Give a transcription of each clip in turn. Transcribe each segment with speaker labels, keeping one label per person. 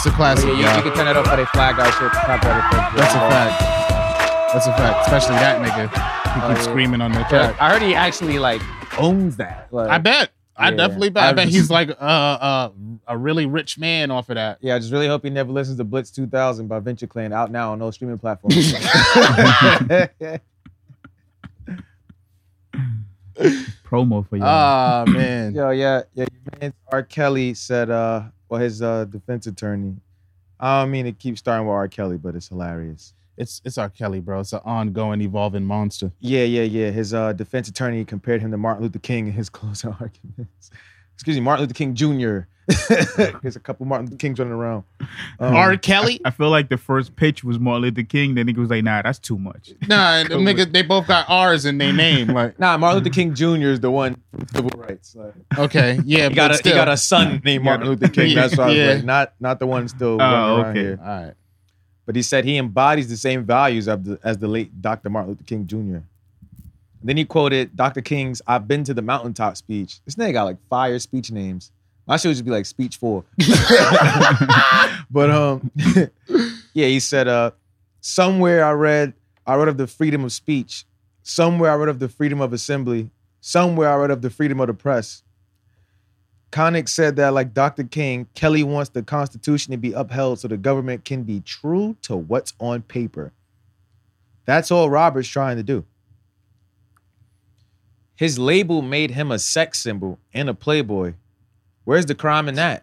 Speaker 1: It's a classic.
Speaker 2: Oh,
Speaker 3: Yeah, you,
Speaker 1: yeah.
Speaker 3: you can turn that up for they fly guy shit. Top everything.
Speaker 1: That's a fact. That's a fact. Especially that nigga. He
Speaker 3: Oh, yeah.
Speaker 1: keeps screaming on the track.
Speaker 3: But I heard he actually like owns that. Like,
Speaker 1: I bet. I
Speaker 3: Yeah.
Speaker 1: definitely bet. I,
Speaker 3: I
Speaker 1: bet
Speaker 3: just-
Speaker 1: he's like uh, uh, a really rich man off of that.
Speaker 2: Yeah, I just really hope he never listens to Blitz 2000 by Venture Clan out now on those streaming platforms.
Speaker 4: Promo for you.
Speaker 1: Ah man.
Speaker 2: Yo, yeah, yeah. Your man R. Kelly said, uh, well, his uh, defense attorney. I don't mean to keep starting with R. Kelly, but it's hilarious.
Speaker 1: It's it's our Kelly, bro. It's an ongoing evolving monster.
Speaker 2: Yeah, yeah, yeah. His uh, defense attorney compared him to Martin Luther King in his closing arguments. Excuse me, Martin Luther King Jr. There's a couple Martin Luther Kings running around. Um,
Speaker 1: R. Kelly?
Speaker 4: I feel like the first pitch was Martin Luther King. Then nigga was like, nah, that's too much.
Speaker 1: Nah, the nigga, they both got R's in their name. Like,
Speaker 2: nah, Martin
Speaker 1: Mm-hmm.
Speaker 2: Luther King Jr. is the one from civil rights. Like,
Speaker 1: okay, yeah,
Speaker 2: he, got
Speaker 1: but
Speaker 2: a, he
Speaker 1: still.
Speaker 2: got a son named Martin
Speaker 4: Yeah.
Speaker 2: Luther King. That's why I was
Speaker 1: Yeah.
Speaker 2: like, not not the one still
Speaker 4: Oh,
Speaker 2: running around
Speaker 4: okay.
Speaker 2: here.
Speaker 1: All right.
Speaker 2: but he said he embodies the same values of the, as the late Dr. Martin Luther King Jr. Then he quoted Dr. King's "I've been to the mountaintop" speech. This nigga got like fire speech names. My shit would just be like speech four. but um, yeah, he said uh, somewhere I read I read of the freedom of speech. Somewhere I read of the freedom of assembly. Somewhere I read of the freedom of the press. Connick said that, like Dr. King, Kelly wants the Constitution to be upheld so the government can be true to what's on paper. That's all Robert's trying to do. His label made him a sex symbol and a playboy. Where's the crime in that?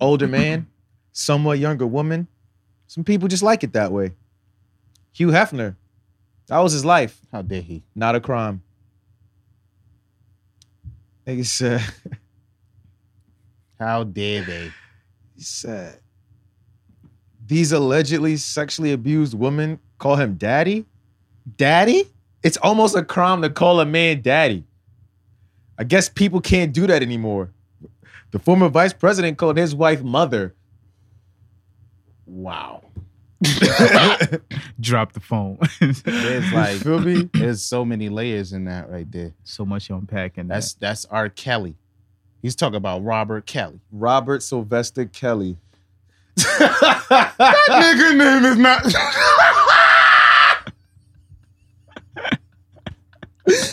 Speaker 2: Older man, somewhat younger woman. Some people just like it that way. Hugh Hefner, that was his life
Speaker 1: How dare he?
Speaker 2: not a crime. Nigga said,
Speaker 1: How dare they?
Speaker 2: he said, these allegedly sexually abused women call him daddy? Daddy? It's almost a crime to call a man daddy. I guess people can't do that anymore. The former vice president called his wife mother.
Speaker 1: Wow.
Speaker 4: Drop the phone.
Speaker 1: There's like,
Speaker 2: Feel me?
Speaker 1: there's so many layers in that right there.
Speaker 4: so much unpacking.
Speaker 1: That's that's R. Kelly. He's talking about Robert Kelly.
Speaker 2: Robert Sylvester Kelly.
Speaker 1: That nigga name is not.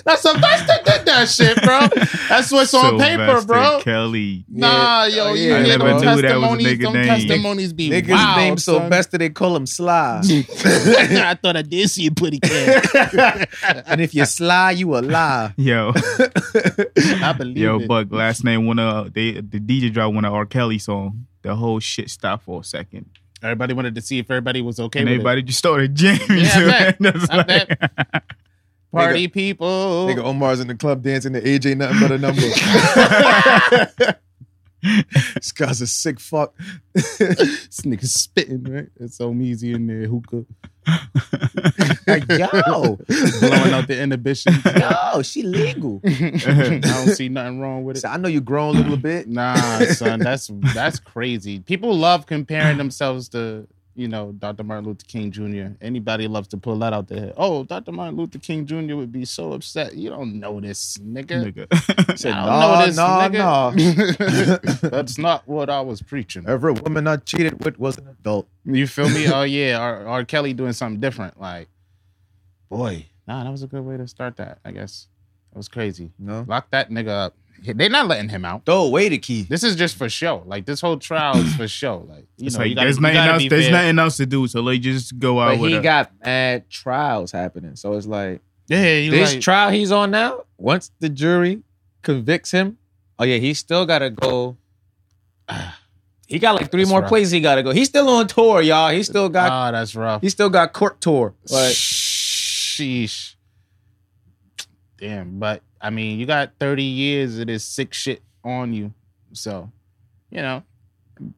Speaker 1: That's Sylvester did that shit, bro. That's what's on paper,
Speaker 4: Sylvester
Speaker 1: bro.
Speaker 4: Kelly.
Speaker 1: Nah, yo,
Speaker 2: Oh,
Speaker 1: you
Speaker 2: yeah. I
Speaker 1: hear
Speaker 2: never
Speaker 1: them
Speaker 2: knew that
Speaker 4: was a
Speaker 1: testimonies?
Speaker 4: nigga
Speaker 1: Them
Speaker 4: name.
Speaker 1: testimonies be
Speaker 2: Niggas
Speaker 1: wild,
Speaker 2: named
Speaker 1: son.
Speaker 2: Sylvester, they call him Sly.
Speaker 1: I thought I did see a pretty kid.
Speaker 2: and if you're Sly, you a lie.
Speaker 4: Yo,
Speaker 1: I believe
Speaker 4: yo,
Speaker 1: it.
Speaker 4: Buck. Last name one of they the DJ dropped one of R. Kelly song. The whole shit stopped for a second.
Speaker 1: Everybody wanted to see if everybody was okay
Speaker 4: and
Speaker 1: with
Speaker 4: everybody just started jamming.
Speaker 1: Yeah, I bet.
Speaker 4: to it. That's
Speaker 1: I bet. it. Party people.
Speaker 2: Nigga Omar's in the club dancing to AJ nothing but a number. this guy's a sick fuck.
Speaker 1: This nigga spitting, right? It's so easy in there. Hookah.
Speaker 2: Like, yo,
Speaker 1: Blowing out the inhibitions.
Speaker 2: yo, she legal.
Speaker 1: I don't see nothing wrong with it.
Speaker 2: So I know you grown a little bit.
Speaker 1: Nah, son, that's that's crazy. People love comparing themselves to you know Dr. Martin Luther King Jr. Anybody loves to pull that out their head. Oh, Dr. Martin Luther King Jr. would be so upset. You don't know this, nigga.
Speaker 4: Nigga.
Speaker 1: I don't
Speaker 2: Nah,
Speaker 1: know this,
Speaker 2: nah,
Speaker 1: nigga. that's not what I was preaching.
Speaker 2: Every woman I cheated with was an adult.
Speaker 1: You feel me? oh yeah, R. R. Kelly doing something different. Like, boy, nah, that was a good way to start that. I guess that was crazy.
Speaker 2: No.
Speaker 1: Lock that nigga up. They're not letting him out.
Speaker 2: Throw away the key.
Speaker 1: This is just for show. Like this whole trial is for show. Like you
Speaker 4: It's
Speaker 1: know,
Speaker 4: like
Speaker 1: you gotta,
Speaker 4: there's
Speaker 1: you
Speaker 4: nothing
Speaker 1: gotta
Speaker 4: else.
Speaker 1: be
Speaker 4: There's
Speaker 1: fair.
Speaker 4: nothing else to do. So let's just go out
Speaker 2: But
Speaker 4: with
Speaker 2: he
Speaker 4: a-
Speaker 2: got mad trials happening. So it's like
Speaker 1: Yeah, you
Speaker 2: this
Speaker 1: like,
Speaker 2: trial he's on now, once the jury convicts him, oh yeah, he still gotta go. He got like three
Speaker 1: That's
Speaker 2: more
Speaker 1: rough.
Speaker 2: places he gotta go. He's still on tour, y'all. He still got
Speaker 1: Ah, that's rough.
Speaker 2: He still got court tour. Like,
Speaker 1: Sheesh. Damn, but I mean, you got 30 years of this sick shit on you. So, you know,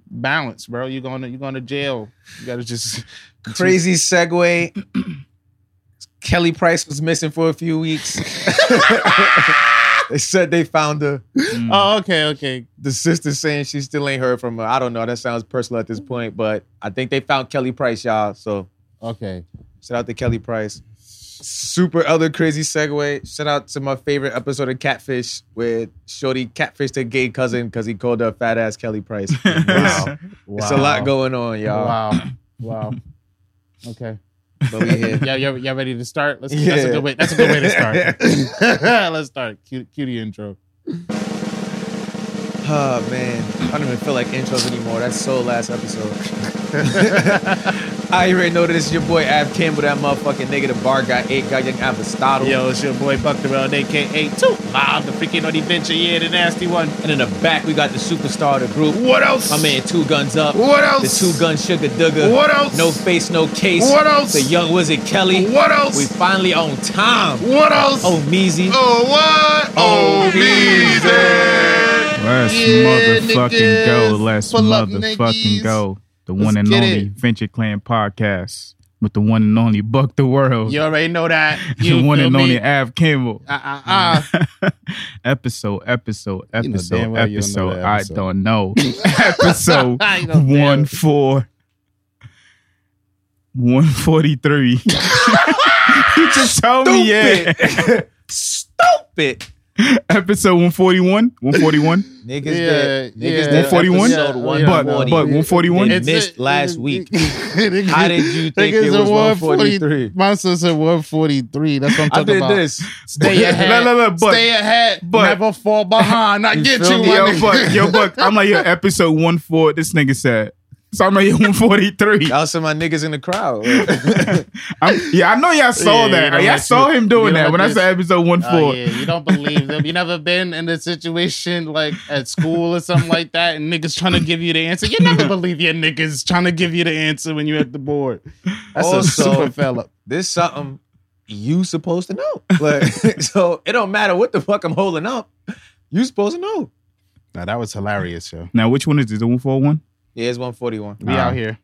Speaker 1: balance, bro. You're going to you're going to jail. You got to just
Speaker 2: crazy segue. Kelly Price was missing for a few weeks. they said they found her.
Speaker 4: Mm.
Speaker 1: Oh, okay, okay.
Speaker 2: The sister saying she still ain't heard from her. I don't know. That sounds personal at this point, but I think they found Kelly Price, y'all. So
Speaker 1: Okay.
Speaker 2: shout out to Kelly Price. super other crazy segue. Shout out to my favorite episode of Catfish where Shorty catfished her gay cousin because he called her fat ass Kelly Price.
Speaker 1: Wow.
Speaker 2: It's a lot going on, y'all.
Speaker 1: Wow. Wow. Okay.
Speaker 2: But we here.
Speaker 1: Yeah, y'all, y'all ready to start? Let's, That's a good way. That's a good way to start. Let's start. Cue, cue the intro.
Speaker 2: Oh man, I don't even feel like intros anymore. That's so last episode. I already know this. Is your boy Av Campbell, that motherfucking nigga, the bar guy, eight guy, young Avistado.
Speaker 1: Yo, it's your boy Buck the Road, aka Two Bob, the freaking on the venture. Yeah, the nasty one.
Speaker 2: And in the back, we got the superstar of the group.
Speaker 1: What else?
Speaker 2: My man, two guns up.
Speaker 1: What else?
Speaker 2: The two gun sugar dugger.
Speaker 1: What else?
Speaker 2: No face, no case.
Speaker 1: What else?
Speaker 2: The young wizard Kelly.
Speaker 1: What else?
Speaker 2: We finally on time.
Speaker 1: what else?
Speaker 2: Oh Meezy.
Speaker 1: Oh, what? Oh, music.
Speaker 4: Let's
Speaker 1: Yeah,
Speaker 4: motherfucking
Speaker 1: niggas.
Speaker 4: go. Let's
Speaker 1: Pull up,
Speaker 4: motherfucking
Speaker 1: niggas.
Speaker 4: go. The
Speaker 1: Let's
Speaker 4: one and
Speaker 1: get
Speaker 4: only
Speaker 1: it.
Speaker 4: Venture Clan podcast with the one and only Buck the World.
Speaker 1: You already know that. You
Speaker 4: the one
Speaker 1: feel
Speaker 4: and
Speaker 1: me?
Speaker 4: only Av Campbell.
Speaker 1: Uh, uh, uh.
Speaker 4: episode, episode,
Speaker 1: You know
Speaker 4: episode,
Speaker 1: damn well you don't know
Speaker 4: episode.
Speaker 1: that
Speaker 4: I
Speaker 1: episode.
Speaker 4: don't know. episode
Speaker 1: You know damn-
Speaker 4: one four. 143. he just told me, yeah.
Speaker 2: Stupid.
Speaker 4: Episode 141. 141.
Speaker 2: Niggas
Speaker 1: Yeah,
Speaker 2: did. Niggas
Speaker 1: yeah.
Speaker 2: did
Speaker 4: 141?
Speaker 2: episode
Speaker 1: Yeah,
Speaker 2: one
Speaker 1: yeah,
Speaker 4: Buck,
Speaker 1: well,
Speaker 4: Buck,
Speaker 2: forty.
Speaker 1: Buck,
Speaker 4: 141.
Speaker 2: It missed last week. How did you think
Speaker 1: Niggas
Speaker 2: it
Speaker 1: at
Speaker 2: was 143?
Speaker 1: Monster said 143. That's what I'm
Speaker 2: I
Speaker 1: talking
Speaker 2: did
Speaker 1: about.
Speaker 2: this.
Speaker 1: Stay ahead.
Speaker 4: Look, look, look, Buck.
Speaker 1: Stay ahead.
Speaker 4: Buck.
Speaker 1: Never fall behind. I
Speaker 2: You
Speaker 1: get you,
Speaker 2: feel me?
Speaker 1: my
Speaker 4: Yo,
Speaker 1: nigga.
Speaker 4: Buck, yo, Buck. I'm like, yo, episode one four. This nigga said. So I'm like, yo, 143.
Speaker 2: Y'all some of my niggas in the crowd.
Speaker 4: I'm, yeah, I know y'all saw
Speaker 1: Yeah, you
Speaker 4: that.
Speaker 1: don't
Speaker 4: y'all
Speaker 1: like
Speaker 4: saw
Speaker 1: you-
Speaker 4: him
Speaker 1: you
Speaker 4: doing
Speaker 1: don't
Speaker 4: that
Speaker 1: like
Speaker 4: when
Speaker 1: this.
Speaker 4: I said episode one
Speaker 1: Oh,
Speaker 4: four.
Speaker 1: yeah, you don't believe them. You never been in a situation like at school or something like that, and niggas trying to give you the answer. You never believe your niggas trying to give you the answer when you're at the board. That's
Speaker 2: Also-
Speaker 1: a super fella.
Speaker 2: this something you supposed to know. Like, so it don't matter what the fuck I'm holding up. You supposed to know.
Speaker 1: Now that was hilarious, yo.
Speaker 4: Now, which one is this? The one four one?
Speaker 2: Yeah, it's 141.
Speaker 1: We
Speaker 4: Nah.
Speaker 1: out here.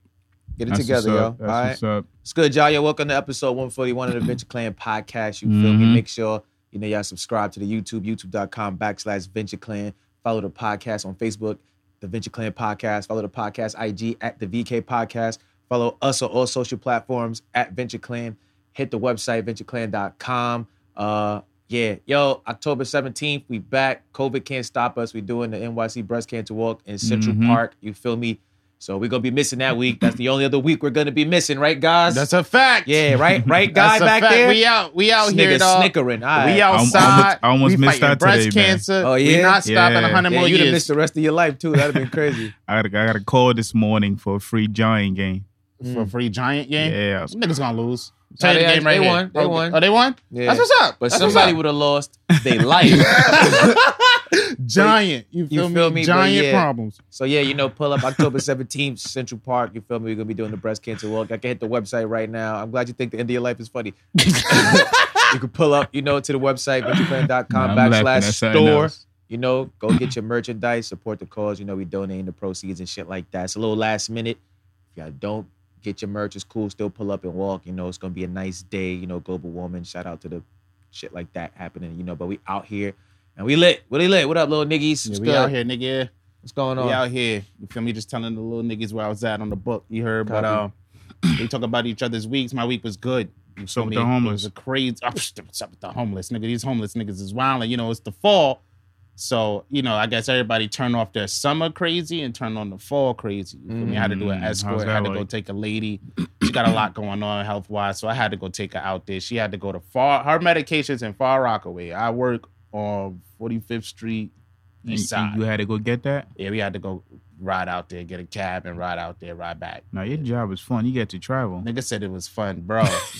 Speaker 2: Get it
Speaker 4: That's
Speaker 2: together,
Speaker 4: what's
Speaker 2: yo.
Speaker 4: up.
Speaker 2: All
Speaker 4: That's
Speaker 2: right.
Speaker 4: what's up.
Speaker 2: It's good, y'all. Yo, welcome to episode 141 of the Venture Clan podcast. You feel
Speaker 4: Mhm.
Speaker 2: me? Make sure you know y'all subscribe to the YouTube, youtube.com backslash Venture Clan. Follow the podcast on Facebook, the Venture Clan podcast. Follow the podcast IG at the VK podcast. Follow us on all social platforms at Venture Clan. Hit the website, ventureclan.com. Uh, yeah, yo, October 17th, we back. COVID can't stop us. we doing the NYC Breast Cancer Walk in Central
Speaker 4: Mhm.
Speaker 2: Park. You feel me? So we're gonna be missing that week. That's the only other week we're gonna be missing, right, guys?
Speaker 1: That's a fact.
Speaker 2: yeah, right, right, guy
Speaker 1: That's a
Speaker 2: back
Speaker 1: fact.
Speaker 2: there.
Speaker 1: We out. We out
Speaker 2: This
Speaker 1: here,
Speaker 2: nigga
Speaker 1: dog.
Speaker 2: snickering. All right.
Speaker 1: We
Speaker 4: I almost-
Speaker 1: outside.
Speaker 4: I almost
Speaker 1: we
Speaker 4: missed
Speaker 1: fighting
Speaker 4: out
Speaker 1: breast
Speaker 4: today, man.
Speaker 1: cancer.
Speaker 2: Oh,
Speaker 1: We
Speaker 2: yeah?
Speaker 1: not stopping
Speaker 4: Yeah.
Speaker 1: 100
Speaker 2: Yeah,
Speaker 1: more
Speaker 2: you'd have
Speaker 1: years
Speaker 2: missed the rest of your life too. That'd have been crazy.
Speaker 4: I got, a, I got a call this morning for a free giant game.
Speaker 1: for
Speaker 2: Mm,
Speaker 1: a Mm. free giant game.
Speaker 4: Yeah. I was-
Speaker 1: Some niggas gonna lose.
Speaker 2: Nah,
Speaker 1: Tell you the
Speaker 2: they-
Speaker 1: game right
Speaker 2: they
Speaker 1: here.
Speaker 2: won. They
Speaker 1: oh,
Speaker 2: won.
Speaker 1: Oh, they won.
Speaker 2: Yeah.
Speaker 1: That's what's up.
Speaker 2: but
Speaker 1: That's
Speaker 2: somebody
Speaker 1: what's
Speaker 2: would have lost their life.
Speaker 1: up. giant. You feel,
Speaker 2: feel
Speaker 1: me?
Speaker 2: me? But
Speaker 1: Giant
Speaker 2: yeah.
Speaker 1: problems.
Speaker 2: so yeah, you know, pull up October 17th, Central Park. You feel me? We're gonna be doing the breast cancer walk. I can hit the website right now. I'm glad you think the end of your life is funny. you can pull up, you know, to the website, ventureclan.com
Speaker 4: Nah, I'm laughing at
Speaker 2: backslash
Speaker 4: something
Speaker 2: store.
Speaker 4: else.
Speaker 2: You know, go get your merchandise, support the cause. You know, we donating the proceeds and shit like that. It's a little last minute. If y'all don't get your merch, it's cool. Still pull up and walk. You know, it's gonna be a nice day. You know, global woman. Shout out to the shit like that happening. You know, but we out here and we lit. Really lit. What up, little niggies?
Speaker 1: Yeah,
Speaker 2: What's,
Speaker 1: we
Speaker 2: good?
Speaker 1: out here, nigga.
Speaker 2: What's going on?
Speaker 1: We out here. You feel me? Just telling the little niggas where I was at on the book. You heard, but um,
Speaker 2: Copy.
Speaker 1: we talk about each other's weeks. My week was good. You
Speaker 4: So
Speaker 1: feel
Speaker 4: with
Speaker 1: me?
Speaker 4: the
Speaker 1: It
Speaker 4: homeless.
Speaker 1: was a crazy. Oh, psh, what's up with the homeless nigga? These homeless niggas is wilding. You know, it's the fall, so you know. I guess everybody turn off their summer crazy and turn on the fall crazy. You feel me? I had to do an
Speaker 4: Mm, how's
Speaker 1: escort. I
Speaker 4: that
Speaker 1: had to go
Speaker 4: like?
Speaker 1: take a lady. She got a lot going on health wise, so I had to go take her out there. She had to go to far her medications in Far Rockaway. I work on Forty Fifth Street
Speaker 4: You,
Speaker 1: East Side.
Speaker 4: you had to go get that?
Speaker 1: Yeah, we had to go ride out there, get a cab, and ride out there, ride back.
Speaker 4: No, your job is fun. You get to travel.
Speaker 1: Nigga said it was fun, bro.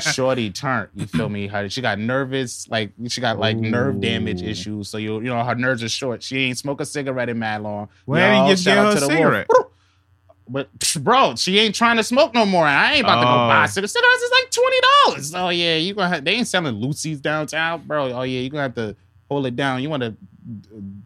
Speaker 1: Shorty turned, you feel me? Her, she got nervous, like she got like nerve damage
Speaker 4: Ooh.
Speaker 1: issues. So you you know her nerves are short. She ain't smoke a cigarette in mad long.
Speaker 4: Why didn't
Speaker 1: Y'all,
Speaker 4: you
Speaker 1: shout
Speaker 4: get
Speaker 1: out
Speaker 4: her a
Speaker 1: to the wolf.
Speaker 4: cigarette?
Speaker 1: But psh, bro, she ain't trying to smoke no more. I ain't about to go
Speaker 4: Oh.
Speaker 1: buy cigarettes. Cigarettes is like twenty dollars. Oh yeah, you gonna have, they ain't selling Lucy's downtown, bro. Oh yeah, you gonna have to hold it down. You want a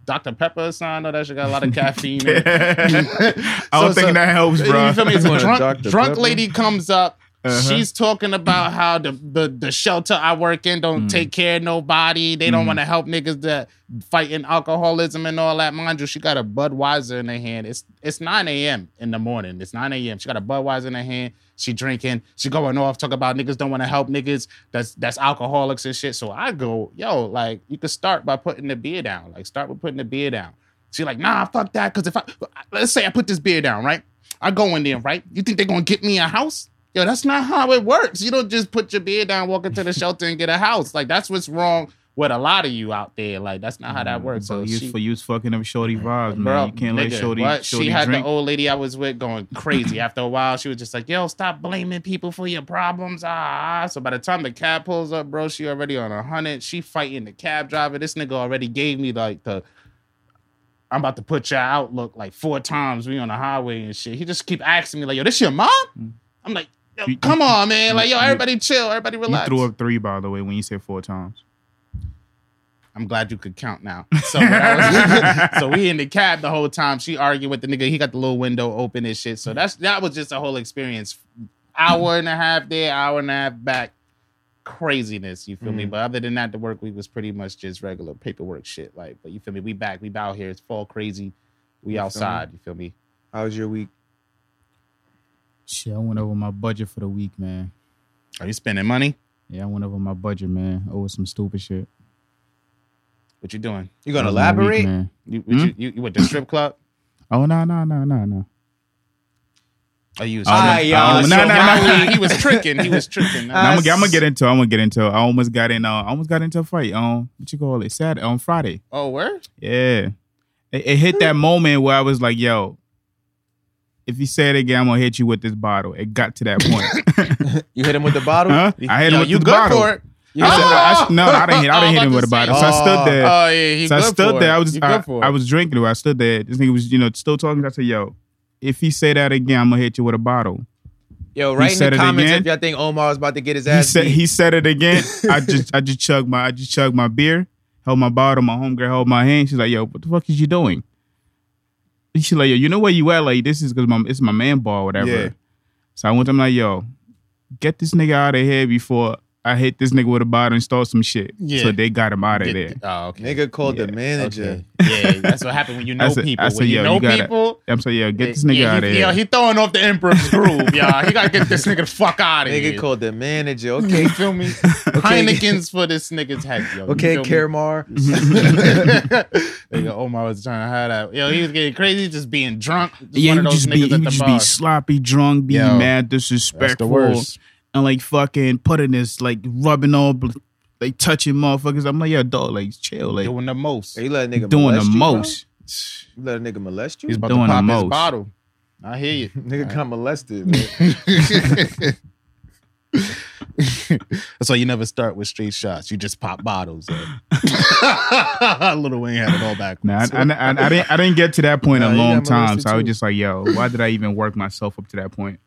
Speaker 1: Dr Pepper or something? I know that shit got a lot of caffeine. in it.
Speaker 4: I don't
Speaker 1: So-
Speaker 4: think
Speaker 1: so-
Speaker 4: that helps, bro.
Speaker 1: You feel me? It's a
Speaker 2: Wanna
Speaker 1: drunk,
Speaker 2: Dr.
Speaker 1: drunk
Speaker 2: Pepper?
Speaker 1: lady comes up.
Speaker 4: Uh-huh.
Speaker 1: She's talking about how the, the the shelter I work in don't
Speaker 4: Mm.
Speaker 1: take care of nobody. They don't
Speaker 4: Mm.
Speaker 1: want to help niggas that fighting alcoholism and all that. Mind you, she got a Budweiser in her hand. It's it's 9 a.m. in the morning. It's 9 a.m. She got a Budweiser in her hand. She drinking. She going off talking about niggas don't want to help niggas that's that's alcoholics and shit. So I go, yo, like you could start by putting the beer down. Like start with putting the beer down. She like, nah, fuck that. Cause if I let's say I put this beer down, right? I go in there, right? You think they're gonna get me a house? Yo, that's not how it works. You don't just put your beer down, walk into the shelter, and get a house. Like that's what's wrong with a lot of you out there. Like that's not how that works.
Speaker 4: Bro,
Speaker 1: So
Speaker 4: you
Speaker 1: she-
Speaker 4: for you was fucking up shorty vibes, man.
Speaker 1: Bro,
Speaker 4: You can't let
Speaker 1: nigga,
Speaker 4: shorty,
Speaker 1: what?
Speaker 4: shorty
Speaker 1: she had
Speaker 4: drink.
Speaker 1: the old lady I was with going crazy. After a while, she was just like, "Yo, stop blaming people for your problems." Ah, ah. so by the time the cab pulls up, bro, she already on a hundred. She fighting the cab driver. This nigga already gave me like the. I'm about to put your outlook like four times. We on the highway and shit. He just keep asking me like, "Yo, this your mom?" I'm like, yo,
Speaker 4: Mm. You-
Speaker 1: "Come on, man! Like, yo,
Speaker 4: you-
Speaker 1: everybody chill, everybody
Speaker 4: you
Speaker 1: relax."
Speaker 4: threw up three, by the way, when you said four times.
Speaker 1: I'm glad you could count now. So, when I was- so we in the cab the whole time. She argued with the nigga. He got the little window open and shit. So that's that was just a whole experience. Hour and a half there, hour and a half back. Craziness, you feel me? But other than that, the work week was pretty much just regular paperwork shit. Like, but you feel me? We back, we out here. It's fall crazy. We
Speaker 2: feel me?
Speaker 1: outside. You feel me?
Speaker 2: How was your week?
Speaker 4: Shit, I went over my budget for the week, man.
Speaker 1: Are you spending money?
Speaker 4: Yeah, I went over my budget, man. Over some stupid shit.
Speaker 1: What you doing?
Speaker 2: You
Speaker 4: That
Speaker 2: gonna
Speaker 4: was my week,
Speaker 2: elaborate?
Speaker 4: man.
Speaker 1: You what
Speaker 4: Hmm?
Speaker 1: you, you you went to strip club?
Speaker 4: Oh no, no, no, no, no.
Speaker 1: Are you?
Speaker 4: I
Speaker 1: Nah,
Speaker 4: don't- I don't-
Speaker 1: nah,
Speaker 4: no, no, no.
Speaker 1: He was tricking. He was tricking.
Speaker 2: Uh,
Speaker 4: I'm gonna, I'm gonna get into. it. I'm gonna get into. it. I almost got in. Uh, I almost got into a fight. Um, what you call it? Saturday on Friday.
Speaker 1: oh, where?
Speaker 4: Yeah, it, it hit that moment where I was like, "Yo, if you say it again, I'm gonna hit you with this bottle." It got to that point.
Speaker 2: You hit him with the bottle.
Speaker 4: huh? I hit
Speaker 1: Yo,
Speaker 4: him with
Speaker 1: you
Speaker 4: the
Speaker 1: good
Speaker 4: bottle.
Speaker 1: for it?
Speaker 4: I said, I, no, I didn't hit. I
Speaker 1: Oh,
Speaker 4: didn't
Speaker 1: about
Speaker 4: hit him with
Speaker 1: to
Speaker 4: a bottle.
Speaker 1: say.
Speaker 4: So I stood there.
Speaker 1: Oh yeah, he
Speaker 4: so I
Speaker 1: good
Speaker 4: stood
Speaker 1: for
Speaker 4: there.
Speaker 1: it.
Speaker 4: I was
Speaker 1: He
Speaker 4: I,
Speaker 1: good for
Speaker 4: I
Speaker 1: it.
Speaker 4: was drinking. I stood there. This nigga was, you know, still talking. I said, "Yo, if he say that again, I'm gonna hit you with a bottle."
Speaker 2: Yo, right in
Speaker 4: said
Speaker 2: the
Speaker 4: it
Speaker 2: comments
Speaker 4: again.
Speaker 2: if y'all think Omar was about to get his
Speaker 4: He
Speaker 2: ass
Speaker 4: said
Speaker 2: beat.
Speaker 4: he said it again. I just I just chugged my I just chugged my beer, held my bottle. My homegirl held my hand. She's like, "Yo, what the fuck is you doing?" And She's like, "Yo, you know where you at? Like this is because my it's my man bar, or whatever."
Speaker 2: Yeah.
Speaker 4: So I went. I'm like, "Yo, get this nigga out of here before." I hit this nigga with a bottle and stole some shit.
Speaker 1: Yeah.
Speaker 4: So they got him out of
Speaker 1: Did-
Speaker 4: there.
Speaker 1: Oh, okay.
Speaker 2: Nigga called
Speaker 4: Yeah,
Speaker 2: the manager.
Speaker 1: Okay. Yeah, that's what happened when you know
Speaker 4: I said-
Speaker 1: people.
Speaker 4: I said,
Speaker 1: when you
Speaker 4: yo,
Speaker 1: know
Speaker 4: you gotta-
Speaker 1: people,
Speaker 4: I'm saying, yo, get this
Speaker 1: yeah,
Speaker 4: nigga
Speaker 1: he-
Speaker 4: out of here.
Speaker 1: Yeah, he throwing off the emperor's groove. Yeah, he gotta get this nigga the fuck out of
Speaker 2: Nigga
Speaker 1: here.
Speaker 2: called the manager. Okay,
Speaker 1: You feel me? Heineken's for this nigga's head. Yo. You
Speaker 2: okay,
Speaker 1: feel me?
Speaker 2: Karamar.
Speaker 1: Nigga, Omar was trying to hide out. Yo, he was getting crazy, just being drunk. Just
Speaker 4: Yeah,
Speaker 1: one
Speaker 4: you
Speaker 1: of those
Speaker 4: just be
Speaker 1: niggas at
Speaker 4: you
Speaker 1: the
Speaker 4: just
Speaker 1: bar.
Speaker 4: be sloppy, drunk, be
Speaker 1: Yo,
Speaker 4: mad, disrespectful,
Speaker 1: worst.
Speaker 4: and like fucking putting this like rubbing all bl- like touching motherfuckers. I'm like, yo, dog, like chill, like
Speaker 1: doing the most.
Speaker 2: Are you let a nigga
Speaker 4: doing the
Speaker 2: molest you, bro?
Speaker 4: most.
Speaker 2: You let a nigga molest you?
Speaker 1: He's about to
Speaker 4: doing the
Speaker 1: pop his
Speaker 4: most.
Speaker 1: bottle. I hear you.
Speaker 2: nigga got molested. Man.
Speaker 1: That's why you never start with straight shots. You just pop bottles. eh? Little Wayne had it all
Speaker 4: Nah,
Speaker 1: backwards.
Speaker 4: I, I, I- I didn't I didn't get to that point in
Speaker 2: Nah,
Speaker 4: a
Speaker 2: you
Speaker 4: long
Speaker 2: got
Speaker 4: time,
Speaker 2: molested
Speaker 4: so I was
Speaker 2: too.
Speaker 4: just like, yo, why did I even work myself up to that point?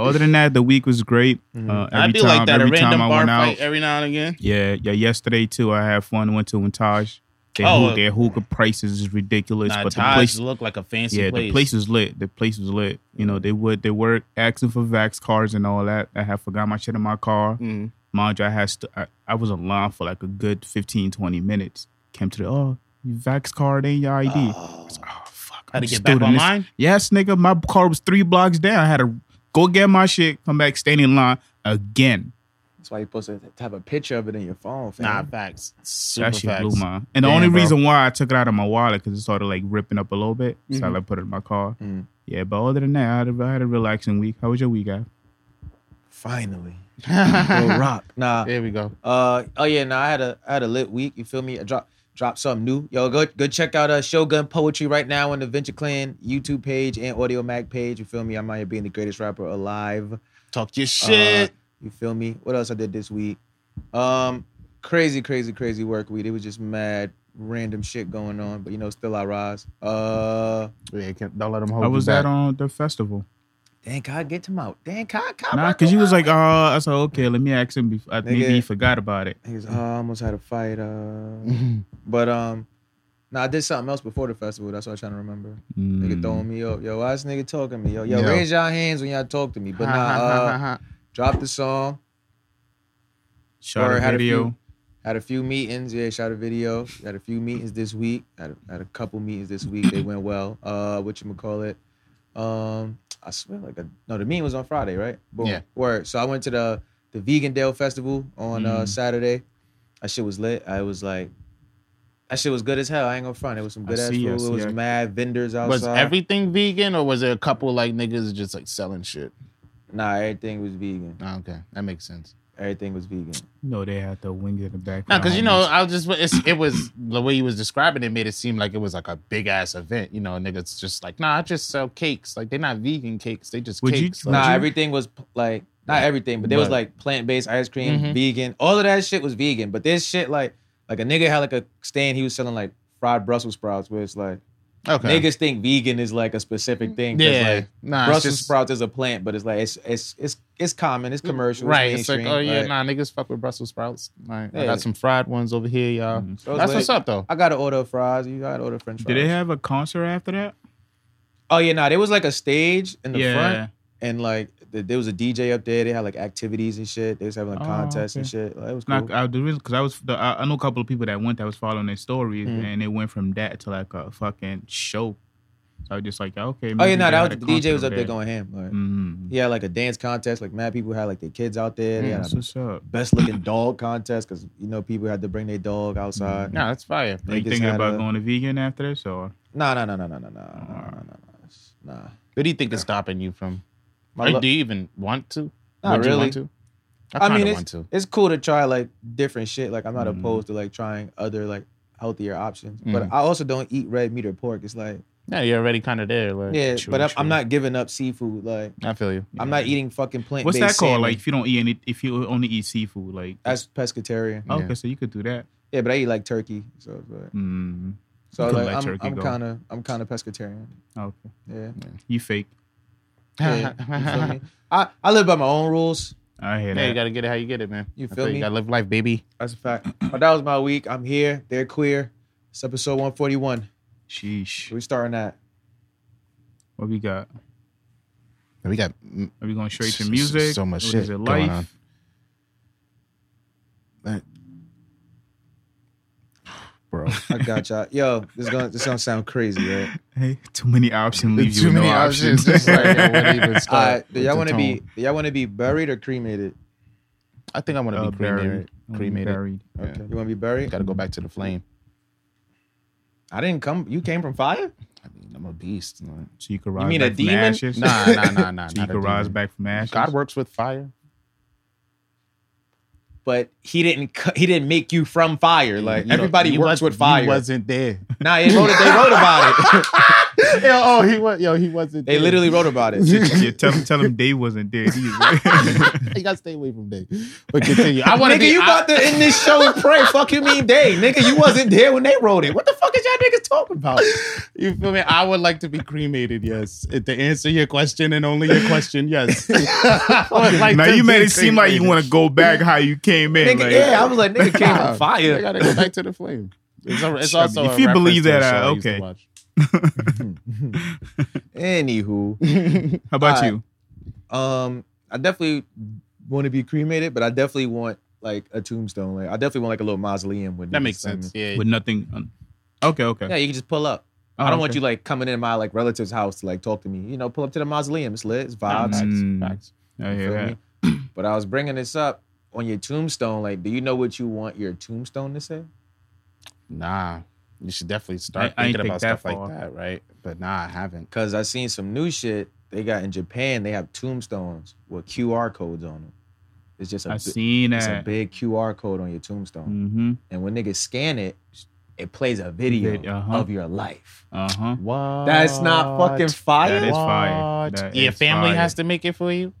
Speaker 4: other than that, the week was great. Uh, every
Speaker 1: Mm-hmm. I do
Speaker 4: time,
Speaker 1: like that. A
Speaker 4: every
Speaker 1: random
Speaker 4: time I
Speaker 1: bar
Speaker 4: went
Speaker 1: fight
Speaker 4: out,
Speaker 1: every now and again.
Speaker 4: yeah, yeah. Yesterday too, I had fun. Went to Montage. Their,
Speaker 1: Oh,
Speaker 4: hoo- their hookah prices is ridiculous,
Speaker 1: Nah,
Speaker 4: but the
Speaker 1: Taj
Speaker 4: place
Speaker 1: look like a fancy
Speaker 4: yeah,
Speaker 1: place.
Speaker 4: the place was lit. The place was lit. You know, they would they were asking for vax cards and all that. I had forgot my shit in my car.
Speaker 1: Mm.
Speaker 4: Mind you, I had st- I, I was in line for like a good 15, 20 minutes. Came to the oh, your vax card ain't your ID. I was like, oh fuck,
Speaker 1: Had to
Speaker 4: I'm
Speaker 1: get back
Speaker 4: still in this-
Speaker 1: online?
Speaker 4: Yes, nigga, my car was three blocks down. I had to go get my shit, come back, stand in line again.
Speaker 2: That's why you're supposed to have a picture of it in your phone. Fam.
Speaker 1: Nah, facts. Super
Speaker 4: that shit
Speaker 1: facts.
Speaker 4: blew my. And the
Speaker 2: Damn,
Speaker 4: only
Speaker 2: bro.
Speaker 4: reason why I took it out of my wallet because it started like ripping up a little bit, so I
Speaker 2: Mm-hmm.
Speaker 1: Mhm.
Speaker 4: like put it in my car.
Speaker 2: Mm.
Speaker 4: Yeah, but other than that, I had, a, I had a relaxing week. How was your week, guy?
Speaker 2: Finally, Lil rock. Nah.
Speaker 1: there we go.
Speaker 2: Uh, oh yeah. Nah, I had a I had a lit week. You feel me? I dropped dropped something new. Yo, go go check out uh Shogun Poetry right now on the Venture Clan YouTube page and Audio Mac page. You feel me? I'm out here being the greatest rapper alive.
Speaker 1: Talk your shit.
Speaker 2: Uh, you feel me? What else I did this week? Um, crazy, crazy, crazy work week. It was just mad random shit going on, but you know, still I rise. Uh,
Speaker 1: yeah, can't, don't let them hold
Speaker 4: I was
Speaker 1: you
Speaker 4: at
Speaker 1: back.
Speaker 4: on the festival.
Speaker 2: dang God, get him out. Dang God, come
Speaker 4: Nah,
Speaker 2: out
Speaker 4: cause
Speaker 2: the
Speaker 4: you was
Speaker 2: way.
Speaker 4: like, oh, I said, okay, let me ask him. Before. I, maybe
Speaker 2: Nigga.
Speaker 4: he forgot about it.
Speaker 2: He was, oh, I almost had a fight. Uh, but um, nah, I did something else before the festival. That's what I'm trying to remember. Nigga
Speaker 4: Mm.
Speaker 2: throwing me up. Yo, why this nigga talking to me? Yo, yo,
Speaker 1: Yo.
Speaker 2: raise y'all hands when y'all talk to me. But nah, uh, dropped the song,
Speaker 4: Shot
Speaker 2: Or
Speaker 4: a
Speaker 2: had a
Speaker 4: video.
Speaker 2: few- had a few meetings. Yeah, shot a video. Had a few meetings this week. Had a, had a couple meetings this week. They went well. Uh, what you call it? Um, I swear, like a, no, the meeting was on Friday, right? Boom.
Speaker 1: Yeah.
Speaker 2: Word. So I went to the the Vegan Dale Festival on uh,
Speaker 4: Mm.
Speaker 2: Saturday. That shit was lit. I was like, that shit was good as hell. I ain't gonna front. It was some
Speaker 4: I
Speaker 2: good ass
Speaker 4: see, I
Speaker 2: food.
Speaker 4: see,
Speaker 2: It was
Speaker 4: I-
Speaker 2: mad vendors outside.
Speaker 1: Was everything vegan, or was there a couple like niggas just like selling shit?
Speaker 2: Nah, everything was vegan.
Speaker 1: Oh, okay, that makes sense.
Speaker 2: Everything was vegan.
Speaker 4: No, they had to wing it back.
Speaker 1: No, because you know, I was just it's, it was the way you was describing it made it seem like it was like a big ass event. You know, niggas just like, nah, I just sell cakes. Like they're not vegan cakes, they just
Speaker 4: Would you-
Speaker 1: cakes. Like,
Speaker 2: nah,
Speaker 4: you-
Speaker 2: everything was p- like not everything, but there was
Speaker 1: But-
Speaker 2: like plant based ice cream,
Speaker 1: Mhm.
Speaker 2: vegan. All of that shit was vegan, but this shit like like a nigga had like a stand. He was selling like fried Brussels sprouts, where it's like
Speaker 1: okay,
Speaker 2: niggas think vegan is like a specific thing. 'cause,
Speaker 1: yeah,
Speaker 2: like,
Speaker 1: nah, it's
Speaker 2: Brussels
Speaker 1: just-
Speaker 2: sprouts is a plant, but it's like it's it's it's it's common. It's commercial.
Speaker 1: Right,
Speaker 2: It's
Speaker 1: it's like,
Speaker 2: mainstream.
Speaker 1: oh yeah,
Speaker 2: like,
Speaker 1: nah, niggas fuck with Brussels sprouts. All right, I
Speaker 2: Yeah. Mm-hmm.
Speaker 1: got some fried ones over here, y'all.
Speaker 2: so it's
Speaker 1: That's
Speaker 2: like,
Speaker 1: what's up though.
Speaker 2: I gotta order fries. You gotta order French fries.
Speaker 4: Did they have a concert after that?
Speaker 2: Oh yeah, nah. There was like a stage in the
Speaker 4: yeah.
Speaker 2: front, and like th- there was a DJ up there. They had like activities and shit. They was having like
Speaker 4: Oh,
Speaker 2: contests and
Speaker 4: okay.
Speaker 2: shit. Like, it was cool.
Speaker 4: Not, I, the reason because I was the, I, I know a couple of people that went that was following their stories
Speaker 2: Mhm.
Speaker 4: and it went from that to like a fucking show. So I was just like, okay.
Speaker 2: oh yeah, no, that was the DJ was up there going ham. Like,
Speaker 4: Mm-hmm.
Speaker 2: He had like a dance contest. Like mad people had like their kids out there. They had
Speaker 4: that's
Speaker 2: a
Speaker 4: what's up.
Speaker 2: best looking dog contest because you know people had to bring their dog
Speaker 4: Mm-hmm.
Speaker 2: outside.
Speaker 1: Nah, that's fire.
Speaker 4: Are you
Speaker 2: Niggas
Speaker 4: thinking
Speaker 2: had
Speaker 4: about
Speaker 2: a-
Speaker 4: going to vegan after this or?
Speaker 2: Nah, nah, nah, nah, nah, nah, nah, nah, nah, nah, nah. nah.
Speaker 1: What do you think is stopping you from?
Speaker 2: My
Speaker 1: Like,
Speaker 2: lo-
Speaker 1: do you even want to?
Speaker 2: Not
Speaker 1: Would you
Speaker 2: really.
Speaker 1: want to? I
Speaker 2: I
Speaker 1: kind
Speaker 2: mean,
Speaker 1: of
Speaker 2: it's-
Speaker 1: want to.
Speaker 2: it's cool to try like different shit. Like I'm not
Speaker 4: Mhm.
Speaker 2: opposed to like trying other like healthier options,
Speaker 1: Mhm.
Speaker 4: Mm.
Speaker 2: but I also don't eat red meat or pork. It's like
Speaker 1: Yeah, you're already kind of there. Like,
Speaker 2: yeah,
Speaker 4: true,
Speaker 2: but I'm,
Speaker 4: true.
Speaker 2: I'm not giving up seafood. Like
Speaker 1: I feel you.
Speaker 2: I'm not eating fucking plant.
Speaker 4: What's that called? Like if you don't eat any, if you only eat seafood, like oh,
Speaker 2: that's pescatarian.
Speaker 1: Yeah.
Speaker 4: okay, so you could do that.
Speaker 2: Yeah, but I eat like turkey. So it's like,
Speaker 4: Mm,
Speaker 2: so
Speaker 4: You can
Speaker 2: like
Speaker 4: let
Speaker 2: I'm
Speaker 4: turkey
Speaker 2: I'm
Speaker 4: go.
Speaker 2: kind of I'm kind of pescatarian.
Speaker 4: okay,
Speaker 2: Yeah.
Speaker 4: you fake.
Speaker 2: Yeah, you feel me? I, I live by my own rules.
Speaker 4: I hear
Speaker 1: Yeah, you
Speaker 4: that.
Speaker 1: gotta get it how you get it, man.
Speaker 2: You
Speaker 1: I
Speaker 2: feel me?
Speaker 1: You gotta live life, baby.
Speaker 2: That's a fact. But that was my week. I'm here. They're queer. It's episode 141.
Speaker 4: Sheesh.
Speaker 2: We starting that.
Speaker 4: What we got?
Speaker 1: We got mm,
Speaker 4: Are we going straight to
Speaker 1: So- so-
Speaker 4: music?
Speaker 1: so much
Speaker 4: Or
Speaker 1: shit
Speaker 4: is it
Speaker 1: going
Speaker 4: life?
Speaker 1: on. that- bro.
Speaker 2: I got y'all. Yo, this is gonna this gonna sound crazy, right?
Speaker 4: Hey, too many options leaves you with no options.
Speaker 1: It's like, yo, where do you even
Speaker 2: All
Speaker 1: start
Speaker 2: right. Do
Speaker 1: with
Speaker 2: y'all
Speaker 1: the
Speaker 2: want to
Speaker 1: tone?
Speaker 2: be do y'all want to be buried or cremated?
Speaker 1: I think I want to
Speaker 4: Uh,
Speaker 1: be cremated.
Speaker 4: buried. Only
Speaker 1: Cremated.
Speaker 4: buried.
Speaker 1: Yeah.
Speaker 2: You want to be buried?
Speaker 1: Gotta go back to the flame.
Speaker 2: I didn't come. You came from fire?
Speaker 1: I mean, I'm a beast. like-
Speaker 4: So you could rise
Speaker 2: mean a
Speaker 4: back from
Speaker 2: demon?
Speaker 4: ashes.
Speaker 1: Nah, nah, nah, nah.
Speaker 4: So you
Speaker 1: not a
Speaker 4: could rise
Speaker 1: demon.
Speaker 4: back from ashes.
Speaker 1: God works with fire.
Speaker 2: But he didn't. co- He didn't make you from fire. Like
Speaker 1: You don't-
Speaker 2: everybody
Speaker 1: you
Speaker 2: works
Speaker 1: was-
Speaker 2: with fire.
Speaker 1: You wasn't there.
Speaker 2: Nah, they wrote, it- they wrote about it.
Speaker 1: yo, oh, he was. Yo, he wasn't.
Speaker 2: They
Speaker 1: there.
Speaker 2: literally wrote about it.
Speaker 4: yeah, tell, tell him Dave wasn't there. either.
Speaker 1: you gotta stay away from Dave. But continue. I want
Speaker 2: Nigga,
Speaker 1: to be.
Speaker 2: you
Speaker 1: I-
Speaker 2: about to end this show with pray. Fuck you mean day. Nigga, you wasn't there when they wrote it. What the fuck is y'all niggas talking about?
Speaker 1: You feel me? I would like to be cremated, yes. To answer your question and only your question, yes. I would like
Speaker 4: now
Speaker 1: to
Speaker 4: you made
Speaker 1: be
Speaker 4: it seem like you
Speaker 1: cremated.
Speaker 4: want to go back how you came in.
Speaker 2: Nigga,
Speaker 4: like-
Speaker 2: yeah, I was like, nigga came
Speaker 1: Nah,
Speaker 2: from
Speaker 1: I
Speaker 2: fire.
Speaker 1: gotta go back to the flame. It's, a, it's
Speaker 4: I mean,
Speaker 1: also
Speaker 4: if
Speaker 1: a
Speaker 4: you believe
Speaker 1: reference to
Speaker 4: that,
Speaker 1: a show
Speaker 4: uh,
Speaker 1: I used to
Speaker 4: okay.
Speaker 1: watch.
Speaker 2: Anywho,
Speaker 4: How about
Speaker 2: All right.
Speaker 4: you?
Speaker 2: um, I definitely want to be cremated, but I definitely want like a tombstone. Like, I definitely want like a little mausoleum with
Speaker 1: That
Speaker 2: niggas
Speaker 1: makes
Speaker 2: and-
Speaker 1: sense. Yeah.
Speaker 4: With nothing. on- Okay, okay.
Speaker 2: Yeah, you can just pull up.
Speaker 4: Oh,
Speaker 2: I don't want
Speaker 4: okay.
Speaker 2: you like coming into my like relative's house to like talk to me. You know, pull up to the mausoleum. It's lit. It's vibes.
Speaker 1: Facts,
Speaker 4: Mm.
Speaker 1: facts.
Speaker 4: I
Speaker 2: You
Speaker 4: hear
Speaker 2: feel
Speaker 4: that.
Speaker 2: me? But I was bringing this up on your tombstone. Like, do you know what you want your tombstone to say?
Speaker 1: Nah. You should definitely start
Speaker 4: I- I ain't
Speaker 1: thinking about
Speaker 4: think that
Speaker 1: stuff like
Speaker 4: far.
Speaker 1: that, right? But nah, I haven't.
Speaker 2: Cause I seen some new shit they got in Japan. They have tombstones with QR codes on them. It's just a,
Speaker 4: I
Speaker 2: bi-
Speaker 4: seen
Speaker 2: it's a
Speaker 4: that.
Speaker 2: big QR code on your tombstone,
Speaker 4: Mm-hmm.
Speaker 2: and when niggas scan it, it plays a video
Speaker 4: Vid- uh-huh.
Speaker 2: of your life.
Speaker 4: Uh huh.
Speaker 1: What?
Speaker 2: That's not fucking fire.
Speaker 4: That is
Speaker 1: What?
Speaker 4: fire. That
Speaker 1: Your
Speaker 4: is
Speaker 1: family
Speaker 4: fire.
Speaker 1: has to make it for you.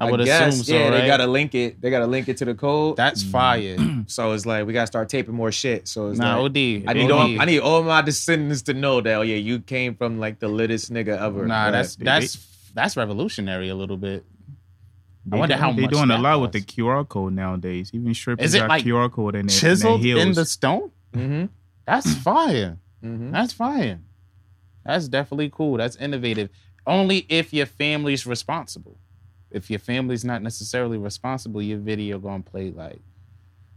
Speaker 1: I would
Speaker 2: guess,
Speaker 1: assume so,
Speaker 2: Yeah,
Speaker 1: right?
Speaker 2: they gotta Mm. link it. They gotta link it to the code.
Speaker 1: That's fire.
Speaker 2: so it's like we gotta start taping more shit. So it's
Speaker 1: nah,
Speaker 2: like,
Speaker 1: OD.
Speaker 2: I
Speaker 1: OD.
Speaker 2: need all I need all my descendants to know that. Oh yeah, you came from like the littest nigga ever.
Speaker 1: Nah,
Speaker 2: Like,
Speaker 1: that's
Speaker 4: They-
Speaker 1: that's that's revolutionary a little bit. I
Speaker 4: They
Speaker 1: wonder
Speaker 4: do-
Speaker 1: how
Speaker 4: they
Speaker 1: much
Speaker 4: doing a
Speaker 1: that
Speaker 4: lot with the
Speaker 1: costs.
Speaker 4: QR code nowadays. Even strippers
Speaker 1: it
Speaker 4: got
Speaker 1: like
Speaker 4: QR code in their,
Speaker 1: Chiseled
Speaker 4: in their heels. Mm.
Speaker 1: in the stone.
Speaker 2: Mhm,
Speaker 1: That's fire.
Speaker 2: mhm.
Speaker 1: That's fire. That's definitely cool. That's innovative. Only if your family's responsible. if your family's not necessarily responsible, your video gonna play like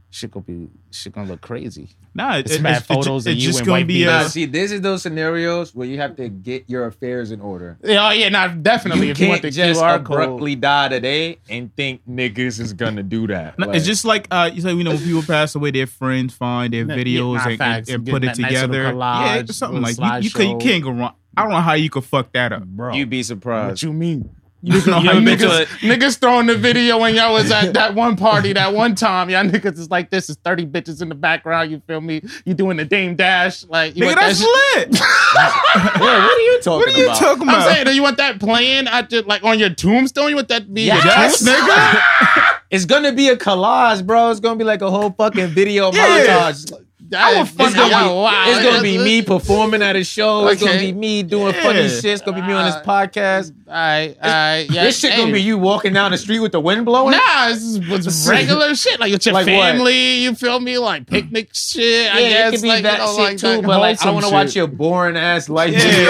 Speaker 1: shit gonna be shit gonna look crazy.
Speaker 4: Nah, it-
Speaker 1: It's mad
Speaker 4: ju-
Speaker 1: photos of you
Speaker 4: just
Speaker 1: in
Speaker 4: gonna
Speaker 1: white
Speaker 4: be
Speaker 1: beaters.
Speaker 4: a,
Speaker 2: Nah, see, this is those scenarios where you have to get your affairs in order.
Speaker 1: Yeah, oh, yeah, not definitely.
Speaker 2: You
Speaker 1: if you want
Speaker 2: can't
Speaker 1: the
Speaker 2: just
Speaker 1: QR code,
Speaker 2: abruptly die today and think niggas is gonna do that.
Speaker 4: No,
Speaker 2: Like,
Speaker 4: it's just like uh, you say, you know, when people pass away, their friends find their
Speaker 1: Yeah,
Speaker 4: videos
Speaker 1: nah,
Speaker 4: and,
Speaker 1: facts.
Speaker 4: and, and
Speaker 1: Get
Speaker 4: put it
Speaker 1: that nice little
Speaker 4: together. yeah,
Speaker 1: collage,
Speaker 4: it's something like
Speaker 1: little
Speaker 4: you, you, can, you
Speaker 1: slideshow.
Speaker 4: can't go wrong. I don't know how you could fuck that up.
Speaker 1: bro.
Speaker 2: you'd be surprised.
Speaker 1: what you mean?
Speaker 4: You don't know how you
Speaker 2: been to
Speaker 1: niggas,
Speaker 2: a-
Speaker 1: niggas throwing the video when y'all was at that one party that one time. Y'all niggas is like, this is 30 bitches in the background. You feel me? You doing the Dame Dash. Like, you
Speaker 4: Nigga,
Speaker 1: want that
Speaker 4: that's
Speaker 1: shit-
Speaker 4: lit.
Speaker 2: Wait, what are you talking
Speaker 4: what are you
Speaker 2: about?
Speaker 4: talking about?
Speaker 1: I'm saying, do you want that playing at your, like on your tombstone? You want that to be your
Speaker 2: Yes,
Speaker 1: tombstone?
Speaker 2: nigga. it's gonna be a collage, bro. It's gonna be like a whole fucking video
Speaker 4: Yeah.
Speaker 2: montage.
Speaker 1: That
Speaker 4: would
Speaker 1: is-
Speaker 4: fuck
Speaker 1: yeah,
Speaker 4: up
Speaker 1: yeah,
Speaker 2: It's
Speaker 1: wow.
Speaker 2: it's gonna be me performing at a show. It's gonna
Speaker 1: Okay.
Speaker 2: be me doing
Speaker 4: Yeah.
Speaker 2: funny shit. It's gonna be me on this
Speaker 1: Uh,
Speaker 2: podcast.
Speaker 1: All right, all right. Yeah,
Speaker 2: this shit gonna
Speaker 1: hey.
Speaker 2: be you walking down the street with the wind blowing.
Speaker 1: Nah, it's, it's regular shit. Like with your
Speaker 2: Like what?
Speaker 1: family, you feel me? Like picnic shit. I
Speaker 2: yeah,
Speaker 1: guess
Speaker 2: it could be
Speaker 1: like,
Speaker 2: that
Speaker 1: you know,
Speaker 2: shit
Speaker 1: like
Speaker 2: too,
Speaker 1: that
Speaker 2: but like I don't want to
Speaker 1: wholesome
Speaker 2: watch
Speaker 1: shit.
Speaker 2: your boring ass life
Speaker 4: Yeah.
Speaker 2: video. you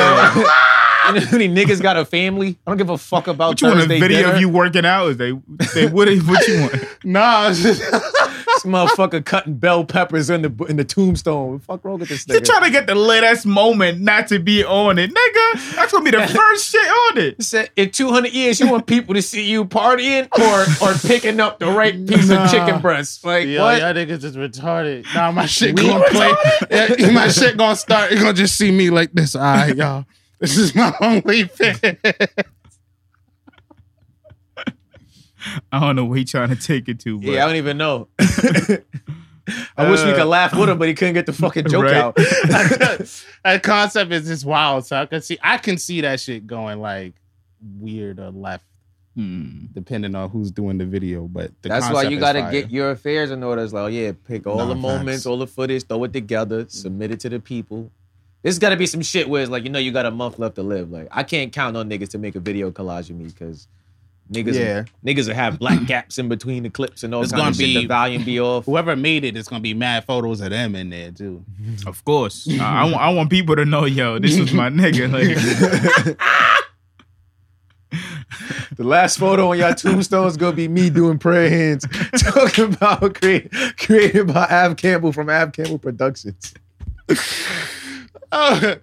Speaker 2: know how many niggas got a family? I don't give a fuck about
Speaker 4: What you want a
Speaker 2: Thursday
Speaker 4: video
Speaker 2: dinner.
Speaker 4: of you working out? Is they they what what you want?
Speaker 1: Nah,
Speaker 2: This motherfucker cutting bell peppers in the in the tombstone. Fuck wrong with this
Speaker 4: They're
Speaker 2: nigga?
Speaker 4: trying to get the lit ass moment not to be on it, nigga. That's gonna be the first shit on it.
Speaker 2: said in 200 years you want people to see you partying or or picking up the right piece
Speaker 1: Nah.
Speaker 2: of chicken breast like
Speaker 1: yo,
Speaker 2: what
Speaker 1: y'all niggas is retarded. Nah, my shit
Speaker 2: We
Speaker 1: gonna play. Yeah, my shit gonna start. You gonna just see me like this. All right, y'all. This is my only fan.
Speaker 4: I don't know where he trying to take it to, but
Speaker 2: yeah i don't even know i wish we
Speaker 4: Uh,
Speaker 2: could laugh with him but he couldn't get the fucking joke
Speaker 4: right.
Speaker 2: out
Speaker 1: that concept is just wild. So I can see, I can see that shit going like weird or left,
Speaker 4: Hmm.
Speaker 1: depending on who's doing the video. But the
Speaker 2: that's why
Speaker 1: concept
Speaker 2: you
Speaker 1: is
Speaker 2: gotta
Speaker 1: fire.
Speaker 2: get your affairs in order it's like oh yeah pick all
Speaker 1: Nah,
Speaker 2: the moments
Speaker 1: facts.
Speaker 2: all the footage throw it together submit it to the people this gotta be some shit where it's like you know you got a month left to live like i can't count on niggas to make a video collage of me because niggas
Speaker 5: Yeah.
Speaker 2: niggas will have black gaps in between the clips and all
Speaker 1: It's
Speaker 2: kinds of
Speaker 1: gonna
Speaker 2: shit the
Speaker 1: be-
Speaker 2: volume be off
Speaker 1: whoever made it, it's gonna be mad photos of them in there too.
Speaker 4: Of course, I, I want I want people to know, yo, this was my nigga. Like,
Speaker 2: The last photo on your tombstone is gonna be me doing prayer hands, talking about create, created by Av Campbell from Av Campbell Productions.
Speaker 1: Oh,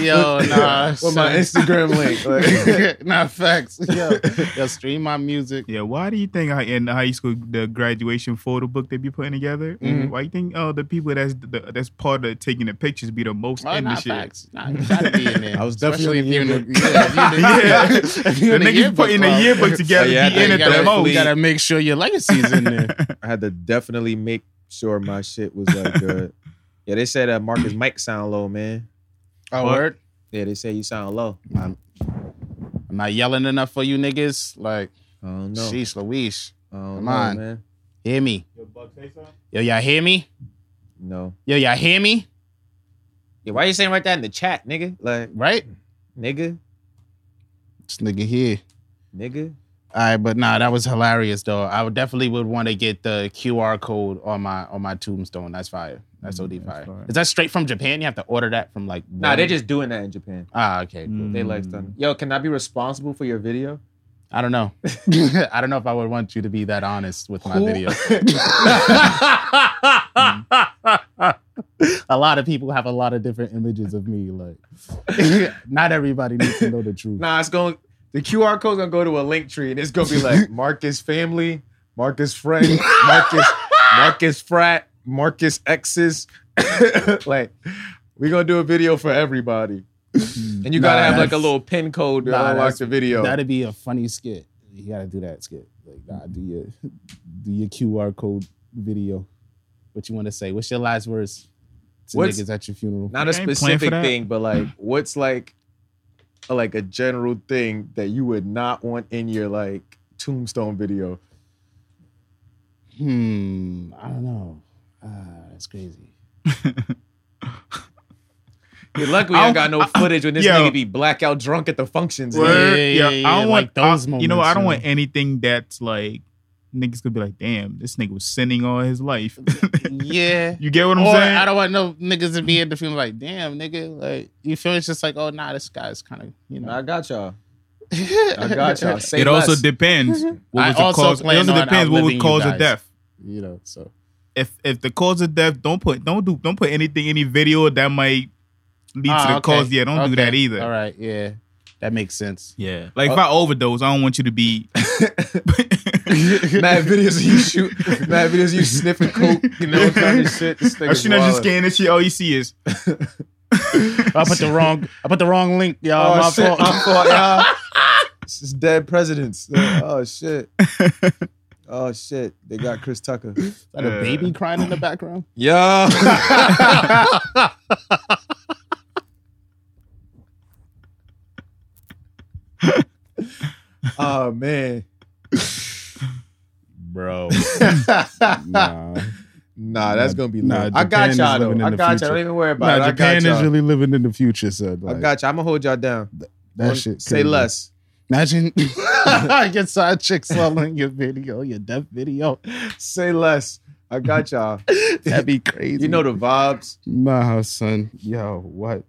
Speaker 1: yo, nah,
Speaker 2: with my
Speaker 1: son.
Speaker 2: Instagram link. Like,
Speaker 1: nah, facts. Yo, yo, stream my music.
Speaker 4: yeah, why do you think I, in high school the graduation photo book they be putting together?
Speaker 1: Mhm.
Speaker 4: Why you think oh the people that's the, that's part of taking the pictures be the most
Speaker 1: Oh,
Speaker 4: in the
Speaker 1: nah,
Speaker 4: shit?
Speaker 1: facts. Nah, you gotta be in there.
Speaker 5: I was definitely
Speaker 1: Especially
Speaker 5: in the
Speaker 1: if you in the- yeah,
Speaker 4: Yeah.
Speaker 1: if you in
Speaker 4: The
Speaker 1: in
Speaker 4: niggas putting the
Speaker 1: club.
Speaker 4: yearbook together
Speaker 2: Oh, yeah,
Speaker 4: be
Speaker 2: I
Speaker 4: in
Speaker 1: You
Speaker 4: it
Speaker 1: gotta,
Speaker 4: the most.
Speaker 1: you gotta make sure your legacy's in there.
Speaker 5: I had to definitely make sure my shit was like good.
Speaker 2: yeah, they said uh, Marcus Mike sound low, man.
Speaker 1: Oh,
Speaker 4: What?
Speaker 1: word.
Speaker 2: Yeah, they say you sound low.
Speaker 1: I'm, I'm not yelling enough for you niggas. Like,
Speaker 2: I don't know.
Speaker 1: sheesh, Louise,
Speaker 2: I don't
Speaker 1: Come
Speaker 2: know,
Speaker 1: on.
Speaker 2: man.
Speaker 1: hear me. Yo, y'all hear me?
Speaker 2: No.
Speaker 1: Yo, y'all hear me?
Speaker 2: Yeah, why you saying right that in the chat, nigga? Like,
Speaker 1: Right?
Speaker 2: nigga,
Speaker 1: This nigga here.
Speaker 2: nigga.
Speaker 1: All right, but nah, that was hilarious though. I would definitely would want to get the QR code on my on my tombstone. That's fire. That's
Speaker 4: Mm,
Speaker 1: OD
Speaker 4: that's
Speaker 1: fire.
Speaker 4: fire.
Speaker 1: Is that straight from Japan? You have to order that from like.
Speaker 2: Nah,
Speaker 1: one-
Speaker 2: they're just doing that in Japan.
Speaker 1: Ah, okay. cool.
Speaker 4: Mm.
Speaker 2: They like done. Yo, can I be responsible for your video?
Speaker 1: I don't know. I don't know if I would want you to be that honest with my
Speaker 2: Who-
Speaker 1: video. a lot of people have a lot of different images of me. Like, not everybody needs to know the truth.
Speaker 2: Nah, it's going. The QR code's gonna go to a link tree, and it's gonna be like Marcus family, Marcus friend, Marcus, Marcus frat, Marcus exes. like, we gonna do a video for everybody, and you gotta
Speaker 1: Nah,
Speaker 2: have like a
Speaker 1: that's-
Speaker 2: little pin code to
Speaker 1: nah,
Speaker 2: unlock
Speaker 1: that's-
Speaker 2: the video.
Speaker 1: That'd be a funny skit. You gotta do that skit. Like, nah, do your do your QR code video. What you want to say? What's your last words to
Speaker 2: What's-
Speaker 1: niggas at your funeral?
Speaker 2: Not
Speaker 4: I
Speaker 2: a
Speaker 4: ain't playing for
Speaker 2: specific
Speaker 4: that.
Speaker 2: thing, but like, what's like, a- like a general thing that you would not want in your like tombstone video?
Speaker 1: Hmm. I don't know. Ah, that's crazy.
Speaker 2: Yeah, luckily,
Speaker 4: I
Speaker 2: I
Speaker 4: don't-
Speaker 2: got no footage when this
Speaker 4: Yo.
Speaker 2: nigga be blackout drunk at the functions.
Speaker 1: Word.
Speaker 2: nigga.
Speaker 1: yeah,
Speaker 4: Word. Yeah,
Speaker 1: yeah, yeah,
Speaker 4: I don't
Speaker 1: like
Speaker 4: want those
Speaker 1: those
Speaker 4: You know, I don't want
Speaker 1: moments,
Speaker 4: anything that's like niggas could be like, damn, this nigga was sinning all his life.
Speaker 1: yeah.
Speaker 4: you get what I'm
Speaker 1: Or
Speaker 4: saying?
Speaker 1: I don't want no niggas to be in the funeral like, damn, nigga. Like, you feel it's just like, oh, nah, this guy's kind of, you know.
Speaker 2: I got y'all. I got y'all. Say
Speaker 4: it
Speaker 2: less.
Speaker 4: also depends. What
Speaker 1: I
Speaker 4: was the
Speaker 1: also
Speaker 4: cause? It
Speaker 1: plan
Speaker 4: also
Speaker 1: on
Speaker 4: depends what was
Speaker 1: outliving you
Speaker 4: cause of
Speaker 1: guys.
Speaker 4: death.
Speaker 1: you know, so
Speaker 4: If if the cause of death, don't put don't do don't put anything any video that might lead
Speaker 1: Ah,
Speaker 4: to the
Speaker 1: okay.
Speaker 4: cause. Yeah, don't do
Speaker 1: Okay.
Speaker 4: that either.
Speaker 1: All right, yeah, that makes sense.
Speaker 4: Yeah, like if I
Speaker 2: Oh.
Speaker 4: overdose, I don't want you to be.
Speaker 2: mad videos of you shoot, mad videos of you sniffing coke, you know, kind of shit. This
Speaker 4: I
Speaker 2: nigga's
Speaker 4: should not just
Speaker 2: wild.
Speaker 4: scan this shit. All you see is
Speaker 1: I put the wrong, I put the wrong link, y'all.
Speaker 2: Oh,
Speaker 1: My
Speaker 2: shit,
Speaker 1: fault.
Speaker 2: my fault, y'all.
Speaker 6: This is dead presidents.
Speaker 2: Uh,
Speaker 6: oh shit. Oh shit. They got Chris Tucker.
Speaker 1: Is that a baby crying in the background?
Speaker 6: Yo.
Speaker 2: Oh man,
Speaker 1: Bro,
Speaker 2: nah, that's
Speaker 1: Nah,
Speaker 2: gonna be.
Speaker 1: nah,
Speaker 2: Nah, I
Speaker 1: Japan
Speaker 2: got
Speaker 1: is
Speaker 2: y'all
Speaker 1: living
Speaker 2: though.
Speaker 1: in
Speaker 2: I
Speaker 1: the
Speaker 2: got y'all.
Speaker 1: future.
Speaker 2: Don't even worry about
Speaker 1: Nah,
Speaker 2: it. I
Speaker 1: Japan
Speaker 2: got
Speaker 1: is
Speaker 2: y'all.
Speaker 1: really living in the future, son.
Speaker 6: I
Speaker 1: Like,
Speaker 6: got you. I'm gonna hold y'all down.
Speaker 1: that shit.
Speaker 2: Say
Speaker 1: crazy.
Speaker 2: less.
Speaker 1: Imagine your side chick selling your video, your death video.
Speaker 2: Say less. I got y'all.
Speaker 1: That'd be crazy.
Speaker 2: You know the vibes.
Speaker 1: nah, son. Yo, what?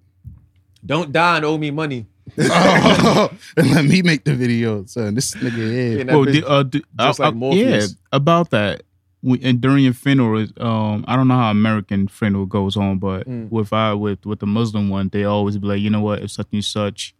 Speaker 2: Don't die and owe me money.
Speaker 1: and let me make the video, son. This nigga here.
Speaker 2: And that
Speaker 4: well,
Speaker 2: bitch-
Speaker 4: di- uh, di-
Speaker 2: just
Speaker 4: uh,
Speaker 2: like
Speaker 4: uh, yeah,
Speaker 2: Morpheus.
Speaker 4: about that. We, and during your funeral, um, I don't know how American funeral goes on, but
Speaker 2: Mm.
Speaker 4: with I with with the Muslim one, they always be like, you know what, if such and such,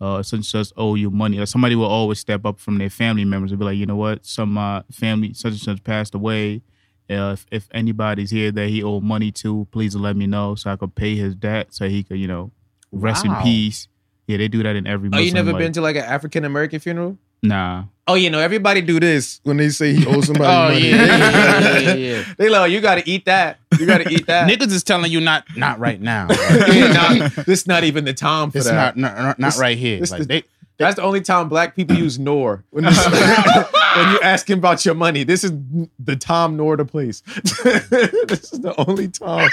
Speaker 4: uh, such and such owe you money, like somebody will always step up from their family members and be like, you know what, some uh, family such and such passed away. Uh, if if anybody's here that he owed money to, please let me know so I could pay his debt so he could you know rest
Speaker 1: Wow.
Speaker 4: in peace. Yeah, they do that in every.
Speaker 2: Oh,
Speaker 4: Muslim,
Speaker 2: you never
Speaker 4: like-
Speaker 2: been to like an African American funeral?
Speaker 4: Nah.
Speaker 2: Oh, you know everybody do this when they say he owes somebody
Speaker 1: Oh yeah, yeah, yeah, yeah, yeah.
Speaker 2: They like, oh, you gotta eat that. You gotta eat that.
Speaker 1: Niggas is telling you not, not right now.
Speaker 2: yeah, nah, this not even the time for
Speaker 1: It's not,
Speaker 2: that.
Speaker 1: not, not, not
Speaker 2: This-
Speaker 1: right here.
Speaker 2: this
Speaker 1: Like
Speaker 2: the-
Speaker 1: they,
Speaker 2: That's the only time black people use nor when, you when you ask him about your money. This is the time nor the place. this is the only time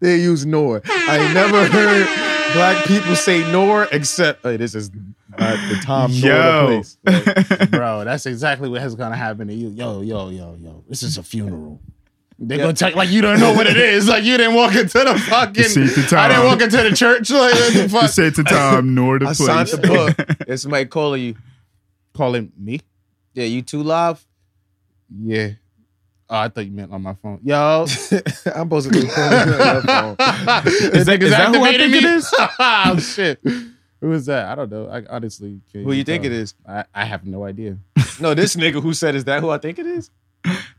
Speaker 2: they use nor. I ain't never heard black people say nor except hey, this is not the time nor the
Speaker 4: Yo.
Speaker 2: place. Like,
Speaker 1: bro, that's exactly what has gonna happen to you. Yo, yo, yo, yo. This is a funeral. They gonna tell like you don't know what it is. Like you didn't walk into the fucking.
Speaker 4: This is the
Speaker 1: I didn't
Speaker 4: time.
Speaker 1: walk into the church. Like what the fuck.
Speaker 4: say to time nor the
Speaker 2: I signed the book. It's my calling you.
Speaker 1: Calling me.
Speaker 2: Yeah, you too live.
Speaker 1: Yeah. Oh, I thought you meant on my phone. Yo,
Speaker 2: I'm supposed to be calling you on your phone.
Speaker 1: is
Speaker 4: that- is that who I think it
Speaker 1: is? oh shit. Who is that? I don't know. I honestly can't.
Speaker 2: Who you think it is?
Speaker 1: I, I have no idea.
Speaker 2: No, this nigga who said is that who I think it is?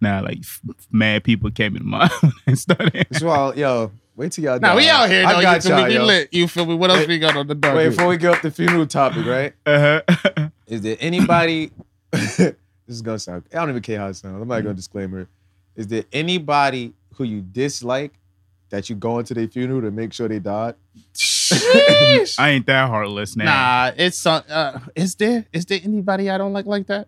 Speaker 4: Nah, like f- mad people came in my and started.
Speaker 2: That's why, yo, wait till y'all.
Speaker 1: Now
Speaker 2: die.
Speaker 1: we out here.
Speaker 2: I
Speaker 1: though.
Speaker 2: got
Speaker 1: you feel me?
Speaker 2: y'all,
Speaker 1: We
Speaker 2: yo.
Speaker 1: lit. You feel me? What else we got on the dark?
Speaker 2: Wait, before we get off the funeral topic, right?
Speaker 4: Uh-huh.
Speaker 2: Is there anybody? this is gonna sound. I don't even care how it sounds. I'm not
Speaker 1: Mm-hmm.
Speaker 2: gonna disclaimer it. Is there anybody who you dislike that you go into their funeral to make sure they died?
Speaker 1: Sheesh.
Speaker 4: I ain't that heartless now.
Speaker 1: Nah, it's uh, uh, is there is there anybody I don't like like that?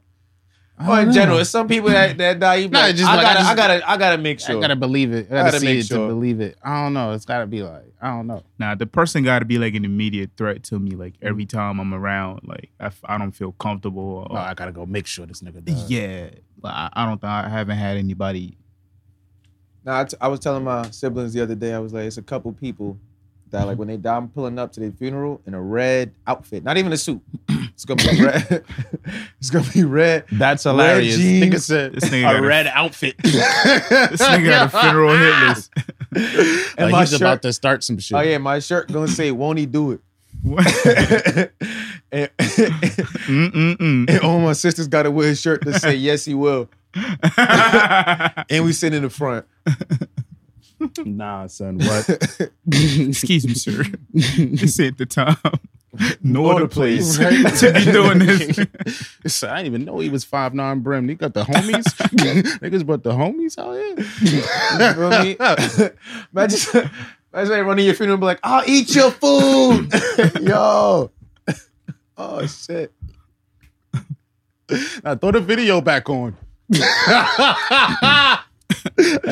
Speaker 1: I
Speaker 2: Or
Speaker 1: don't
Speaker 2: in
Speaker 1: know.
Speaker 2: general, it's some people that, that die. You be
Speaker 1: Nah,
Speaker 2: like,
Speaker 1: just
Speaker 2: I,
Speaker 1: like,
Speaker 2: gotta,
Speaker 1: I
Speaker 2: I,
Speaker 1: just-
Speaker 2: gotta, I gotta make sure.
Speaker 1: I gotta believe it. I gotta,
Speaker 2: Gotta
Speaker 1: see
Speaker 2: make
Speaker 1: it to
Speaker 2: sure.
Speaker 1: believe it. I don't know. It's gotta be like I don't know.
Speaker 4: Nah, the person got to be like an immediate threat to me. Like every time I'm around, like I, f- I don't feel comfortable. Or,
Speaker 1: Oh, I gotta go make sure this nigga. Dies.
Speaker 4: yeah, but I, I don't. Th- I haven't had anybody.
Speaker 2: Now, I, t- I was telling my siblings the other day, I was like, it's a couple people that, like, when they die, I'm pulling up to their funeral in a red outfit, not even a suit. It's gonna be red. it's gonna be red.
Speaker 1: That's
Speaker 2: hilarious. Nigga
Speaker 1: said
Speaker 4: This nigga got a-
Speaker 1: outfit.
Speaker 4: This nigga got a funeral hit list.
Speaker 1: And
Speaker 2: And my
Speaker 1: he's
Speaker 2: shirt-
Speaker 1: about to start some shit.
Speaker 2: Oh yeah, my shirt gonna say, "Won't he do it?" and,
Speaker 4: Mm-mm-mm.
Speaker 2: and all my sisters got to wear a shirt to say, "Yes, he will." And we sit in the front.
Speaker 1: Nah, son. What?
Speaker 4: Excuse me, sir. This ain't the time. No
Speaker 2: Or
Speaker 4: other
Speaker 2: the place.
Speaker 4: place to be doing this.
Speaker 1: So I didn't even know he was five nine brim. He got the homies. Niggas but the homies out
Speaker 2: You
Speaker 1: here.
Speaker 2: feel me? imagine, imagine everyone in your funeral and be like, "I'll eat your food, yo." Oh shit!
Speaker 1: now throw the video back on. that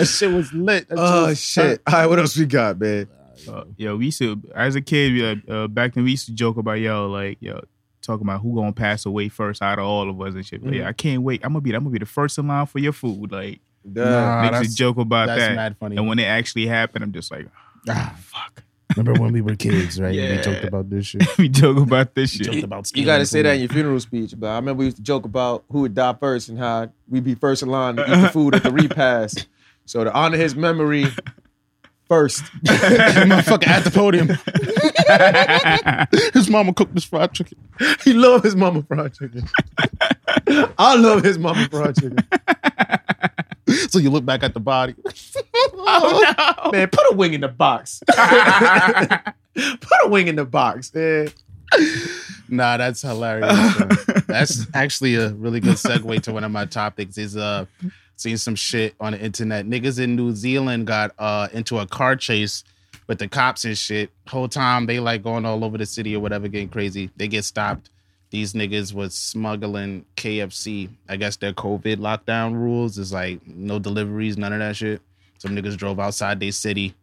Speaker 1: shit was lit. That
Speaker 2: Oh
Speaker 1: was
Speaker 2: shit! All right, what else we got, man?
Speaker 4: Uh, yo, we used to as a kid, we, uh, uh, back then we used to joke about yo, like yo, talking about who gonna pass away first out of all of us and shit. But
Speaker 1: Mm.
Speaker 4: yeah, I can't wait. I'm gonna be, I'm gonna be the first in line for your food. Like
Speaker 2: Duh.
Speaker 1: Nah,
Speaker 4: niggas
Speaker 1: that's-
Speaker 4: would joke about
Speaker 1: that's
Speaker 4: that.
Speaker 1: mad funny.
Speaker 4: And when it actually happened, I'm just like, ah, fuck.
Speaker 1: Remember when we were kids, right? We
Speaker 4: Yeah.
Speaker 1: joked about this shit.
Speaker 4: we joke about this shit.
Speaker 1: Joked about
Speaker 2: You got to say that in your funeral speech, but I remember we used to joke about who would die first and how we'd be first in line to eat the food at the repast. So to honor his memory, first.
Speaker 1: motherfucker at the podium. His mama cooked this fried chicken.
Speaker 3: He love his mama fried chicken. I love his mama fried chicken.
Speaker 1: So you look back at the body. Oh,
Speaker 3: Man, put a wing in the box. put a wing in the box, man.
Speaker 1: Nah, that's hilarious. man. that's actually a really good segue to one of my topics. Is uh seeing some shit on the internet. Niggas in New Zealand got uh into a car chase with the cops and shit. Whole time they like going all over the city or whatever, getting crazy. They get stopped. These niggas was smuggling KFC. I guess their COVID lockdown rules is like no deliveries, none of that shit. Some niggas drove outside their city,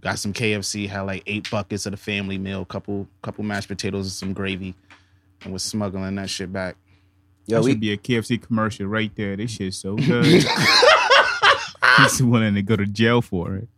Speaker 1: got some KFC, had like eight buckets of the family meal, couple couple mashed potatoes and some gravy, and was smuggling that shit back.
Speaker 2: Yo,
Speaker 4: that
Speaker 2: we
Speaker 4: should be a KFC commercial right there. This shit's so good. He's willing to go to jail for it.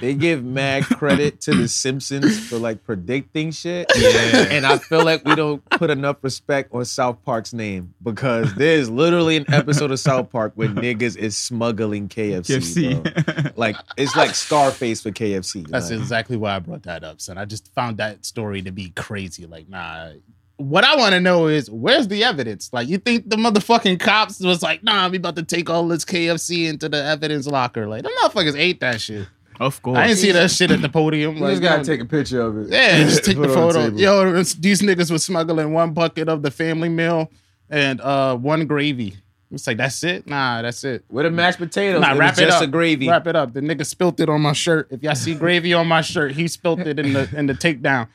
Speaker 2: They give mad credit to the Simpsons for like predicting shit.
Speaker 1: Yeah.
Speaker 2: And I feel like we don't put enough respect on South Park's name because there's literally an episode of South Park where niggas is smuggling KFC. bro.
Speaker 4: KFC.
Speaker 2: Like it's like Scarface for KFC.
Speaker 1: That's
Speaker 2: like,
Speaker 1: exactly why I brought that up, son. I just found that story to be crazy. Like, nah. What I want to know is where's the evidence? Like, you think the motherfucking cops was like, nah, we about to take all this KFC into the evidence locker? Like, the motherfuckers ate that shit.
Speaker 4: of course.
Speaker 1: I didn't see that shit at the podium.
Speaker 2: you
Speaker 1: Like,
Speaker 2: just gotta
Speaker 1: no-
Speaker 2: take a picture of it.
Speaker 1: Yeah, just take
Speaker 2: Put
Speaker 1: the
Speaker 2: it on
Speaker 1: photo.
Speaker 2: table.
Speaker 1: Yo, it's- these niggas was smuggling one bucket of the family meal and uh one gravy. It's like that's it. Nah, that's it.
Speaker 2: With a mashed potatoes,
Speaker 1: Nah,
Speaker 2: it was
Speaker 1: wrap it
Speaker 2: just
Speaker 1: up.
Speaker 2: a gravy.
Speaker 1: Wrap it up. The nigga spilt it on my shirt. If y'all see gravy on my shirt, he spilt it in the in the takedown.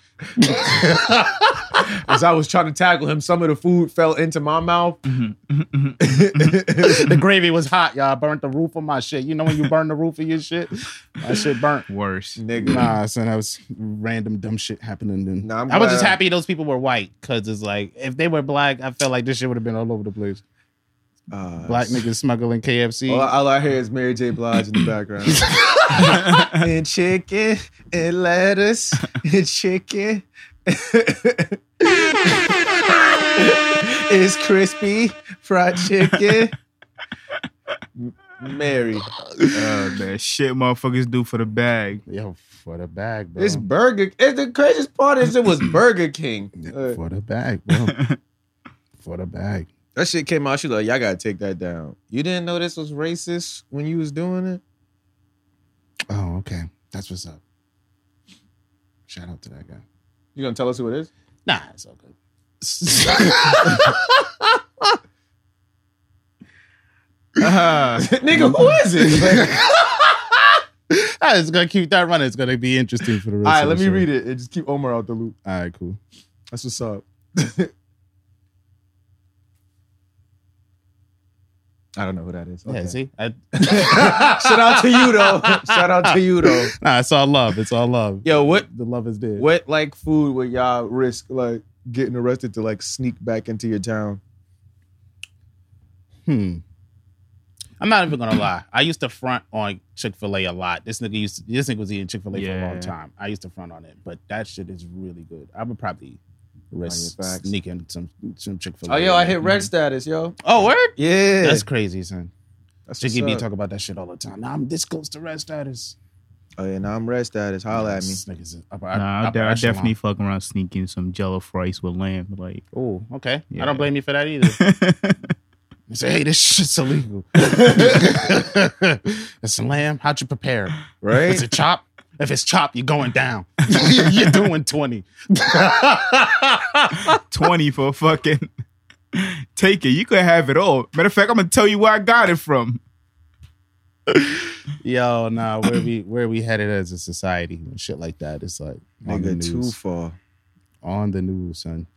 Speaker 3: As I was trying to tackle him, some of the food fell into my mouth.
Speaker 1: The gravy was hot, y'all. I burnt the roof of my shit. You know when you burn the roof of your shit, my shit burnt.
Speaker 4: Worse.
Speaker 2: Nigga.
Speaker 1: Nah, son, that was random dumb shit happening. Then
Speaker 2: Nah, I'm
Speaker 1: I was
Speaker 2: glad-
Speaker 1: just happy those people were white because it's like if they were black, I felt like this shit would have been all over the place.
Speaker 2: Uh,
Speaker 1: Black niggas smuggling KFC.
Speaker 2: all, I- all I hear is Mary J. Blige in the background. and chicken and lettuce and chicken. it's crispy fried chicken. Mary,
Speaker 4: Uh, that shit motherfuckers do for the bag.
Speaker 1: Yo, for the bag, bro.
Speaker 2: this Burger. It's the craziest part is it was Burger King. Uh,
Speaker 1: for the bag, bro. for the bag.
Speaker 2: that shit came out. She like, y'all gotta take that down. You didn't know this was racist when you was doing it.
Speaker 1: Oh, okay. That's what's up. Shout out to that guy.
Speaker 2: You gonna tell us who it is?
Speaker 1: Nah, it's all good.
Speaker 2: Nigga, who is it?
Speaker 1: I was gonna keep that running. It's gonna be interesting for the rest.
Speaker 3: All right,
Speaker 1: of
Speaker 3: let
Speaker 1: the
Speaker 3: me
Speaker 1: show.
Speaker 3: read it and just keep Omar out the loop.
Speaker 1: All right, cool.
Speaker 3: That's what's up.
Speaker 2: I don't know who that is.
Speaker 1: Yeah, see, I,
Speaker 2: Shout out to you though. Shout out to you though.
Speaker 1: nah, it's all love. It's all love.
Speaker 2: Yo, what
Speaker 1: the love is dead.
Speaker 2: what like food would y'all risk like getting arrested to like sneak back into your town?
Speaker 1: Hmm. I'm not even gonna lie. I used to front on Chick Fil A a lot. This nigga used to, this nigga was eating Chick Fil A for a long
Speaker 4: Yeah.
Speaker 1: time. I used to front on it, but that shit is really good. I would probably risk
Speaker 2: your facts.
Speaker 1: sneaking some some Chick Fil A.
Speaker 2: Oh yo, I hit red status, yo.
Speaker 1: Oh word,
Speaker 2: Yeah.
Speaker 1: that's crazy, son.
Speaker 2: That's
Speaker 1: Chicky
Speaker 2: what's
Speaker 1: B
Speaker 2: up.
Speaker 1: talk about that shit all the time. Now I'm this close to red status.
Speaker 2: Oh yeah, now I'm red status. Holla at me.
Speaker 1: This nigga's upper-
Speaker 4: Nah, I,
Speaker 1: upper
Speaker 4: de- I
Speaker 1: echelon.
Speaker 4: definitely fuck around sneaking some jello rice with lamb. Like,
Speaker 1: Oh, okay. I
Speaker 4: Yeah.
Speaker 1: don't blame you for that either. You say, hey, this shit's illegal. it's a lamb. How'd you prepare? it? Is
Speaker 2: Right?
Speaker 1: it chop? If it's chop, you're going down. you're doing 20.
Speaker 4: 20 for a fucking. Take it. You could have it all. Matter of fact, I'm gonna tell you where I got it from.
Speaker 1: Yo, nah, where we where we headed as a society and shit like that. It's like on the
Speaker 2: Nigga, too
Speaker 1: news.
Speaker 2: far.
Speaker 1: On the news, son.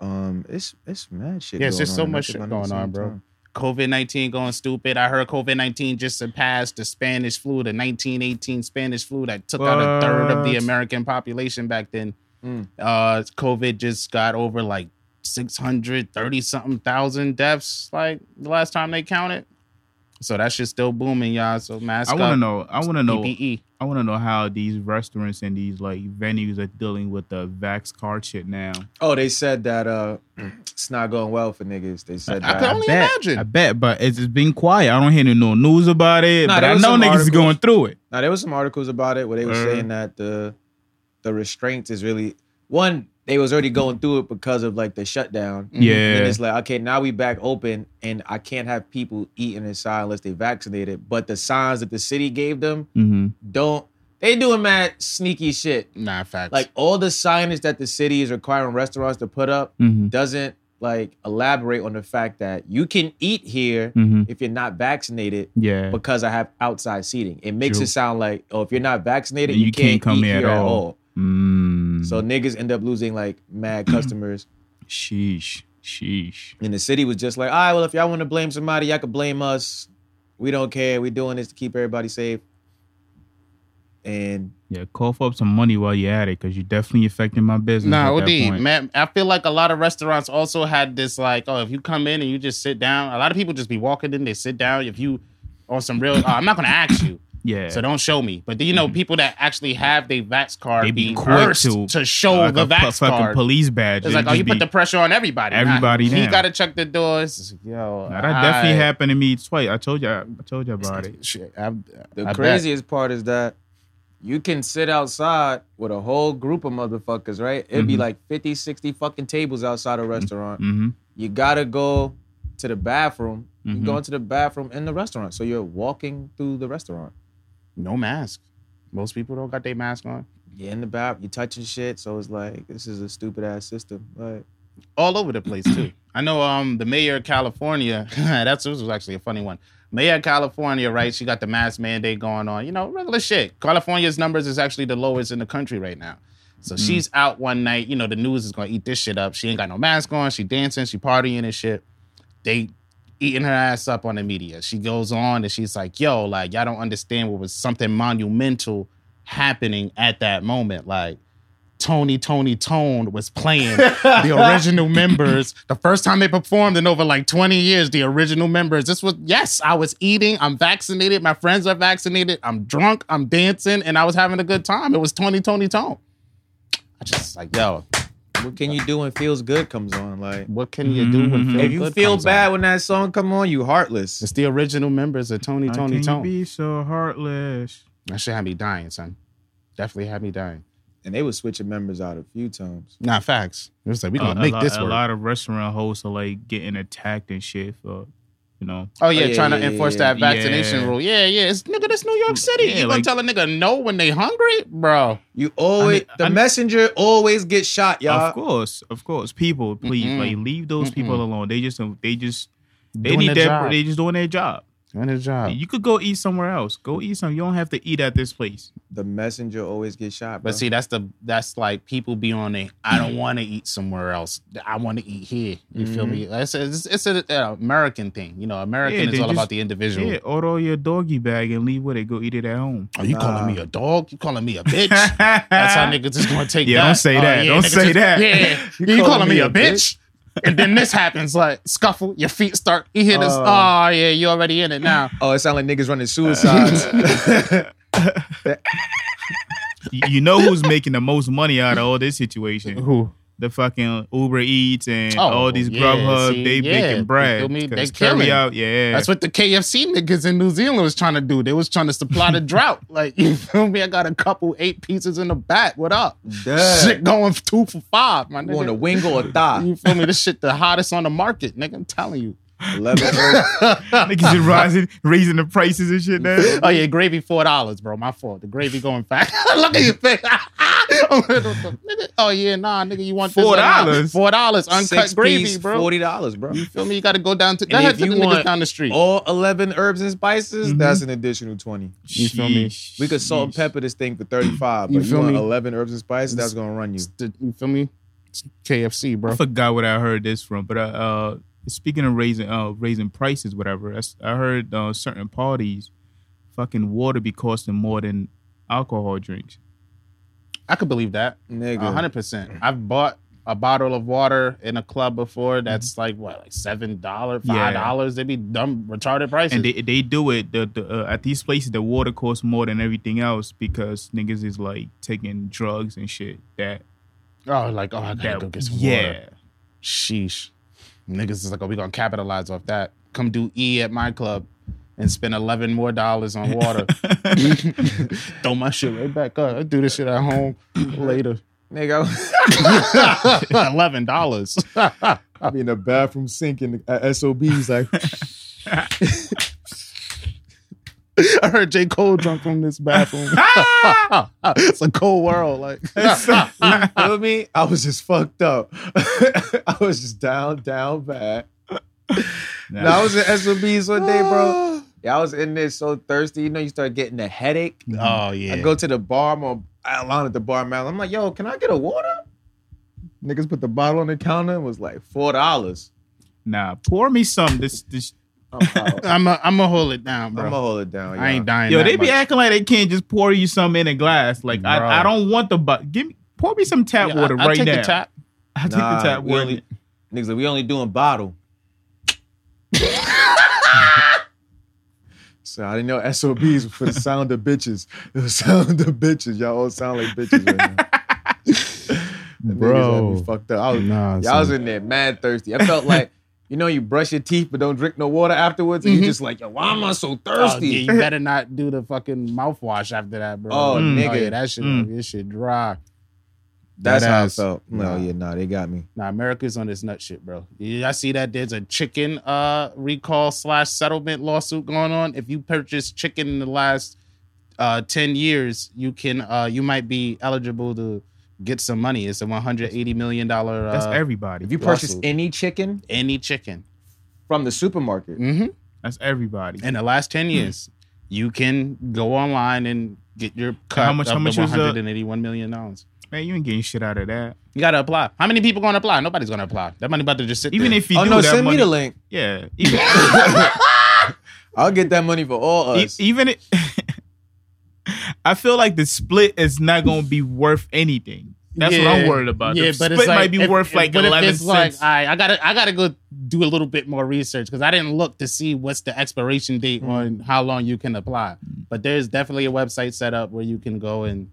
Speaker 2: Um, it's it's mad shit.
Speaker 1: Yeah, it's
Speaker 2: going
Speaker 1: just
Speaker 2: on
Speaker 1: so
Speaker 2: and
Speaker 1: much
Speaker 2: nothing
Speaker 1: shit
Speaker 2: at the
Speaker 1: going
Speaker 2: same
Speaker 1: on, bro.
Speaker 2: time.
Speaker 1: COVID 19 going stupid. I heard COVID 19 just surpassed the Spanish flu, the 1918 Spanish flu that took out a third of the
Speaker 4: What?
Speaker 1: American population back then.
Speaker 2: Mm.
Speaker 1: Uh, COVID just got over like 630 something thousand deaths, like the last time they counted. So that shit's still booming, y'all. So mask
Speaker 4: I wanna
Speaker 1: up, E.
Speaker 4: know. I wanna know.
Speaker 1: PPE.
Speaker 4: I want to know how these restaurants and these like venues are dealing with the vax card shit now.
Speaker 2: Oh, they said that uh, it's not going well for niggas. They said
Speaker 1: I
Speaker 2: that.
Speaker 1: can only
Speaker 4: bet,
Speaker 1: imagine.
Speaker 4: I bet, but it's just been quiet. I don't hear no news about it.
Speaker 2: Nah,
Speaker 4: but
Speaker 2: there
Speaker 4: I
Speaker 2: was
Speaker 4: know
Speaker 2: some
Speaker 4: niggas is
Speaker 2: articles.
Speaker 4: going through it.
Speaker 2: Now there was some articles about it where they were
Speaker 4: Uh.
Speaker 2: saying that the the restraint is really one. They was already going through it because of like the shutdown.
Speaker 1: Mhm.
Speaker 4: Yeah,
Speaker 2: And it's like okay, now we back open, and I can't have people eating inside unless they vaccinated. But the signs that the city gave them
Speaker 4: Mhm.
Speaker 2: don't. They doing mad sneaky shit.
Speaker 1: Nah, facts.
Speaker 2: Like all the signage that the city is requiring restaurants to put up
Speaker 4: Mhm.
Speaker 2: doesn't like elaborate on the fact that you can eat here
Speaker 4: Mhm.
Speaker 2: if you're not vaccinated
Speaker 4: yeah.
Speaker 2: because I have outside seating. It makes
Speaker 4: True.
Speaker 2: it sound like, oh, if you're not vaccinated,
Speaker 4: Then
Speaker 2: you, can't, come here, at all. Mm-hmm.
Speaker 4: Mm.
Speaker 2: So niggas end up losing like mad customers.
Speaker 4: sheesh, sheesh.
Speaker 2: and the city was just like, all right, well, if y'all want to blame somebody, y'all can blame us. We don't care. We're doing this to keep everybody safe. And
Speaker 4: Yeah, cough up some money while you're at it, because you're definitely affecting my business.
Speaker 1: Nah,
Speaker 4: at that
Speaker 1: OD,
Speaker 4: point.
Speaker 1: man. I feel like a lot of restaurants also had this like, oh, if you come in and you just sit down, a lot of people just be walking in, they sit down. If you on some real, oh, I'm not gonna ask you,
Speaker 4: Yeah. Mm-hmm.
Speaker 1: so don't show me. But then you know, people that actually have their vax card
Speaker 4: They be
Speaker 1: be
Speaker 4: quick
Speaker 1: cursed
Speaker 4: to-
Speaker 1: to, show
Speaker 4: like
Speaker 1: the
Speaker 4: a pu-
Speaker 1: vax
Speaker 4: fucking
Speaker 1: card.
Speaker 4: police badge.
Speaker 1: It's
Speaker 4: It
Speaker 1: like, oh,
Speaker 4: just
Speaker 1: you put
Speaker 4: be-
Speaker 1: the pressure on everybody. Nah,
Speaker 4: Everybody
Speaker 1: he
Speaker 4: down.
Speaker 1: gotta check the doors. Yo,
Speaker 4: Nah, that definitely
Speaker 1: I-
Speaker 4: happened to me twice. I told you, I, I told you about it.
Speaker 1: Shit, I'm-
Speaker 2: the
Speaker 1: I bet.
Speaker 2: craziest part is that you can sit outside with a whole group of motherfuckers, right? It'd be
Speaker 4: Mhm.
Speaker 2: like 50, 60 fucking tables outside a restaurant.
Speaker 4: hmm
Speaker 2: you gotta go to the bathroom. You
Speaker 4: Mhm.
Speaker 1: Mm-hmm.
Speaker 2: go into the bathroom in the restaurant. So you're walking through the restaurant.
Speaker 1: no mask. Most people don't got their mask on.
Speaker 2: You're in the bath, you're touching shit. So it's like, this is a stupid ass system. Like,
Speaker 1: all over the place too. I know um the mayor of California. that's this was actually a funny one. Mayor of California, right? She got the mask mandate going on. You know, regular shit. California's numbers is actually the lowest in the country right now. So she's out one night. You know, the news is gonna eat this shit up. She ain't got no mask on. She dancing. She partying and shit. They eating her ass up on the media. She goes on and she's like, "Yo, like y'all don't understand what was something monumental happening at that moment. Like Tony Tony Tone was playing the original members. The first time they performed in over like 20 years, the original members. This was, yes, I was eating. I'm vaccinated. My friends are vaccinated. I'm drunk. I'm dancing. And I was having a good time. It was Tony, Tony, Tone. I just like, yo,
Speaker 2: what can you do when feels good comes on? Like,
Speaker 1: what can you do when
Speaker 4: Mhm.
Speaker 1: feel
Speaker 2: if you
Speaker 1: good
Speaker 2: feel
Speaker 1: comes
Speaker 2: bad
Speaker 1: on?
Speaker 2: when that song come on, you heartless.
Speaker 1: It's the original members of Tony,
Speaker 4: How
Speaker 1: Tony,
Speaker 4: can you
Speaker 1: Tone.
Speaker 4: be so heartless?
Speaker 1: That shit had me dying, son. Definitely had me dying.
Speaker 2: And they was switching members out a few times.
Speaker 1: Nah, facts. It was like, we
Speaker 4: a,
Speaker 1: gonna
Speaker 4: a
Speaker 1: make
Speaker 4: lot,
Speaker 1: this
Speaker 4: a
Speaker 1: work.
Speaker 4: lot of restaurant hosts are like getting attacked and shit for, you know.
Speaker 1: Oh yeah,
Speaker 2: Oh, yeah,
Speaker 1: trying
Speaker 2: yeah,
Speaker 1: to
Speaker 2: yeah,
Speaker 1: enforce
Speaker 2: yeah.
Speaker 1: that vaccination
Speaker 4: Yeah.
Speaker 1: rule. Yeah, yeah. It's nigga, that's New York City.
Speaker 4: Yeah,
Speaker 1: you
Speaker 4: like-
Speaker 1: gonna tell a nigga no when they hungry, bro?
Speaker 2: You always,
Speaker 4: I mean-
Speaker 2: the
Speaker 4: I mean-
Speaker 2: messenger always gets shot, y'all.
Speaker 4: Of course, of course. People, please,
Speaker 1: Mm-mm.
Speaker 4: like leave those people alone. They just, they just, they
Speaker 1: Doing
Speaker 4: need
Speaker 1: their
Speaker 4: their,
Speaker 1: job.
Speaker 4: they just doing their job.
Speaker 1: Doing his job.
Speaker 4: You could go eat somewhere else. Go eat some. You don't have to eat at this place.
Speaker 2: The messenger always gets shot. Bro.
Speaker 1: But see, that's the that's like people be on a I don't want to eat somewhere else. I want to eat here. You feel me? It's a, it's, it's an American thing. You know, American
Speaker 4: Yeah,
Speaker 1: is
Speaker 4: they
Speaker 1: all
Speaker 4: just-
Speaker 1: about the individual.
Speaker 4: Yeah, order your doggy bag and leave with it. Go eat it at home.
Speaker 1: Are you
Speaker 2: Nah.
Speaker 1: calling me a dog? You calling me a bitch? That's how niggas is gonna take
Speaker 4: Yeah,
Speaker 1: that. Oh,
Speaker 4: don't say that. Don't
Speaker 1: nigga
Speaker 4: say that.
Speaker 1: Yeah, you, calling, me a bitch? and then this happens, like scuffle. Your feet start. You hear this?
Speaker 2: Oh.
Speaker 1: oh yeah, you already in it now.
Speaker 2: oh, it sound like niggas running suicides.
Speaker 4: You- you know who's making the most money out of all this situation?
Speaker 1: Who?
Speaker 4: The fucking Uber Eats and
Speaker 1: Oh,
Speaker 4: all these
Speaker 1: yeah,
Speaker 4: Grubhub.
Speaker 1: see,
Speaker 4: they
Speaker 1: yeah,
Speaker 4: making bread.
Speaker 1: you feel me? They
Speaker 4: 'Cause
Speaker 1: killing.
Speaker 4: carry out, yeah.
Speaker 1: That's what the KFC niggas in New Zealand was trying to do. They was trying to supply the drought. Like, you feel me? I got a couple eight pieces in the back. What up?
Speaker 2: Duh.
Speaker 1: Shit going two for five, my
Speaker 2: You want a
Speaker 1: nigga.
Speaker 2: wing or a thigh?
Speaker 1: You feel me? This shit the hottest on the market, nigga. I'm telling you.
Speaker 2: 11
Speaker 4: niggas is rising, raising the prices and shit now.
Speaker 1: Oh yeah, gravy four dollars, bro. My fault. The gravy going fast. Look at your face. Nigga, oh yeah, nah, nigga. You want this or not?
Speaker 4: $4?
Speaker 1: Four dollars uncut
Speaker 2: Six
Speaker 1: gravy,
Speaker 2: piece,
Speaker 1: bro.
Speaker 2: Forty dollars, bro.
Speaker 1: You feel me? You got to go down to. Go
Speaker 2: if
Speaker 1: ahead to
Speaker 2: you
Speaker 1: the niggas
Speaker 2: want
Speaker 1: down the street.
Speaker 2: All eleven herbs and spices.
Speaker 1: Mm-hmm.
Speaker 4: Mhm.
Speaker 2: That's an additional twenty.
Speaker 1: You feel me?
Speaker 4: Sheesh.
Speaker 2: We could salt and pepper this thing for thirty-five, but
Speaker 1: You
Speaker 2: you,
Speaker 1: feel
Speaker 2: want
Speaker 1: me?
Speaker 2: eleven herbs and spices. That's gonna run you.
Speaker 1: You feel me? It's KFC, bro.
Speaker 4: I forgot what I heard this from, but uh, uh speaking of raising uh raising prices, whatever, that's, I heard uh, certain parties, fucking water be costing more than alcohol drinks.
Speaker 1: I could believe that.
Speaker 2: Nigga,
Speaker 1: hundred percent. I've bought a bottle of water in a club before that's like what like seven dollars
Speaker 4: Mm-hmm. Yeah.
Speaker 1: five dollars they'd be dumb retarded prices
Speaker 4: And they, they do it the, the, uh, at these places. The water costs more than everything else because niggas is like taking drugs and shit. That
Speaker 1: oh like oh i gotta
Speaker 4: that
Speaker 1: go get some
Speaker 4: yeah.
Speaker 1: water sheesh niggas is like oh we gonna capitalize off that come do e at my club and spend 11 more dollars on water throw my shit right back up i do this shit at home later
Speaker 2: Nigga,
Speaker 1: eleven dollars
Speaker 2: I'll be in the bathroom sinking at SOBs like
Speaker 1: I heard J. Cole drunk from this bathroom. it's a cold world. Like
Speaker 2: you feel me? I was just fucked up. I was just down, down bad.
Speaker 4: Nah.
Speaker 2: Now, I was in SOBs one day, bro. Yeah, I was in there so thirsty. You know, you start getting a headache.
Speaker 1: Oh yeah.
Speaker 2: I go to the bar, I'm on I line at the bar man. I'm like, yo, can I get a water? Niggas put the bottle on the counter and was like four dollars.
Speaker 4: Nah, pour me some. This this
Speaker 2: I'm out.
Speaker 1: I'm a, I'm gonna hold it down,
Speaker 2: I'm
Speaker 1: bro.
Speaker 2: gonna hold it down.
Speaker 1: I ain't dying.
Speaker 4: yo,
Speaker 1: that
Speaker 4: they be
Speaker 1: much.
Speaker 4: acting like they can't just pour you some in a glass. Like
Speaker 1: Bro.
Speaker 4: I, I don't want the but give me pour me some tap
Speaker 1: Yeah,
Speaker 4: water
Speaker 1: I, I'll
Speaker 4: right
Speaker 1: take
Speaker 4: now.
Speaker 1: The tap.
Speaker 4: I take the tap
Speaker 2: we
Speaker 4: water.
Speaker 2: only, niggas, like, we only doing bottle. so I didn't know SOBs were for the sound of bitches. It was sound of bitches. Y'all all sound like bitches right now. Niggas
Speaker 1: Bro.
Speaker 2: had me fucked up. I was,
Speaker 1: Nah,
Speaker 2: Yeah, I was in there mad thirsty. I felt like, you know, you brush your teeth but don't drink no water afterwards, and you're just like, yo, why am I so
Speaker 1: Mm-hmm. Oh,
Speaker 2: thirsty?
Speaker 1: yeah, you better not do the fucking mouthwash after that, bro.
Speaker 2: Oh,
Speaker 1: Mm.
Speaker 2: nigga.
Speaker 1: yeah, that shit,
Speaker 4: Mm.
Speaker 1: this shit dry.
Speaker 2: That's
Speaker 1: That
Speaker 2: how
Speaker 1: ass.
Speaker 2: I felt. No,
Speaker 1: Nah.
Speaker 2: yeah, nah, they got me.
Speaker 1: Nah, America's on this nut shit, bro. Yeah, I see that there's a chicken uh recall slash settlement lawsuit going on. If you purchased chicken in the last uh ten years, you can uh you might be eligible to get some money. It's a one hundred eighty million dollar
Speaker 4: That's
Speaker 1: uh,
Speaker 4: everybody.
Speaker 2: If you purchase
Speaker 1: Russell.
Speaker 2: any chicken
Speaker 1: any chicken.
Speaker 2: from the supermarket,
Speaker 1: hmm
Speaker 4: That's everybody.
Speaker 1: In the last
Speaker 4: Hmm.
Speaker 1: ten years, you can go online and get your cut
Speaker 4: how much-
Speaker 1: of
Speaker 4: how much
Speaker 1: the
Speaker 4: was
Speaker 1: one
Speaker 4: the-
Speaker 1: hundred and eighty one million dollars.
Speaker 4: Man, you ain't getting shit out of that.
Speaker 1: You gotta apply. How many people gonna apply? Nobody's gonna apply. That money about to just sit.
Speaker 4: Even
Speaker 1: there.
Speaker 4: if you
Speaker 2: oh
Speaker 4: do
Speaker 2: no,
Speaker 4: that
Speaker 2: send
Speaker 4: money,
Speaker 2: me the link.
Speaker 4: yeah. Even,
Speaker 2: I'll get that money for all
Speaker 4: e-
Speaker 2: us.
Speaker 4: even it, I feel like the split is not gonna be worth anything. That's what I'm
Speaker 1: Yeah.
Speaker 4: worried about. the split
Speaker 1: it's like,
Speaker 4: might be
Speaker 1: if-
Speaker 4: worth
Speaker 1: if-
Speaker 4: like
Speaker 1: but if
Speaker 4: eleven
Speaker 1: it's like,
Speaker 4: cents.
Speaker 1: all right, I gotta, I gotta go do a little bit more research because I didn't look to see what's the expiration date
Speaker 4: Mm.
Speaker 1: on how long you can apply. But there's definitely a website set up where you can go and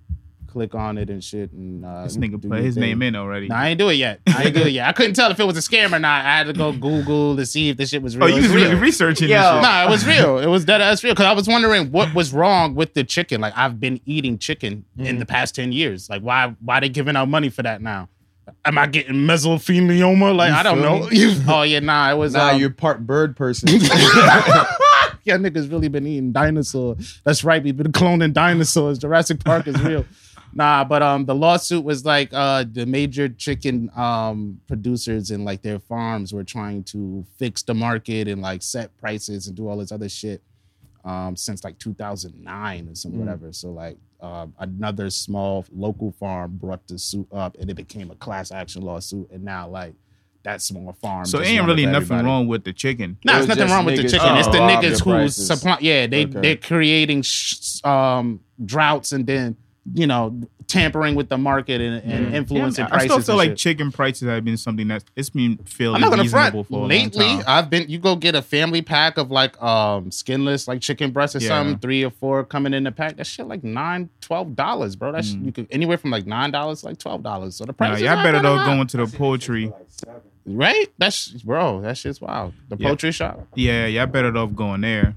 Speaker 1: click on it and shit. And uh,
Speaker 4: this nigga
Speaker 1: do your
Speaker 4: put his
Speaker 1: thing.
Speaker 4: name in already.
Speaker 1: No, I ain't do it yet. I ain't do it yet. I couldn't tell if it was a scam or not. I had to go Google to see if this shit was
Speaker 4: oh,
Speaker 1: real.
Speaker 4: you
Speaker 1: It's
Speaker 4: was really
Speaker 1: real.
Speaker 4: researching this
Speaker 2: Yo.
Speaker 4: shit.
Speaker 1: Nah, it was real. It was dead ass real. Cause I was wondering what was wrong with the chicken. Like I've been eating chicken in
Speaker 2: Mm-hmm.
Speaker 1: the past 10 years. Like why why they giving out money for that now? Am I getting mesothelioma? Like
Speaker 2: You
Speaker 1: I don't
Speaker 2: feel
Speaker 1: know. oh yeah, nah, it was
Speaker 2: Nah,
Speaker 1: um,
Speaker 2: you're part bird person.
Speaker 1: yeah, niggas really been eating dinosaur. That's right, we've been cloning dinosaurs. Jurassic Park is real. Nah, but um, the lawsuit was like uh, the major chicken um producers and like their farms were trying to fix the market and like set prices and do all this other shit um since like 2009 or some
Speaker 4: Mm.
Speaker 1: whatever. So like uh, another small local farm brought the suit up and it became a class action lawsuit and now like that small farm.
Speaker 4: So
Speaker 1: just
Speaker 4: ain't
Speaker 1: won
Speaker 4: really
Speaker 1: over
Speaker 4: nothing
Speaker 1: everybody.
Speaker 4: wrong with the chicken.
Speaker 1: No,
Speaker 2: It
Speaker 1: it's
Speaker 2: was
Speaker 1: nothing
Speaker 2: just
Speaker 1: wrong with the
Speaker 2: niggas
Speaker 1: chicken. it's the
Speaker 2: who robbed
Speaker 1: niggas
Speaker 2: the
Speaker 1: who
Speaker 2: prices.
Speaker 1: supply. Yeah, they
Speaker 2: Okay.
Speaker 1: they're creating sh- um, droughts and then you know tampering with the market and, and
Speaker 2: Mm-hmm.
Speaker 1: influencing
Speaker 4: Yeah, I
Speaker 1: prices.
Speaker 4: still feel
Speaker 1: and
Speaker 4: like
Speaker 1: shit.
Speaker 4: chicken prices have been something that's it's been feeling
Speaker 1: I'm not gonna
Speaker 4: reasonable
Speaker 1: front.
Speaker 4: for a
Speaker 1: Lately,
Speaker 4: long time.
Speaker 1: I've been. You go get a family pack of like um skinless, like chicken breasts or
Speaker 4: Yeah.
Speaker 1: something, three or four coming in the pack. That shit like nine, twelve dollars, bro. That shit
Speaker 4: Mm.
Speaker 1: you could anywhere from like nine dollars, to like twelve dollars. So the
Speaker 4: Nah,
Speaker 1: price.
Speaker 4: y'all better
Speaker 1: though
Speaker 4: though going to the poultry.
Speaker 1: right. That's bro. That shit's wild. The
Speaker 4: Yeah.
Speaker 1: poultry shop.
Speaker 4: Yeah, y'all better off going there.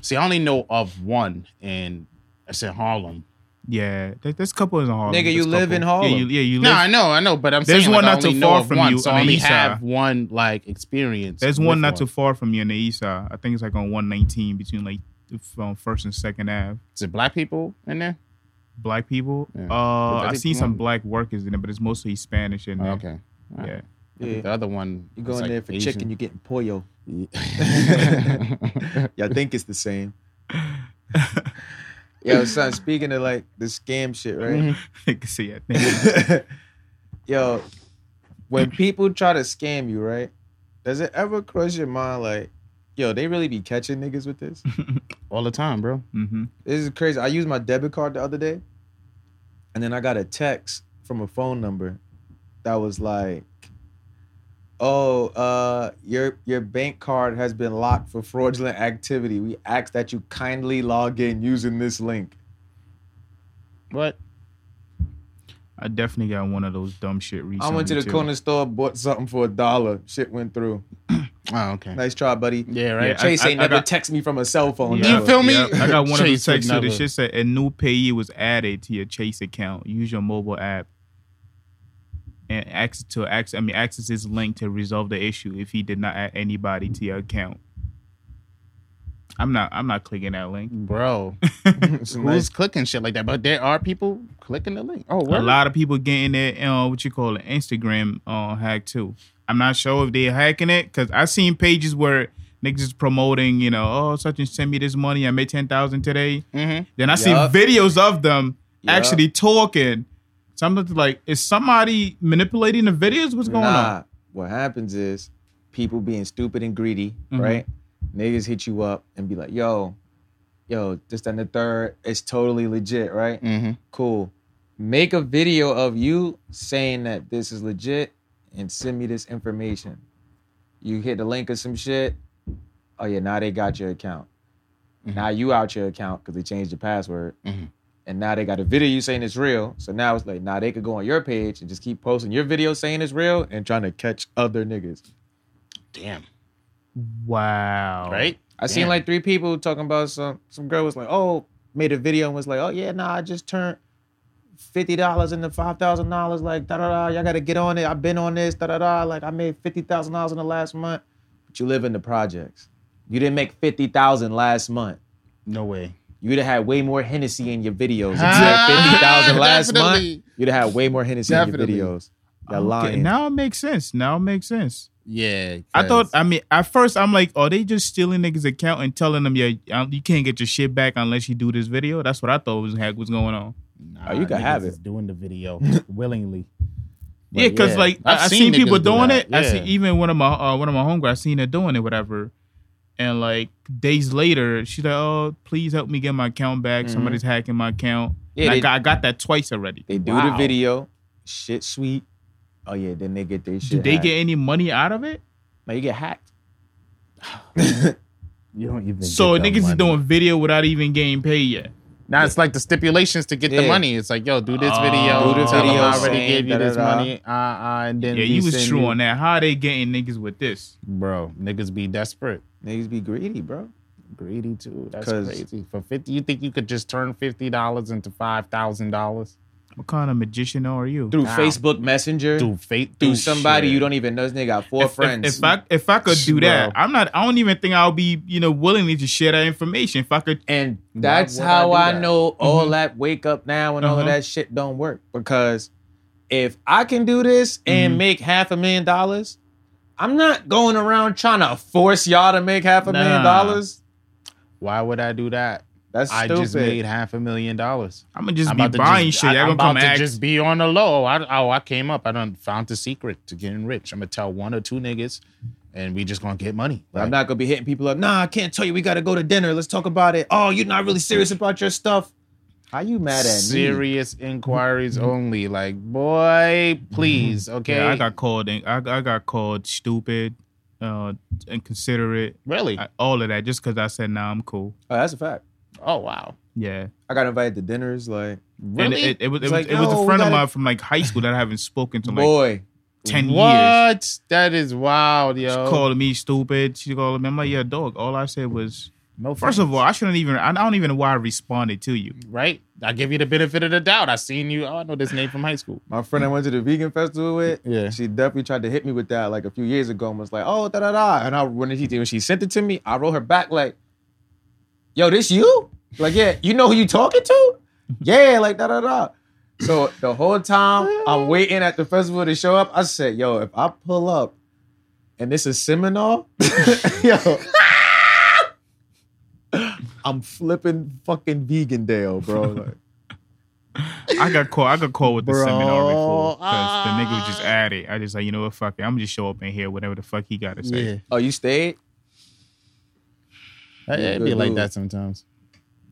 Speaker 1: See, I only know of one, and it's in Harlem.
Speaker 4: Yeah, th- this couple is in Harlem.
Speaker 2: Nigga,
Speaker 4: This
Speaker 2: you
Speaker 4: couple.
Speaker 2: live in Harlem.
Speaker 4: Yeah, you, yeah, you
Speaker 1: No,
Speaker 4: live.
Speaker 1: I know, I know, but I'm
Speaker 4: There's
Speaker 1: saying
Speaker 4: one
Speaker 1: like,
Speaker 4: not
Speaker 1: I only
Speaker 4: too
Speaker 1: know
Speaker 4: far
Speaker 1: of
Speaker 4: from
Speaker 1: one,
Speaker 4: you
Speaker 1: so I
Speaker 4: on the
Speaker 1: only
Speaker 4: east side.
Speaker 1: have one like experience.
Speaker 4: There's one
Speaker 1: with
Speaker 4: not too far from you on the east side. I think it's like on 119 between like from First and Second Ave.
Speaker 1: Is it black people in there?
Speaker 4: Black people.
Speaker 1: Yeah.
Speaker 4: Uh,
Speaker 1: But I
Speaker 4: I
Speaker 1: think
Speaker 4: seen some
Speaker 1: one-
Speaker 4: black workers in it, but it's mostly Spanish in
Speaker 1: Oh,
Speaker 4: there.
Speaker 1: okay. All
Speaker 4: Yeah.
Speaker 1: right. The other one.
Speaker 2: You go in
Speaker 1: is, like,
Speaker 2: there for
Speaker 1: Asian.
Speaker 2: chicken, you're getting pollo.
Speaker 1: yeah.
Speaker 2: Yeah, I think it's the same. Yo, son, speaking of like the scam shit,
Speaker 1: Mm-hmm.
Speaker 2: right?
Speaker 4: I can see it. Nigga,
Speaker 2: Mm-hmm. Yo, when people try to scam you, right? Does it ever cross your mind like, yo, they really be catching niggas with this?
Speaker 1: All the time, bro.
Speaker 4: hmm
Speaker 2: This is crazy. I used my debit card the other day, and then I got a text from a phone number that was like, "Oh, uh, your your bank card has been locked for fraudulent activity. We ask that you kindly log in using this link."
Speaker 1: What?
Speaker 4: I definitely got one of those dumb shit recently.
Speaker 2: I went to the
Speaker 4: too.
Speaker 2: corner store, bought something for a dollar. Shit went through.
Speaker 1: Oh, okay.
Speaker 2: Nice try, buddy.
Speaker 1: Yeah, right.
Speaker 4: Yeah, I-
Speaker 2: Chase ain't
Speaker 4: I
Speaker 2: never
Speaker 4: got-
Speaker 2: text me from a cell phone.
Speaker 4: Yeah.
Speaker 1: you feel me?
Speaker 4: Yep, I got one
Speaker 1: Chase
Speaker 4: of the texts
Speaker 1: would
Speaker 4: too. The
Speaker 1: never.
Speaker 4: shit said a new payee was added to your Chase account. Use your mobile app and access to access. I mean, access this link to resolve the issue if he did not add anybody to your account. I'm not. I'm not clicking that link.
Speaker 1: Bro,
Speaker 2: It's a
Speaker 1: who's
Speaker 2: nice-
Speaker 1: clicking shit like that? But there are people clicking the link. Oh,
Speaker 4: A
Speaker 1: what?
Speaker 4: lot of people getting that. Uh, what you call it? Instagram uh, hack too. I'm not sure if they're hacking it because i seen pages where niggas is promoting. You know, oh such and send me this money. I made ten thousand today.
Speaker 1: Mm-hmm.
Speaker 4: Then I see
Speaker 2: Yup.
Speaker 4: videos of them
Speaker 2: Yup.
Speaker 4: actually talking. Something like, is somebody manipulating the videos? What's going
Speaker 2: nah, what happens is people being stupid and greedy,
Speaker 4: Mhm.
Speaker 2: right? Niggas hit you up and be like, yo, yo, this, that, and the third. It's totally legit, right?
Speaker 1: Mm-hmm.
Speaker 2: Cool. Make a video of you saying that this is legit and send me this information. You hit the link or some shit. Oh, yeah, now they got your account.
Speaker 1: Mhm.
Speaker 2: Now you out your account because they changed the password.
Speaker 1: Mhm.
Speaker 2: And now they got a video you saying it's real. So now it's like, now they could go on your page and just keep posting your video saying it's real and trying to catch other niggas.
Speaker 1: Damn.
Speaker 4: on? Wow.
Speaker 1: Right?
Speaker 2: I seen
Speaker 1: Damn.
Speaker 2: like three people talking about some some girl was like, oh, made a video and was like, oh yeah, nah, I just turned fifty dollars into five thousand dollars, like da da da. Y'all gotta get on it. I've been on this, da da da. Like I made fifty thousand dollars in the last month. But you live in the projects. You didn't make fifty thousand last month.
Speaker 1: No way.
Speaker 2: You'd have had way more Hennessy in your videos. If you
Speaker 4: Ah,
Speaker 2: had fifty thousand last month,
Speaker 1: Definitely.
Speaker 2: you'd have had way more Hennessy in
Speaker 1: Definitely.
Speaker 2: your videos. You're
Speaker 4: Okay,
Speaker 2: lying.
Speaker 4: Now it makes sense. Now it makes sense.
Speaker 1: Yeah.
Speaker 4: I thought.
Speaker 1: 'cause-
Speaker 4: I mean, at first I'm like, are they just stealing niggas' account and telling them, yeah, um, you can't get your shit back unless you do this video? That's what I thought was hack was going on.
Speaker 1: Nah,
Speaker 2: Oh, you can
Speaker 1: niggas
Speaker 2: have it.
Speaker 1: is doing the video willingly. But
Speaker 4: Yeah, because like I, I seen,
Speaker 1: niggas
Speaker 4: people
Speaker 1: do
Speaker 4: doing
Speaker 1: that.
Speaker 4: it. I see
Speaker 1: Yeah.
Speaker 4: even one of my uh, one of my homegirls, I seen her doing it, whatever. And like days later, she's like, "Oh, please help me get my account back.
Speaker 1: Mm-hmm.
Speaker 2: Mhm.
Speaker 4: Somebody's hacking my account."
Speaker 2: Yeah,
Speaker 4: And I
Speaker 2: they-
Speaker 4: got I got that twice already.
Speaker 2: They do the
Speaker 1: Wow.
Speaker 2: video, shit sweet. Oh yeah, then they get their shit.
Speaker 4: Did they
Speaker 2: hacked.
Speaker 4: get any money out of it?
Speaker 2: Now you get hacked.
Speaker 1: You don't even
Speaker 4: So
Speaker 1: get the
Speaker 4: niggas is
Speaker 1: money.
Speaker 4: doing video without even getting paid yet.
Speaker 1: Now it's like the stipulations to get
Speaker 2: Yeah.
Speaker 1: the money. It's like, yo, do this
Speaker 4: Oh.
Speaker 1: video.
Speaker 4: Do this
Speaker 1: tell them
Speaker 4: video,
Speaker 1: I already
Speaker 2: saying
Speaker 1: gave you this
Speaker 2: da-da-da.
Speaker 1: money. Uh, uh, and then
Speaker 4: yeah,
Speaker 1: we
Speaker 4: you was
Speaker 1: send
Speaker 4: true
Speaker 1: you-
Speaker 4: on that. How are they getting niggas with this?
Speaker 1: Bro, niggas be desperate,
Speaker 2: Niggas be greedy, bro.
Speaker 1: greedy too. That's
Speaker 2: 'Cause-
Speaker 1: crazy. For fifty, you think you could just turn fifty dollars into five thousand dollars
Speaker 4: What kind of magician are you?
Speaker 2: Through
Speaker 1: Wow.
Speaker 2: Facebook Messenger,
Speaker 1: through fate
Speaker 2: through somebody
Speaker 1: shit.
Speaker 2: you don't even know. This nigga got four
Speaker 4: if, if-
Speaker 2: friends.
Speaker 4: If, I if I could do that,
Speaker 2: Bro.
Speaker 4: I'm not. I don't even think I'll be you know willingly to share that information. If I could,
Speaker 2: and that's
Speaker 1: would I
Speaker 2: how
Speaker 1: do
Speaker 2: I,
Speaker 1: that?
Speaker 2: know all
Speaker 4: Mhm.
Speaker 2: that wake up now and all of
Speaker 4: Uh-huh.
Speaker 2: that shit don't work because if I can do this and
Speaker 4: Mhm.
Speaker 2: make half a million dollars, I'm not going around trying to force y'all to make half a million
Speaker 4: Nah.
Speaker 2: dollars.
Speaker 1: Why would I do that?
Speaker 2: That's
Speaker 1: I
Speaker 2: stupid.
Speaker 1: just made half a million dollars.
Speaker 4: I'm gonna just
Speaker 1: I'm
Speaker 4: be buying
Speaker 1: just,
Speaker 4: shit.
Speaker 1: I,
Speaker 4: I,
Speaker 1: am
Speaker 4: am
Speaker 1: about
Speaker 4: gonna come
Speaker 1: to
Speaker 4: act.
Speaker 1: just be on the low. I, oh, I came up. I done found the secret to getting rich. I'm gonna tell one or two niggas, and we just gonna get money.
Speaker 2: I'm not gonna be hitting people up. Nah, I can't tell you. We gotta go to dinner. Let's talk about it. Oh, you're not really serious about your stuff. How you mad at me?
Speaker 1: serious inquiries only. Like, boy, please, okay.
Speaker 4: Mm-hmm. Yeah, I got called. in- I, I got called stupid, uh, inconsiderate,
Speaker 1: really.
Speaker 4: I- all of that, just because I said, "Nah, I'm cool."
Speaker 2: Oh, that's a fact.
Speaker 1: oh wow,
Speaker 4: Yeah,
Speaker 2: I got invited to dinners. Like,
Speaker 4: and
Speaker 1: really?
Speaker 4: it, it, it was it
Speaker 2: It's like,
Speaker 4: was, it was
Speaker 2: yo,
Speaker 4: a
Speaker 2: we
Speaker 4: friend of
Speaker 2: gotta-
Speaker 4: mine from like high school that I haven't spoken to in, like
Speaker 2: boy,
Speaker 4: ten years.
Speaker 1: what? That is wild,
Speaker 4: She
Speaker 1: yo.
Speaker 4: called me stupid. She called me. I'm like, yeah, dog. All I said was,
Speaker 1: No,
Speaker 4: first of all, I shouldn't even. I don't even know why I responded to you.
Speaker 1: right? I give you the benefit of the doubt. I seen you. Oh, I know this name from high school.
Speaker 2: my friend I went to the vegan festival with.
Speaker 1: Yeah.
Speaker 2: She definitely tried to hit me with that like a few years ago and was like, oh, da da da. And I when she when she sent it to me, I wrote her back like, yo, this you? Like, yeah, you know who you talking to? Yeah, like da da da. So the whole time I'm waiting at the festival to show up, I said, yo, if I pull up and this is Seminole, yo. I'm flipping fucking vegan Dale, bro. Like,
Speaker 4: I got called. I got called with the
Speaker 1: Bro,
Speaker 4: seminar before because the
Speaker 1: ah.
Speaker 4: nigga was just at it. I just like, you know what? Fuck it. I'm gonna just show up in here, whatever the fuck he gotta say.
Speaker 1: Yeah,
Speaker 2: oh, you stayed?
Speaker 1: it
Speaker 2: Yeah,
Speaker 1: be
Speaker 2: good
Speaker 1: like
Speaker 2: dude.
Speaker 1: that sometimes.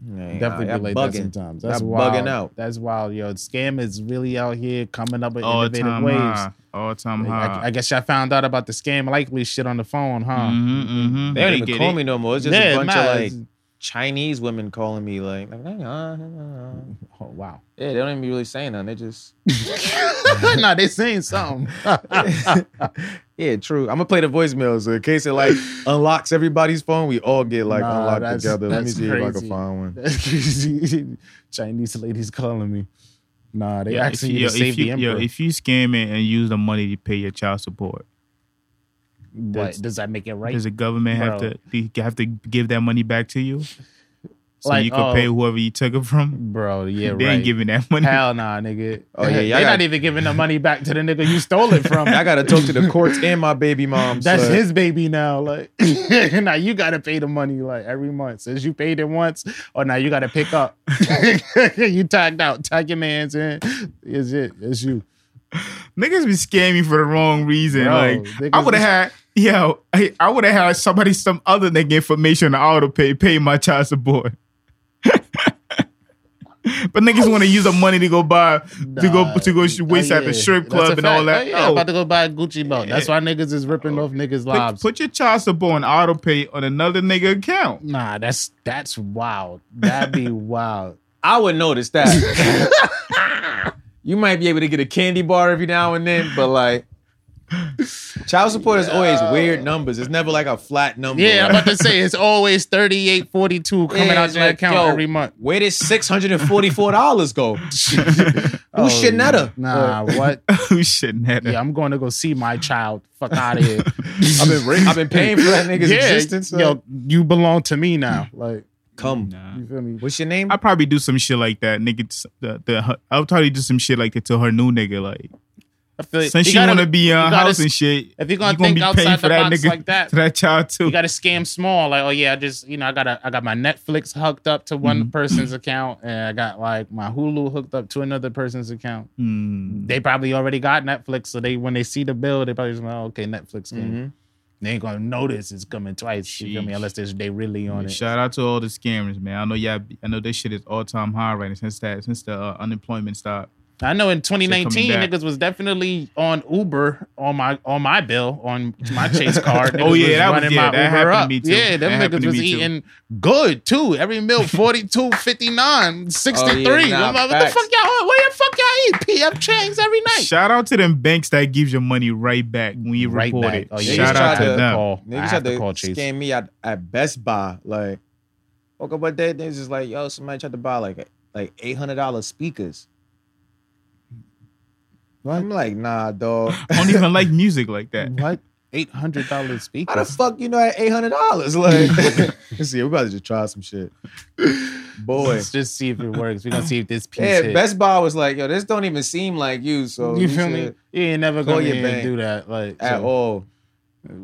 Speaker 1: Definitely
Speaker 2: y'all
Speaker 1: be like that
Speaker 2: bugging.
Speaker 1: sometimes. That's
Speaker 2: Y'all
Speaker 1: wild.
Speaker 2: bugging out.
Speaker 1: That's wild, yo. Scam is really out here coming up with
Speaker 4: All
Speaker 1: innovative
Speaker 4: time Uh-huh.
Speaker 1: ways.
Speaker 4: high. All time
Speaker 1: Like,
Speaker 4: high.
Speaker 1: I, I guess y'all found out about the scam likely shit on the phone, huh?
Speaker 4: Mhm, mhm.
Speaker 2: They don't
Speaker 4: They
Speaker 2: even
Speaker 4: get
Speaker 2: call
Speaker 4: it.
Speaker 2: me no more. It's just
Speaker 1: Yeah,
Speaker 2: a bunch
Speaker 1: nah,
Speaker 2: of like
Speaker 1: it's-
Speaker 2: Chinese women calling me like, like, "Hey, uh, uh, uh."
Speaker 1: Oh wow.
Speaker 2: yeah, they don't even be really saying nothing. They just,
Speaker 1: nah, they saying something.
Speaker 2: yeah, true. I'm gonna play the voicemail so in case it like unlocks everybody's phone, we all get like
Speaker 1: Nah,
Speaker 2: unlocked
Speaker 1: that's-
Speaker 2: together. Let me
Speaker 1: that's
Speaker 2: see if I
Speaker 1: crazy.
Speaker 2: can find one.
Speaker 1: Chinese ladies calling me. Nah, they
Speaker 4: Yeah,
Speaker 1: asking
Speaker 4: if,
Speaker 1: you
Speaker 4: yo,
Speaker 1: to save
Speaker 4: if you,
Speaker 1: the
Speaker 4: yo,
Speaker 1: emperor.
Speaker 4: if you scam it and use the money to pay your child support,
Speaker 1: What, does that make it right?
Speaker 4: does the government have
Speaker 1: Bro.
Speaker 4: to be- have to give that money back to you? So
Speaker 1: Like,
Speaker 4: you can
Speaker 1: oh.
Speaker 4: pay whoever you took it from.
Speaker 1: Bro, yeah,
Speaker 4: they
Speaker 1: right.
Speaker 4: ain't giving that money.
Speaker 1: Hell nah, nigga.
Speaker 2: Oh, yeah,
Speaker 1: they
Speaker 2: y'all
Speaker 1: not
Speaker 2: got-
Speaker 1: even giving the money back to the nigga you stole it from.
Speaker 2: I gotta talk to the courts and my baby mom.
Speaker 1: That's
Speaker 2: so-
Speaker 1: his baby now. Like now you gotta pay the money like every month. Since you paid it once, or now you gotta pick up. you tagged out, tag your man's in. Is it? It's you.
Speaker 4: Niggas be scamming for the wrong reason.
Speaker 1: Bro,
Speaker 4: like I
Speaker 1: niggas
Speaker 4: would have
Speaker 1: is-
Speaker 4: had, yo, I, I would have had somebody, some other nigga information to auto pay, pay my child support. but niggas want to use the money to go buy, to
Speaker 1: Nah.
Speaker 4: go to go sh-
Speaker 1: Oh,
Speaker 4: waste at
Speaker 1: yeah.
Speaker 4: the strip
Speaker 1: That's
Speaker 4: club
Speaker 1: a
Speaker 4: and all
Speaker 1: fact.
Speaker 4: that.
Speaker 1: Oh, yeah, I'm
Speaker 4: No.
Speaker 1: about to go buy a Gucci belt. That's why niggas is ripping off niggas'
Speaker 4: Put,
Speaker 1: lives.
Speaker 4: put your child support on auto pay on another nigga account.
Speaker 1: nah, that's that's wild. That'd be wild.
Speaker 2: I would notice that. you might be able to get a candy bar every now and then, but like child support is always weird numbers. It's never like a flat number.
Speaker 1: Yeah, I'm
Speaker 2: like,
Speaker 1: about to say it's always 38, 42 coming
Speaker 2: Yeah,
Speaker 1: out
Speaker 2: it's
Speaker 1: your
Speaker 2: like,
Speaker 1: account
Speaker 2: yo,
Speaker 1: every month.
Speaker 2: Where did six hundred and forty-four dollars go?
Speaker 1: Oh,
Speaker 2: Who's shitting at her?
Speaker 1: Nah, what?
Speaker 4: Who shouldn't have
Speaker 1: Yeah,
Speaker 4: that?
Speaker 1: I'm going to go see my child. Fuck out of here.
Speaker 2: I've been ra- I've been paying for that nigga's existence. so-
Speaker 1: Yo, you belong to me now. Like,
Speaker 2: come.
Speaker 4: Nah.
Speaker 1: you feel me?
Speaker 2: What's your name?
Speaker 4: I probably do some shit like that, nigga. s- The, the, I'll probably do some shit like that to her new nigga. Like,
Speaker 1: I feel like
Speaker 4: since
Speaker 1: you
Speaker 4: she
Speaker 1: gotta-
Speaker 4: want to be
Speaker 1: you
Speaker 4: on
Speaker 1: gotta
Speaker 4: house and shit,
Speaker 1: if you're gonna
Speaker 4: you
Speaker 1: think
Speaker 4: be
Speaker 1: outside
Speaker 4: paying
Speaker 1: the
Speaker 4: for that
Speaker 1: box
Speaker 4: nigga
Speaker 1: like that,
Speaker 4: to that child too.
Speaker 1: You got to scam small. Like, oh yeah, I just you know I got a, I got my Netflix hooked up to
Speaker 4: Mm-hmm.
Speaker 1: one person's account, and I got like my Hulu hooked up to another person's account.
Speaker 4: Mm.
Speaker 1: They probably already got Netflix, so they when they see the bill, they probably just like, oh, okay, Netflix. Game.
Speaker 2: Mhm.
Speaker 1: They ain't gonna notice it's coming twice. You feel me?
Speaker 4: Mm-hmm. Sheesh.
Speaker 1: Unless they they really on it.
Speaker 4: Shout out to all the scammers, man. I know y'all. be- I know this shit is all time high right now since that since the uh, unemployment stopped.
Speaker 1: I know in 2019
Speaker 4: back.
Speaker 1: niggas was definitely on Uber on my on my bill on my Chase card. Niggas
Speaker 4: Oh, yeah, that was-
Speaker 1: running
Speaker 4: yeah,
Speaker 1: my
Speaker 4: that
Speaker 1: Uber
Speaker 4: happened to
Speaker 1: up.
Speaker 4: me, too.
Speaker 1: Yeah, them
Speaker 4: That happened
Speaker 1: niggas
Speaker 4: to
Speaker 1: was
Speaker 4: me, too.
Speaker 1: eating good too. Every meal 42, 59, 63.
Speaker 2: Oh, yeah, nah,
Speaker 1: I'm like, what the
Speaker 2: facts.
Speaker 1: fuck y'all? Where the fuck y'all eat? PF Chang's every night.
Speaker 4: Shout out to them banks that gives your money right back when you
Speaker 1: Right
Speaker 4: report
Speaker 1: back.
Speaker 4: it.
Speaker 1: Oh,
Speaker 2: yeah.
Speaker 4: Shout
Speaker 2: They
Speaker 4: out
Speaker 2: tried
Speaker 4: to
Speaker 2: to
Speaker 4: them.
Speaker 1: call. I
Speaker 2: Niggas
Speaker 1: have
Speaker 2: had
Speaker 1: to
Speaker 2: to
Speaker 1: call Chase.
Speaker 2: scam me at, at Best Buy. Like, woke up one day, they was just like, yo, somebody tried to buy like like eight hundred dollar speakers. I'm like, nah, dog.
Speaker 4: I don't even like music like that.
Speaker 1: What? Eight hundred dollars
Speaker 2: How the
Speaker 1: speakers.
Speaker 2: fuck you know at eight hundred dollars? Like, let's see, we about to just try some shit, boy.
Speaker 1: Let's just see if it works. We're gonna see if this piece
Speaker 2: Yeah,
Speaker 1: hit.
Speaker 2: Best Buy was like, yo, this don't even seem like you. So
Speaker 1: you feel me?
Speaker 2: should-
Speaker 1: You ain't never
Speaker 2: Call
Speaker 1: gonna
Speaker 2: your
Speaker 1: even
Speaker 2: bank.
Speaker 1: do that. Like
Speaker 2: At
Speaker 1: so
Speaker 2: all.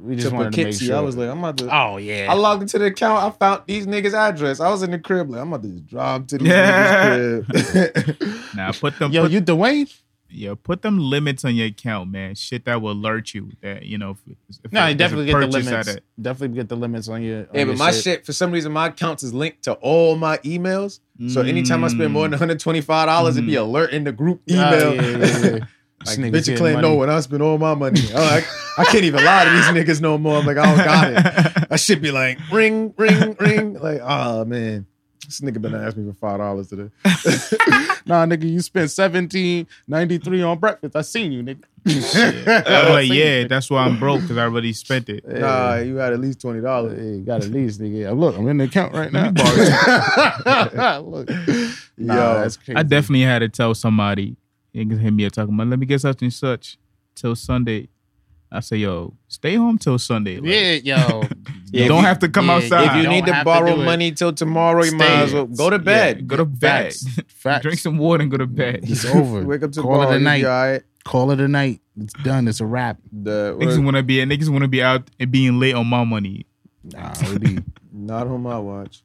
Speaker 1: We
Speaker 2: To
Speaker 1: just wanted to make
Speaker 2: Poughkeepsie,
Speaker 1: sure.
Speaker 2: I was like, I'm about to.
Speaker 1: oh yeah.
Speaker 2: I logged into the account. I found these niggas' address. I was in the crib. Like, I'm about to just drive to these
Speaker 4: Yeah.
Speaker 2: niggas' crib.
Speaker 4: Now put them.
Speaker 1: Yo,
Speaker 4: put,
Speaker 1: you Dwayne?
Speaker 4: yo, put them limits on your account, man. Shit that will alert you that you know. If, if
Speaker 1: No,
Speaker 4: there's
Speaker 1: you
Speaker 4: a
Speaker 1: definitely get the
Speaker 4: purchase at
Speaker 1: limits.
Speaker 4: it.
Speaker 1: Definitely get the limits on your. On
Speaker 2: Yeah,
Speaker 1: your
Speaker 2: but my shit. for some reason, my accounts is linked to all my emails. So anytime I spend more than 125 dollars, it'd be alert in the group
Speaker 1: Oh,
Speaker 2: email.
Speaker 1: yeah, yeah, yeah, yeah. This
Speaker 2: Like,
Speaker 1: nigga's
Speaker 2: bitch, you
Speaker 1: getting
Speaker 2: claim
Speaker 1: money.
Speaker 2: no when I spend all my money. I'm like, I can't even lie to these niggas no more. I'm like, I don't got it. I should be like, ring, ring, ring. Like, oh man, this nigga been asking me for five dollars today.
Speaker 1: Nah, nigga, you spent seventeen ninety three on breakfast. I seen you, nigga.
Speaker 4: I'm like,
Speaker 1: Seen
Speaker 4: yeah,
Speaker 1: you,
Speaker 4: that's why I'm broke because I already spent it.
Speaker 1: nigga.
Speaker 2: Nah, you had at least twenty
Speaker 1: Yeah,
Speaker 2: dollars.
Speaker 1: yeah, you got at least, nigga. Look, I'm in the account right now. Look, nah,
Speaker 2: Yo,
Speaker 1: that's crazy.
Speaker 4: I definitely had to tell somebody. Niggas hit me up talking about, let me get such and such till Sunday. I say, yo, stay home till Sunday. Like,
Speaker 1: yeah, yo.
Speaker 2: Yeah,
Speaker 4: don't
Speaker 2: if you-
Speaker 4: have to come
Speaker 1: yeah,
Speaker 4: outside.
Speaker 2: If you
Speaker 1: Don't
Speaker 2: need to
Speaker 1: have to
Speaker 2: borrow
Speaker 1: do it.
Speaker 2: money till tomorrow, you might
Speaker 1: Stay.
Speaker 2: as well go to
Speaker 4: Yeah,
Speaker 2: bed.
Speaker 4: go to bed.
Speaker 1: Facts. Facts.
Speaker 4: Drink some water and go to bed.
Speaker 1: It's over.
Speaker 2: Wake up to
Speaker 1: Call
Speaker 2: tomorrow.
Speaker 1: it a
Speaker 2: you'll be
Speaker 1: night.
Speaker 2: all right.
Speaker 1: Call it a night. It's done. It's a wrap.
Speaker 2: The-
Speaker 4: Niggas want to be niggas want to be out and being late on my money.
Speaker 1: Nah, it be
Speaker 2: Not on my watch.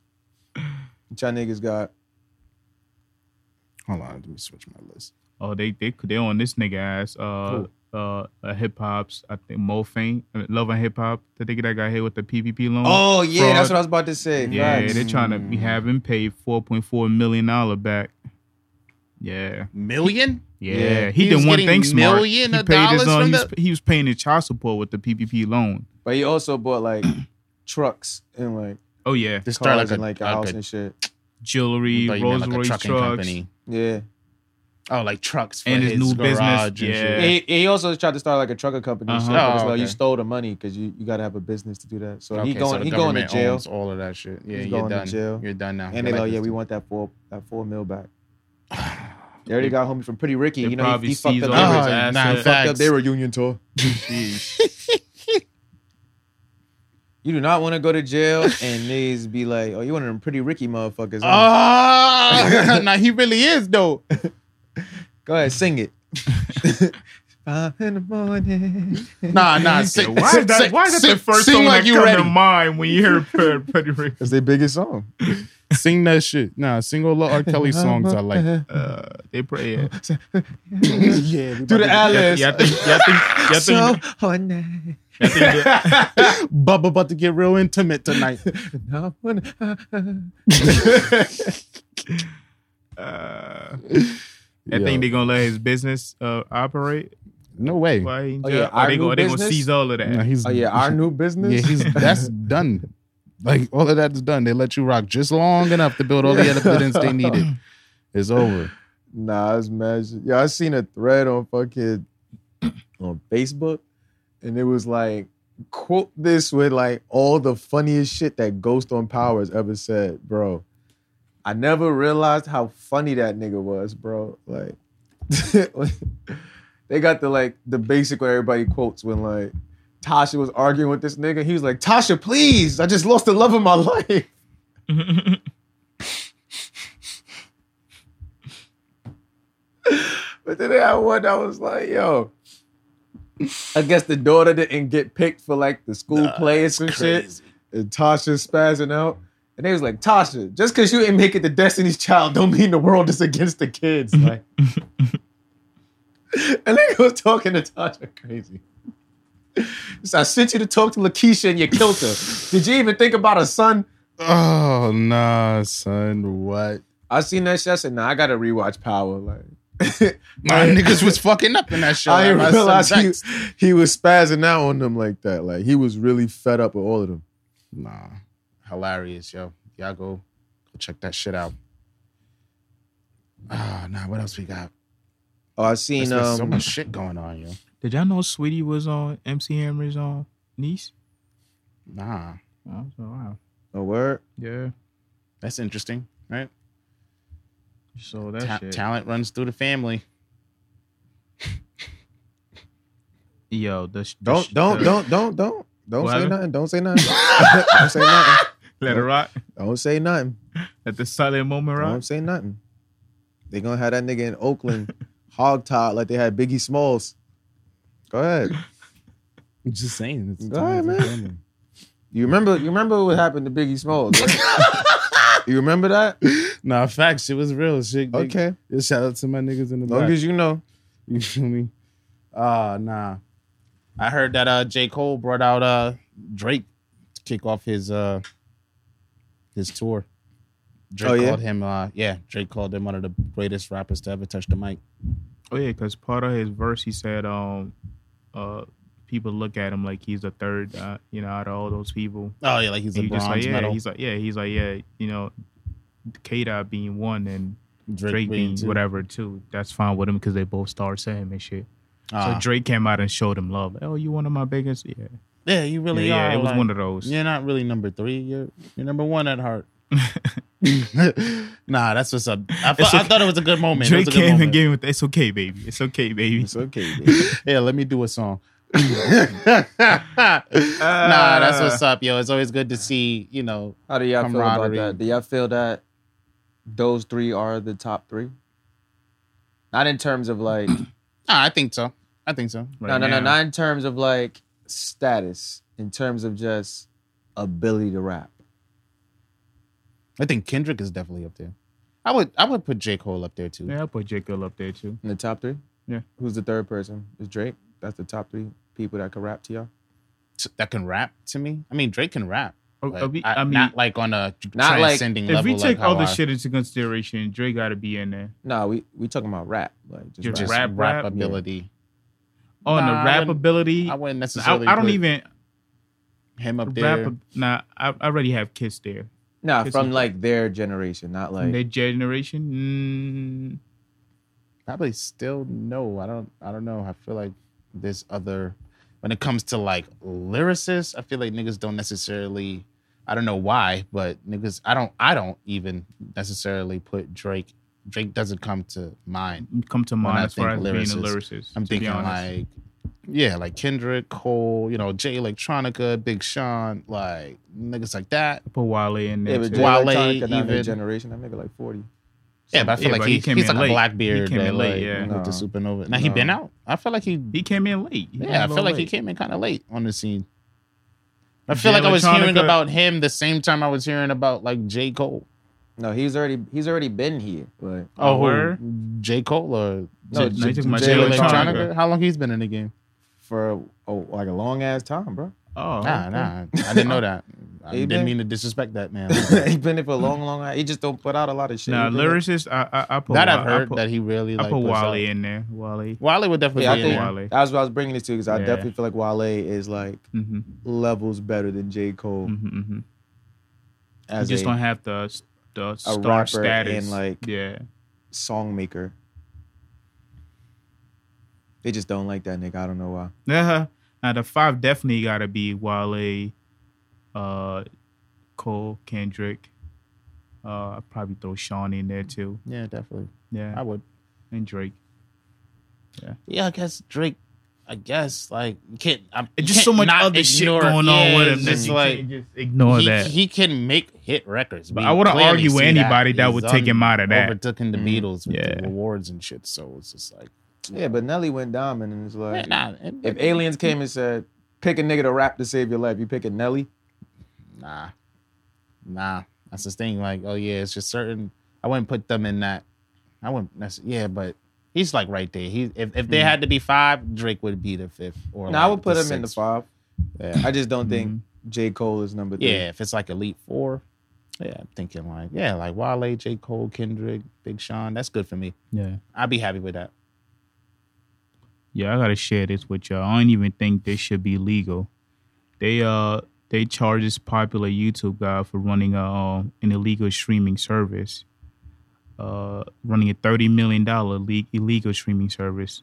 Speaker 2: What y'all niggas got?
Speaker 1: Hold on, let me switch my list.
Speaker 4: Oh, they they they on this nigga ass. Uh, uh, uh hip hop's I think Mo Faint, I mean, Love and Hip Hop, the nigga that got hit with the PPP loan.
Speaker 2: Oh yeah,
Speaker 4: Fraud.
Speaker 2: that's what I was about to say.
Speaker 4: yeah,
Speaker 2: Facts.
Speaker 4: they're trying to be having paid four point four million dollar back. Yeah,
Speaker 1: Million?
Speaker 4: yeah,
Speaker 2: Yeah.
Speaker 4: he,
Speaker 1: He was
Speaker 4: did one
Speaker 1: getting
Speaker 4: thing smart.
Speaker 1: million
Speaker 4: he
Speaker 1: of
Speaker 4: paid his
Speaker 1: dollars
Speaker 4: own.
Speaker 1: from
Speaker 4: He was,
Speaker 1: the-
Speaker 4: he was paying his child support with the PPP loan.
Speaker 2: But he also bought like trucks and like
Speaker 4: Oh yeah,
Speaker 1: Just
Speaker 2: cars
Speaker 1: start like a,
Speaker 2: and like a
Speaker 1: like
Speaker 2: house
Speaker 1: a-
Speaker 2: and shit.
Speaker 4: jewelry,
Speaker 1: I thought you meant
Speaker 4: Rolls
Speaker 1: like a
Speaker 4: Royce
Speaker 1: trucking
Speaker 4: trucks.
Speaker 1: company.
Speaker 2: Yeah.
Speaker 1: Oh, like trucks for
Speaker 4: And his
Speaker 1: his,
Speaker 4: new business,
Speaker 1: garage and
Speaker 4: yeah.
Speaker 1: shit.
Speaker 2: He, he also tried to start like a trucker company. and shit,
Speaker 4: Uh-huh.
Speaker 2: but it's
Speaker 1: Oh,
Speaker 2: like you
Speaker 1: okay.
Speaker 2: stole the money because you, you got to have a business to do that. So he
Speaker 1: Okay,
Speaker 2: going
Speaker 1: so the
Speaker 2: he going to
Speaker 1: government
Speaker 2: jail.
Speaker 1: owns all of that shit. Yeah,
Speaker 2: He's
Speaker 1: you're
Speaker 2: going to
Speaker 1: done.
Speaker 2: jail.
Speaker 1: You're done now.
Speaker 2: And
Speaker 1: Your
Speaker 2: they
Speaker 1: life
Speaker 2: like, yeah,
Speaker 1: is
Speaker 2: we
Speaker 1: done.
Speaker 2: want that four that four mil back. They already got homie from Pretty Ricky.
Speaker 4: They
Speaker 2: You know, he,
Speaker 4: probably
Speaker 2: he fucked
Speaker 4: seized
Speaker 2: up.
Speaker 4: all
Speaker 2: their-
Speaker 4: his
Speaker 1: Oh,
Speaker 4: assets.
Speaker 1: nah,
Speaker 4: He
Speaker 1: in
Speaker 4: fucked
Speaker 1: fact-
Speaker 2: fucked up
Speaker 1: Facts.
Speaker 2: their reunion tour. You do not want to go to jail and niggas be like, oh, you one of them Pretty Ricky motherfuckers. huh?
Speaker 1: Ah, now he really is though.
Speaker 2: go ahead, sing it. Five in the morning.
Speaker 1: Nah, nah.
Speaker 4: Yeah,
Speaker 1: Sing,
Speaker 4: why is that?
Speaker 1: sing-
Speaker 4: Why is that the
Speaker 1: sing-
Speaker 4: first
Speaker 1: sing
Speaker 4: song
Speaker 1: like
Speaker 4: that
Speaker 1: you
Speaker 4: come
Speaker 1: ready?
Speaker 4: to mind when you hear Pre- Pretty Ricky?
Speaker 3: It's their biggest song.
Speaker 1: Sing that shit. Nah, sing all the R. Kelly songs I like.
Speaker 4: Uh, they pray. Yeah,
Speaker 2: yeah, do the ad
Speaker 4: yeah,
Speaker 2: libs.
Speaker 4: yeah, I think, yeah, I think, yeah, I think,
Speaker 2: So horny.
Speaker 4: yeah, I think the-
Speaker 1: Bubba about to get real intimate tonight.
Speaker 2: No one-
Speaker 4: Uh, I think they're gonna let his business uh, operate.
Speaker 1: No way.
Speaker 4: Why he in
Speaker 2: Oh,
Speaker 4: jail?
Speaker 2: yeah, our
Speaker 4: Or they
Speaker 2: new
Speaker 4: gonna, they gonna
Speaker 2: business?
Speaker 4: seize all of that.
Speaker 1: Nah, he's,
Speaker 3: Oh yeah, our new business.
Speaker 1: yeah, he's that's done. Like all of that's done. They let you rock just long enough to build all the evidence they needed. It's over.
Speaker 3: Nah, it's magic. Yeah, I seen a thread on fucking on Facebook, and it was like, quote this with like all the funniest shit that Ghost on Power has ever said, bro. I never realized how funny that nigga was, bro. Like, they got the like the basic what everybody quotes when like Tasha was arguing with this nigga. He was like, Tasha, please, I just lost the love of my life. But then I had one that was like, yo. I guess the daughter didn't get picked for like the school play and some shit. And Tasha's spazzing out. And they was like, Tasha, just because you didn't make it to Destiny's Child don't mean the world is against the kids.
Speaker 1: Mm-hmm.
Speaker 3: Like And they was talking to Tasha crazy. So I sent you to talk to Lakeisha and you killed her. Did you even think about a son?
Speaker 1: Oh nah, son. What?
Speaker 3: I seen that shit. I said, nah, I gotta rewatch Power. Like
Speaker 1: My niggas was fucking up in that show.
Speaker 3: I didn't
Speaker 1: My son
Speaker 3: realize he,
Speaker 1: vexed.
Speaker 3: he was spazzing out on them like that. Like he was really fed up with all of them.
Speaker 1: Nah, hilarious, yo. Y'all go, go check that shit out. Ah, nah. What else we got?
Speaker 2: Oh, I
Speaker 1: There's
Speaker 2: seen
Speaker 1: been so
Speaker 2: um,
Speaker 1: much shit going on, yo.
Speaker 4: Did y'all know Sweetie was on MC Hammer's on niece?
Speaker 1: Nah,
Speaker 4: I was like, wow.
Speaker 2: a word.
Speaker 4: Yeah.
Speaker 1: that's interesting, right?
Speaker 4: So that
Speaker 1: Ta-
Speaker 4: shit.
Speaker 1: talent runs through the family.
Speaker 4: Yo, the, sh- the sh-
Speaker 3: Don't don't don't
Speaker 4: the-
Speaker 3: don't don't don't
Speaker 4: What
Speaker 3: say
Speaker 4: happened?
Speaker 3: nothing. Don't say nothing. don't say nothing.
Speaker 4: let it rock.
Speaker 3: Don't say nothing.
Speaker 4: Let the silent moment rock.
Speaker 3: Don't say nothing. They gonna have that nigga in Oakland hogtied like they had Biggie Smalls. Go ahead.
Speaker 1: I'm just saying. It's
Speaker 3: Go ahead,
Speaker 1: talent through the
Speaker 3: man.
Speaker 1: family.
Speaker 3: You remember you remember what happened to Biggie Smalls? right? you remember that?
Speaker 1: Nah, facts. It was real. Shit. they-
Speaker 3: Okay.
Speaker 1: Yeah, shout out to my niggas in the
Speaker 3: Long
Speaker 1: back.
Speaker 3: as you know.
Speaker 1: You feel me? Ah, nah. I heard that uh J. Cole brought out uh Drake to kick off his uh his tour. Drake
Speaker 3: Oh, yeah?
Speaker 1: called him uh yeah, Drake called him one of the greatest rappers to ever touch the mic.
Speaker 4: Oh yeah, because part of his verse he said, um, uh, people look at him like he's the third, uh, you know, out of all those people.
Speaker 1: Oh yeah, like he's a
Speaker 4: And you
Speaker 1: bronze
Speaker 4: just like, yeah,
Speaker 1: medal.
Speaker 4: he's like, yeah, he's like, yeah, you know, K Dot being one and
Speaker 1: Drake,
Speaker 4: Drake being
Speaker 1: two.
Speaker 4: whatever too. That's fine with him because they both stars to him and shit.
Speaker 1: Ah.
Speaker 4: So Drake came out and showed him love. oh, you one of my biggest. Yeah,
Speaker 1: yeah, you really
Speaker 4: yeah,
Speaker 1: are.
Speaker 4: yeah, it was
Speaker 1: like,
Speaker 4: one of those.
Speaker 1: You're not really number three. You're you're number one at heart. nah, that's what's up. I, fu-
Speaker 4: It's
Speaker 1: I
Speaker 4: okay.
Speaker 1: thought it was a good moment. It
Speaker 4: Drake
Speaker 1: was a good
Speaker 4: came
Speaker 1: moment.
Speaker 4: and gave him. with, It's okay, baby. It's okay, baby.
Speaker 3: It's okay. baby.
Speaker 1: Yeah, let me do a song. nah, that's what's
Speaker 4: Uh.
Speaker 1: up, yo. It's always good to see, you know.
Speaker 2: How do y'all feel about
Speaker 1: Camaraderie.
Speaker 2: that? Do y'all feel that those three are the top three? Not in terms of like
Speaker 1: Nah, I think so. I think so.
Speaker 4: Right
Speaker 2: no, no, no,
Speaker 4: now.
Speaker 2: not in terms of like status, in terms of just ability to rap.
Speaker 1: I think Kendrick is definitely up there. I would I would put J. Cole up there too.
Speaker 4: Yeah, I put J Cole up there too.
Speaker 2: In the top three?
Speaker 4: Yeah.
Speaker 2: Who's the third person? Is Drake? That's the top three people that could rap to y'all.
Speaker 1: t- that can rap to me. I mean, Drake can rap.
Speaker 4: Are-
Speaker 1: but
Speaker 4: are Oh, uh, we-
Speaker 1: I,
Speaker 4: I mean,
Speaker 1: not like on a
Speaker 2: Not like-
Speaker 1: transcending
Speaker 4: if
Speaker 1: level.
Speaker 4: we take
Speaker 1: like how
Speaker 4: all
Speaker 1: I-
Speaker 4: this shit into consideration, Dre got to be in there.
Speaker 2: No, we we talking about rap, like just,
Speaker 4: Just
Speaker 1: just
Speaker 2: rap.
Speaker 1: rap,
Speaker 4: rap, yeah.
Speaker 1: ability.
Speaker 4: On
Speaker 1: Nah, I
Speaker 4: Oh, the rap
Speaker 1: wouldn't-
Speaker 4: ability,
Speaker 1: I wouldn't
Speaker 4: I,
Speaker 1: necessarily.
Speaker 4: I don't
Speaker 1: put
Speaker 4: even
Speaker 1: him up there.
Speaker 4: rap. Nah, I, I already have Kiss there.
Speaker 2: Nah,
Speaker 4: Kiss
Speaker 2: from
Speaker 4: and-
Speaker 2: like their generation, not like
Speaker 4: From their generation,
Speaker 1: Probably still no. I don't. I don't know. I feel like this other. When it comes to like lyricists, I feel like niggas don't necessarily. I don't know why, but niggas, I don't. I don't even necessarily put Drake. Drake doesn't come to mind.
Speaker 4: mm, come to
Speaker 1: When I
Speaker 4: mind as far as
Speaker 1: think
Speaker 4: being a
Speaker 1: lyricist,
Speaker 4: lyricist.
Speaker 1: I'm
Speaker 4: to be
Speaker 1: thinking
Speaker 4: honest.
Speaker 1: like, yeah, like Kendrick, Cole, you know, Jay Electronica, Big Sean, like niggas like that.
Speaker 4: put Wale in
Speaker 2: yeah,
Speaker 4: there.
Speaker 2: but
Speaker 4: too.
Speaker 2: Jay
Speaker 1: Wale
Speaker 2: Electronica, not their
Speaker 1: even-
Speaker 2: generation. That nigga like forty.
Speaker 1: Yeah, but I feel
Speaker 4: Yeah,
Speaker 1: like
Speaker 4: but
Speaker 1: he,
Speaker 4: he came
Speaker 1: he's
Speaker 4: in
Speaker 1: like
Speaker 4: late.
Speaker 1: a Blackbeard
Speaker 4: He came
Speaker 1: that,
Speaker 4: in late,
Speaker 1: like,
Speaker 4: yeah.
Speaker 1: with
Speaker 4: Uh-huh.
Speaker 2: No.
Speaker 1: the supernova. Now he
Speaker 2: No.
Speaker 1: been out. I feel like he.
Speaker 4: he came in late. He came in a
Speaker 1: yeah, I feel
Speaker 4: little
Speaker 1: like he
Speaker 4: late.
Speaker 1: came in kind of late on the scene. I feel
Speaker 4: Jay
Speaker 1: like I was hearing
Speaker 4: Electronica-
Speaker 1: about him the same time I was hearing about like J Cole.
Speaker 2: No, he's already he's already been here, but
Speaker 4: Oh,
Speaker 1: who?
Speaker 4: where?
Speaker 1: J Cole or
Speaker 2: no,
Speaker 4: J- no,
Speaker 2: J-
Speaker 4: he took my
Speaker 2: Jay
Speaker 4: Jay
Speaker 2: Electronica.
Speaker 4: Electronica.
Speaker 1: How long he's been in the game?
Speaker 2: for oh, like a long ass time, bro.
Speaker 4: Oh,
Speaker 1: nah,
Speaker 4: okay.
Speaker 1: nah, I didn't know that. I
Speaker 2: He
Speaker 1: didn't
Speaker 2: been-
Speaker 1: mean to disrespect that man.
Speaker 2: he been there for a long, long. time. He just don't put out a lot of shit.
Speaker 4: Nah,
Speaker 2: He been-
Speaker 4: lyricist. I, I, I put
Speaker 1: that
Speaker 4: Wa-
Speaker 1: I've heard
Speaker 4: I put,
Speaker 1: that he really like
Speaker 4: I put
Speaker 1: puts
Speaker 4: Wale
Speaker 1: out.
Speaker 4: in there. Wale.
Speaker 1: Wale would definitely
Speaker 2: Yeah, I
Speaker 1: be in
Speaker 2: think
Speaker 1: there.
Speaker 4: Wale.
Speaker 2: that's what I was bringing this to because I
Speaker 4: Yeah.
Speaker 2: definitely feel like Wale is like
Speaker 4: hmm
Speaker 2: levels better than J Cole
Speaker 1: Mm.
Speaker 4: hmm hmm
Speaker 2: as
Speaker 4: he just
Speaker 2: a
Speaker 4: don't have the the star
Speaker 2: rapper
Speaker 4: status.
Speaker 2: and, like-
Speaker 4: yeah,
Speaker 2: song maker. They just don't like that nigga. I don't know why.
Speaker 4: nah, nah, the five definitely gotta be Wale, uh, Cole, Kendrick. Uh, I'd probably throw Sean in there too.
Speaker 1: Yeah, definitely. I
Speaker 4: Yeah,
Speaker 1: would.
Speaker 4: and Drake.
Speaker 1: Yeah, I guess Drake. I guess like you can't. I'm,
Speaker 4: It's just so much other shit going on with him.
Speaker 1: Just
Speaker 4: Just
Speaker 1: like
Speaker 4: just ignore
Speaker 1: he,
Speaker 4: that.
Speaker 1: he can make hit records,
Speaker 4: But
Speaker 1: We
Speaker 4: I wouldn't
Speaker 1: clearly
Speaker 4: argue with
Speaker 1: see
Speaker 4: anybody that would
Speaker 1: He's um,
Speaker 4: take him out of that. Mm-hmm.
Speaker 1: Overtooking the
Speaker 2: Mm.
Speaker 1: Beatles with
Speaker 4: Yeah.
Speaker 1: the awards and shit. So it's just like,
Speaker 2: Yeah, but Nelly went diamond and it's like,
Speaker 1: man, nah, and-
Speaker 2: if aliens came and said, pick a nigga to rap to save your life, you picking Nelly?
Speaker 1: nah, nah, that's the thing. Like, oh yeah, it's just certain. I wouldn't put them in that. I wouldn't. That's, yeah, but he's like right there. He if
Speaker 4: Mm.
Speaker 1: if there had to be five, Drake would be the fifth. Or
Speaker 2: No,
Speaker 1: like
Speaker 2: I would put
Speaker 1: the
Speaker 2: him in the
Speaker 1: sixth.
Speaker 2: five.
Speaker 1: Yeah. Mm-hmm.
Speaker 2: I just don't think J Cole is number three.
Speaker 1: Yeah, if it's like Elite Four, yeah, I'm thinking like, yeah, like Wale, J. Cole, Kendrick, Big Sean. That's good for me.
Speaker 4: yeah.
Speaker 1: I'd be happy with that.
Speaker 4: Yeah, I gotta share this with y'all. I don't even think this should be legal. They uh they charge this popular YouTube guy for running a um, an illegal streaming service. Uh, running a thirty million dollar le- illegal streaming service,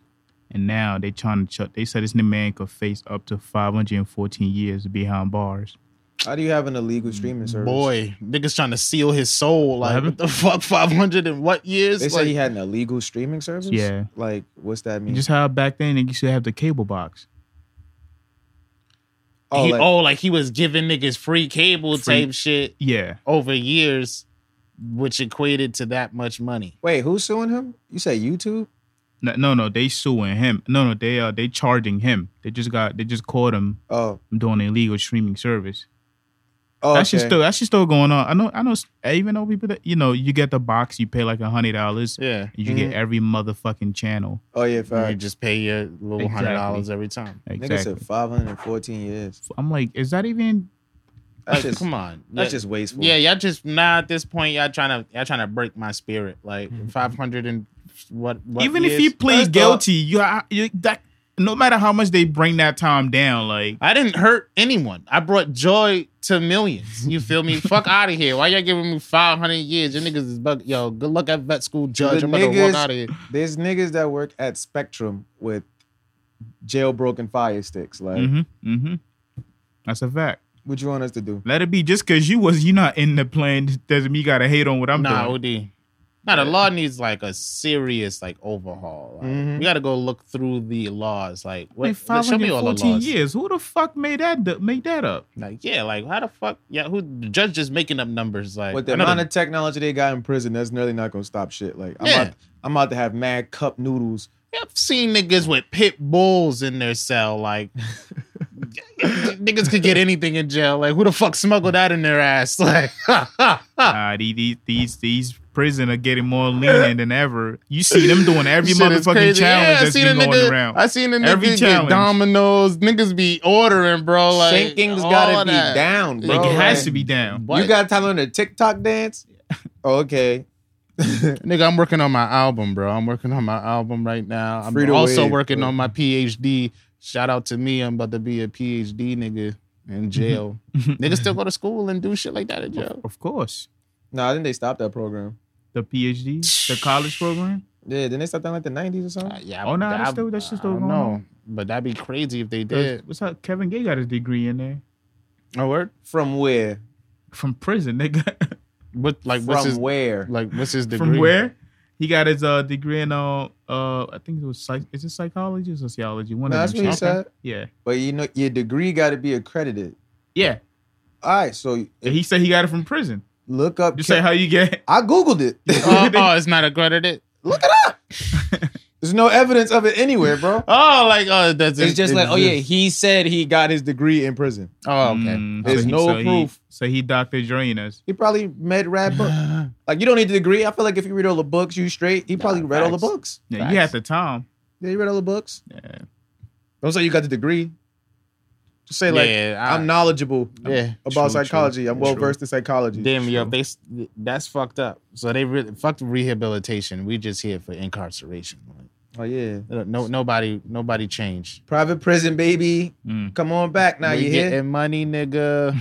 Speaker 4: and now they trying to ch- they said this man could face up to five hundred and fourteen years behind bars.
Speaker 2: How do you have an illegal streaming service?
Speaker 1: Mm, Boy, niggas trying to seal his soul. Like,
Speaker 4: happened?
Speaker 1: what the fuck, 500 and what years?
Speaker 2: They
Speaker 1: Like,
Speaker 2: said he had an illegal streaming service?
Speaker 4: Yeah.
Speaker 2: Like, what's that mean?
Speaker 4: Just how back then they used to have the cable box.
Speaker 2: oh,
Speaker 1: he-
Speaker 2: like,
Speaker 1: oh, like he was giving niggas free cable
Speaker 4: Free-
Speaker 1: type shit
Speaker 4: Yeah,
Speaker 1: over years, which equated to that much money.
Speaker 2: wait, who's suing him? You said YouTube?
Speaker 4: no, no, no they suing him. No, no, they uh they charging him. They just got they just caught him
Speaker 2: Oh,
Speaker 4: doing illegal streaming service.
Speaker 2: oh
Speaker 4: That shit's
Speaker 2: okay.
Speaker 4: still that shit's still going on. I know I know I even know people that you know you get the box, you pay like a hundred dollars,
Speaker 1: Yeah.
Speaker 4: you get every motherfucking channel.
Speaker 2: oh, yeah,
Speaker 1: And
Speaker 2: fact.
Speaker 1: you just pay your little
Speaker 4: Exactly.
Speaker 1: $100 every time.
Speaker 2: Nigga
Speaker 4: Exactly.
Speaker 2: said 514 years.
Speaker 4: I'm like, is that even?
Speaker 2: That's
Speaker 1: Like,
Speaker 2: just,
Speaker 1: come on.
Speaker 2: that's
Speaker 1: Yeah.
Speaker 2: just wasteful.
Speaker 1: Yeah, y'all just now at this point, y'all trying to y'all trying to break my spirit. Like five hundred and what? what
Speaker 4: Mm-hmm. even if
Speaker 1: years?
Speaker 4: you plead
Speaker 2: First off-
Speaker 4: guilty, you, ha- you that no matter how much they bring that time down, like
Speaker 1: I didn't hurt anyone. I brought joy to millions. You feel me? Fuck out of here. Why y'all giving me five hundred years? Your niggas is bug. Yo, good luck at vet school, judge.
Speaker 2: The
Speaker 1: I'm about to
Speaker 2: niggas-
Speaker 1: walk out of here.
Speaker 2: There's niggas that work at Spectrum with jailbroken fire sticks. Like,
Speaker 4: mm-hmm, mm-hmm. That's a fact.
Speaker 2: what you want us to do?
Speaker 4: Let it be. Just because you was you not in the plan doesn't mean you gotta hate on what I'm
Speaker 1: nah,
Speaker 4: doing.
Speaker 1: OD. Nah, the law needs like a serious like overhaul. Like,
Speaker 2: Mhm.
Speaker 1: We got to go look through the laws. Like, what?
Speaker 4: Like
Speaker 1: show me all the
Speaker 4: 514
Speaker 1: laws.
Speaker 4: years. Who the fuck made that d- make that up?
Speaker 1: Like, yeah, like how the fuck? Yeah, who? The judge just making up numbers. Like,
Speaker 2: With the
Speaker 1: I know
Speaker 2: amount of technology they got in prison, that's nearly not gonna stop shit. Like, I'm,
Speaker 1: Yeah.
Speaker 2: out, I'm out to have mad cup noodles.
Speaker 1: I've seen niggas with pit bulls in their cell. Like niggas could get anything in jail. Like who the fuck smuggled that in their ass? Like
Speaker 4: uh, these these these prison are getting more lenient than ever. You see them doing every
Speaker 1: Shit is
Speaker 4: motherfucking challenge
Speaker 1: crazy. Yeah, I
Speaker 4: that's
Speaker 1: seen
Speaker 4: been
Speaker 1: a
Speaker 4: going
Speaker 1: nigga,
Speaker 4: around.
Speaker 1: I seen the nigga
Speaker 4: Every
Speaker 1: get
Speaker 4: challenge.
Speaker 1: dominoes. Niggas be ordering, bro. Oh, Like
Speaker 2: Shanking's
Speaker 1: all
Speaker 2: gotta
Speaker 1: of
Speaker 2: be
Speaker 1: that.
Speaker 2: down,
Speaker 4: Like,
Speaker 2: bro.
Speaker 4: it has
Speaker 2: Like,
Speaker 4: to be down.
Speaker 1: What?
Speaker 2: You got time on a TikTok dance? Oh, okay.
Speaker 1: Nigga, I'm working on my album, bro. I'm working on my album right now. I'm
Speaker 2: Free to
Speaker 1: also
Speaker 2: wave,
Speaker 1: working
Speaker 2: bro.
Speaker 1: on my PhD. Shout out to me. I'm about to be a PhD nigga
Speaker 4: Mm-hmm.
Speaker 1: in jail. Niggas still go to school and do shit like that in jail.
Speaker 4: Of course,
Speaker 2: No, I think they stopped that program.
Speaker 4: the PhD, the college program.
Speaker 2: Yeah, didn't they stop that in like the 90s or something?
Speaker 1: Uh, yeah,
Speaker 4: Oh, nah,
Speaker 1: I-
Speaker 4: that's still- that's just
Speaker 1: I don't
Speaker 4: still going on.
Speaker 1: know. But that'd be crazy if they
Speaker 4: There's-
Speaker 1: did.
Speaker 4: What's up? Kevin Gay got his degree in there
Speaker 1: Oh, word?
Speaker 2: From where?
Speaker 4: from prison, nigga.
Speaker 1: What like what's
Speaker 2: From
Speaker 1: his
Speaker 2: where?
Speaker 1: like what's his degree?
Speaker 4: from where? He got his uh, degree in uh, uh I think it was psych- is it psychology or sociology? One
Speaker 2: No,
Speaker 4: of
Speaker 2: that's what
Speaker 4: them.
Speaker 2: he
Speaker 4: shit.
Speaker 2: said.
Speaker 4: Yeah,
Speaker 2: But you know, your degree got to be accredited.
Speaker 4: yeah.
Speaker 2: All right, so
Speaker 4: He said he got it from prison.
Speaker 2: look up.
Speaker 4: You say how you get?
Speaker 2: I googled it.
Speaker 1: Oh, oh, it's not accredited.
Speaker 2: look it up. There's no evidence of it anywhere, bro.
Speaker 1: Oh, like oh, that's
Speaker 2: It's just like, oh yeah, he said he got his degree in prison.
Speaker 1: Oh, okay.
Speaker 4: Mm,
Speaker 2: There's
Speaker 4: so he-
Speaker 2: no
Speaker 4: so he-
Speaker 2: proof.
Speaker 4: so he Dr. Drain us.
Speaker 2: He probably read rap book. Like you don't need the degree. I feel like if you read all the books, you straight. He probably read all the
Speaker 1: facts.
Speaker 2: books.
Speaker 4: Yeah,
Speaker 1: Facts.
Speaker 4: you had the time.
Speaker 2: Yeah, he read all the books.
Speaker 4: Yeah.
Speaker 2: Don't say you got the degree. Just say like
Speaker 1: yeah, I,
Speaker 2: I'm knowledgeable
Speaker 1: yeah.
Speaker 2: about
Speaker 4: True,
Speaker 2: psychology.
Speaker 4: true,
Speaker 2: I'm well
Speaker 4: true.
Speaker 2: versed in psychology.
Speaker 1: Damn, yo, they, s- that's fucked up. So they really fucked rehabilitation. We just here for incarceration.
Speaker 2: Oh yeah.
Speaker 1: Like, no, nobody, nobody changed.
Speaker 2: Private prison, baby.
Speaker 4: Mm.
Speaker 2: Come on back now.
Speaker 1: we
Speaker 2: You
Speaker 1: getting
Speaker 2: here?
Speaker 1: money, nigga.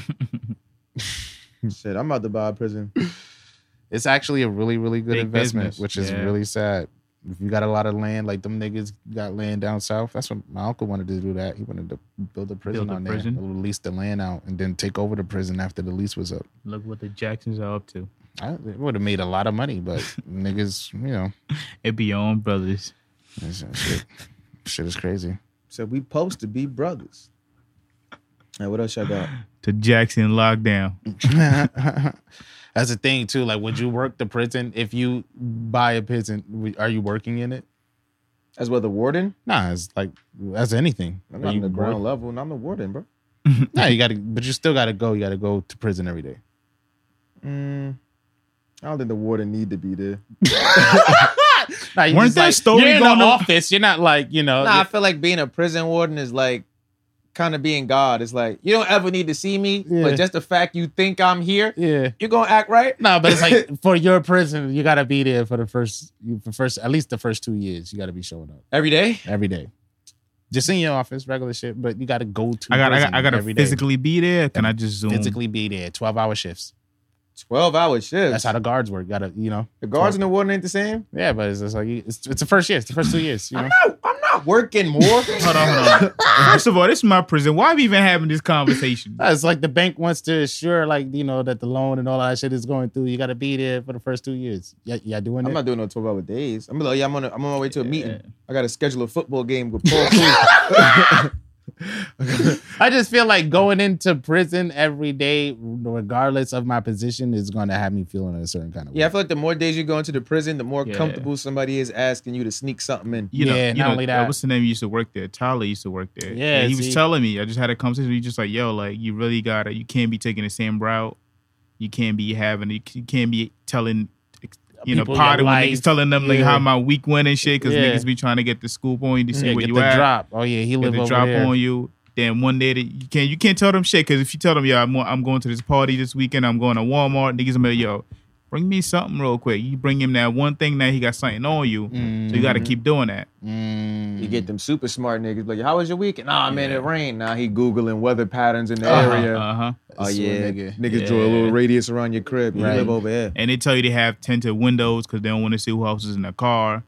Speaker 2: Shit, I'm about to buy a prison.
Speaker 1: it's actually a really, really good
Speaker 4: Big
Speaker 1: investment,
Speaker 4: business,
Speaker 1: which is
Speaker 4: yeah.
Speaker 1: really sad. If you got a lot of land, like them niggas got land down south. That's what my uncle wanted to do. That he wanted to build a prison
Speaker 4: Build a
Speaker 1: on
Speaker 4: prison.
Speaker 1: there, lease the land out, and then take over the prison after the lease was up.
Speaker 4: Look what the Jacksons are up to.
Speaker 1: I would have made a lot of money, but niggas, you know,
Speaker 4: It be your own brothers.
Speaker 1: it's- uh, shit, shit is crazy.
Speaker 2: So we supposed to be brothers. Now what else y'all got?
Speaker 4: The Jackson lockdown.
Speaker 1: That's the thing too. Like, would you work the prison if you buy a prison? w- Are you working in it?
Speaker 2: As well, the warden.
Speaker 1: Nah, it's like as anything.
Speaker 2: I'm
Speaker 1: Are
Speaker 2: not
Speaker 1: you
Speaker 2: in the ground
Speaker 1: work-
Speaker 2: level, and I'm the warden, bro.
Speaker 1: Nah, you gotta, but you still gotta go. You gotta go to prison every day.
Speaker 2: Mm, I don't think the warden need to be there.
Speaker 1: Nah, you
Speaker 4: Weren't
Speaker 1: just
Speaker 4: that
Speaker 1: like,
Speaker 4: story
Speaker 1: You're in
Speaker 4: going
Speaker 1: the
Speaker 4: to-
Speaker 1: office. You're not like you know.
Speaker 2: Nah, I feel like being a prison warden is like kind of being God. It's like you don't ever need to see me,
Speaker 1: Yeah.
Speaker 2: but just the fact you think I'm here,
Speaker 1: yeah.
Speaker 2: you're gonna act right.
Speaker 1: No, but it's like for your prison, you gotta be there for the first, for first at least the first two years. You gotta be showing up.
Speaker 2: Every day.
Speaker 1: every day. Just in your office, regular shit, but you gotta go to.
Speaker 4: I got I
Speaker 1: prison
Speaker 4: got I gotta
Speaker 1: every day.
Speaker 4: physically be there. Can I just zoom?
Speaker 1: physically be there. Twelve hour shifts.
Speaker 2: Twelve hour shifts.
Speaker 1: That's how the guards work. Gotta you know.
Speaker 2: the guards and the warden ain't the same.
Speaker 1: Yeah, but it's just like it's, it's the first year. It's the first two years. You know.
Speaker 2: No, I'm not working more.
Speaker 4: Hold on, hold on. First of all, this is my prison. Why are we even having this conversation?
Speaker 1: No, It's like the bank wants to assure, like you know, that the loan and all that shit is going through. You gotta be there for the first two years. Yeah, yeah, doing
Speaker 2: I'm
Speaker 1: it.
Speaker 2: not doing no 12 hour days. I'm like, yeah, I'm on, a, I'm on my way to a
Speaker 4: Yeah.
Speaker 2: meeting. I got to schedule a football game with Paul. Cool.
Speaker 1: I just feel like going into prison every day, regardless of my position, is gonna have me feeling a certain kind of way.
Speaker 2: yeah, I feel like the more days you go into the prison, the more
Speaker 4: Yeah.
Speaker 2: comfortable somebody is asking you to sneak something in.
Speaker 4: You know,
Speaker 1: Yeah,
Speaker 4: you
Speaker 1: not
Speaker 4: know,
Speaker 1: only
Speaker 4: uh,
Speaker 1: that-
Speaker 4: What's the name? You used to work there. Tyler used to work there.
Speaker 1: Yeah,
Speaker 4: And he
Speaker 1: see.
Speaker 4: was telling me. I just had a conversation. He just like, yo, like you really gotta. You can't be taking the same route. You can't be having. You c- you can't be telling. You know,
Speaker 1: People
Speaker 4: potty
Speaker 1: your
Speaker 4: when
Speaker 1: life.
Speaker 4: niggas telling them like
Speaker 1: Yeah.
Speaker 4: how my week went and shit because
Speaker 1: Yeah.
Speaker 4: niggas be trying to get the scoop on you to see
Speaker 1: Yeah,
Speaker 4: where
Speaker 1: get
Speaker 4: you
Speaker 1: the
Speaker 4: at.
Speaker 1: drop. Oh yeah, he
Speaker 4: get
Speaker 1: live
Speaker 4: the
Speaker 1: over
Speaker 4: drop
Speaker 1: there.
Speaker 4: on you. Then one day that you can't you can't tell them shit because if you tell them yo I'm, I'm going to this party this weekend I'm going to Walmart niggas gonna be like, yo bring me something real quick you bring him that one thing that he got something on you so you got to
Speaker 1: Mm-hmm.
Speaker 4: keep doing that
Speaker 1: Mm.
Speaker 2: You get them super smart niggas like, how was your weekend? Nah, man, it rained. Now he googling weather patterns in the area.
Speaker 4: uh huh
Speaker 2: Oh
Speaker 1: Uh-huh. This
Speaker 2: yeah,
Speaker 1: one nigga.
Speaker 2: niggas draw a
Speaker 4: Yeah.
Speaker 2: little radius around your crib. You
Speaker 1: Right.
Speaker 2: live over here.
Speaker 4: and they tell you to have tinted windows because they don't want to see who else is in the car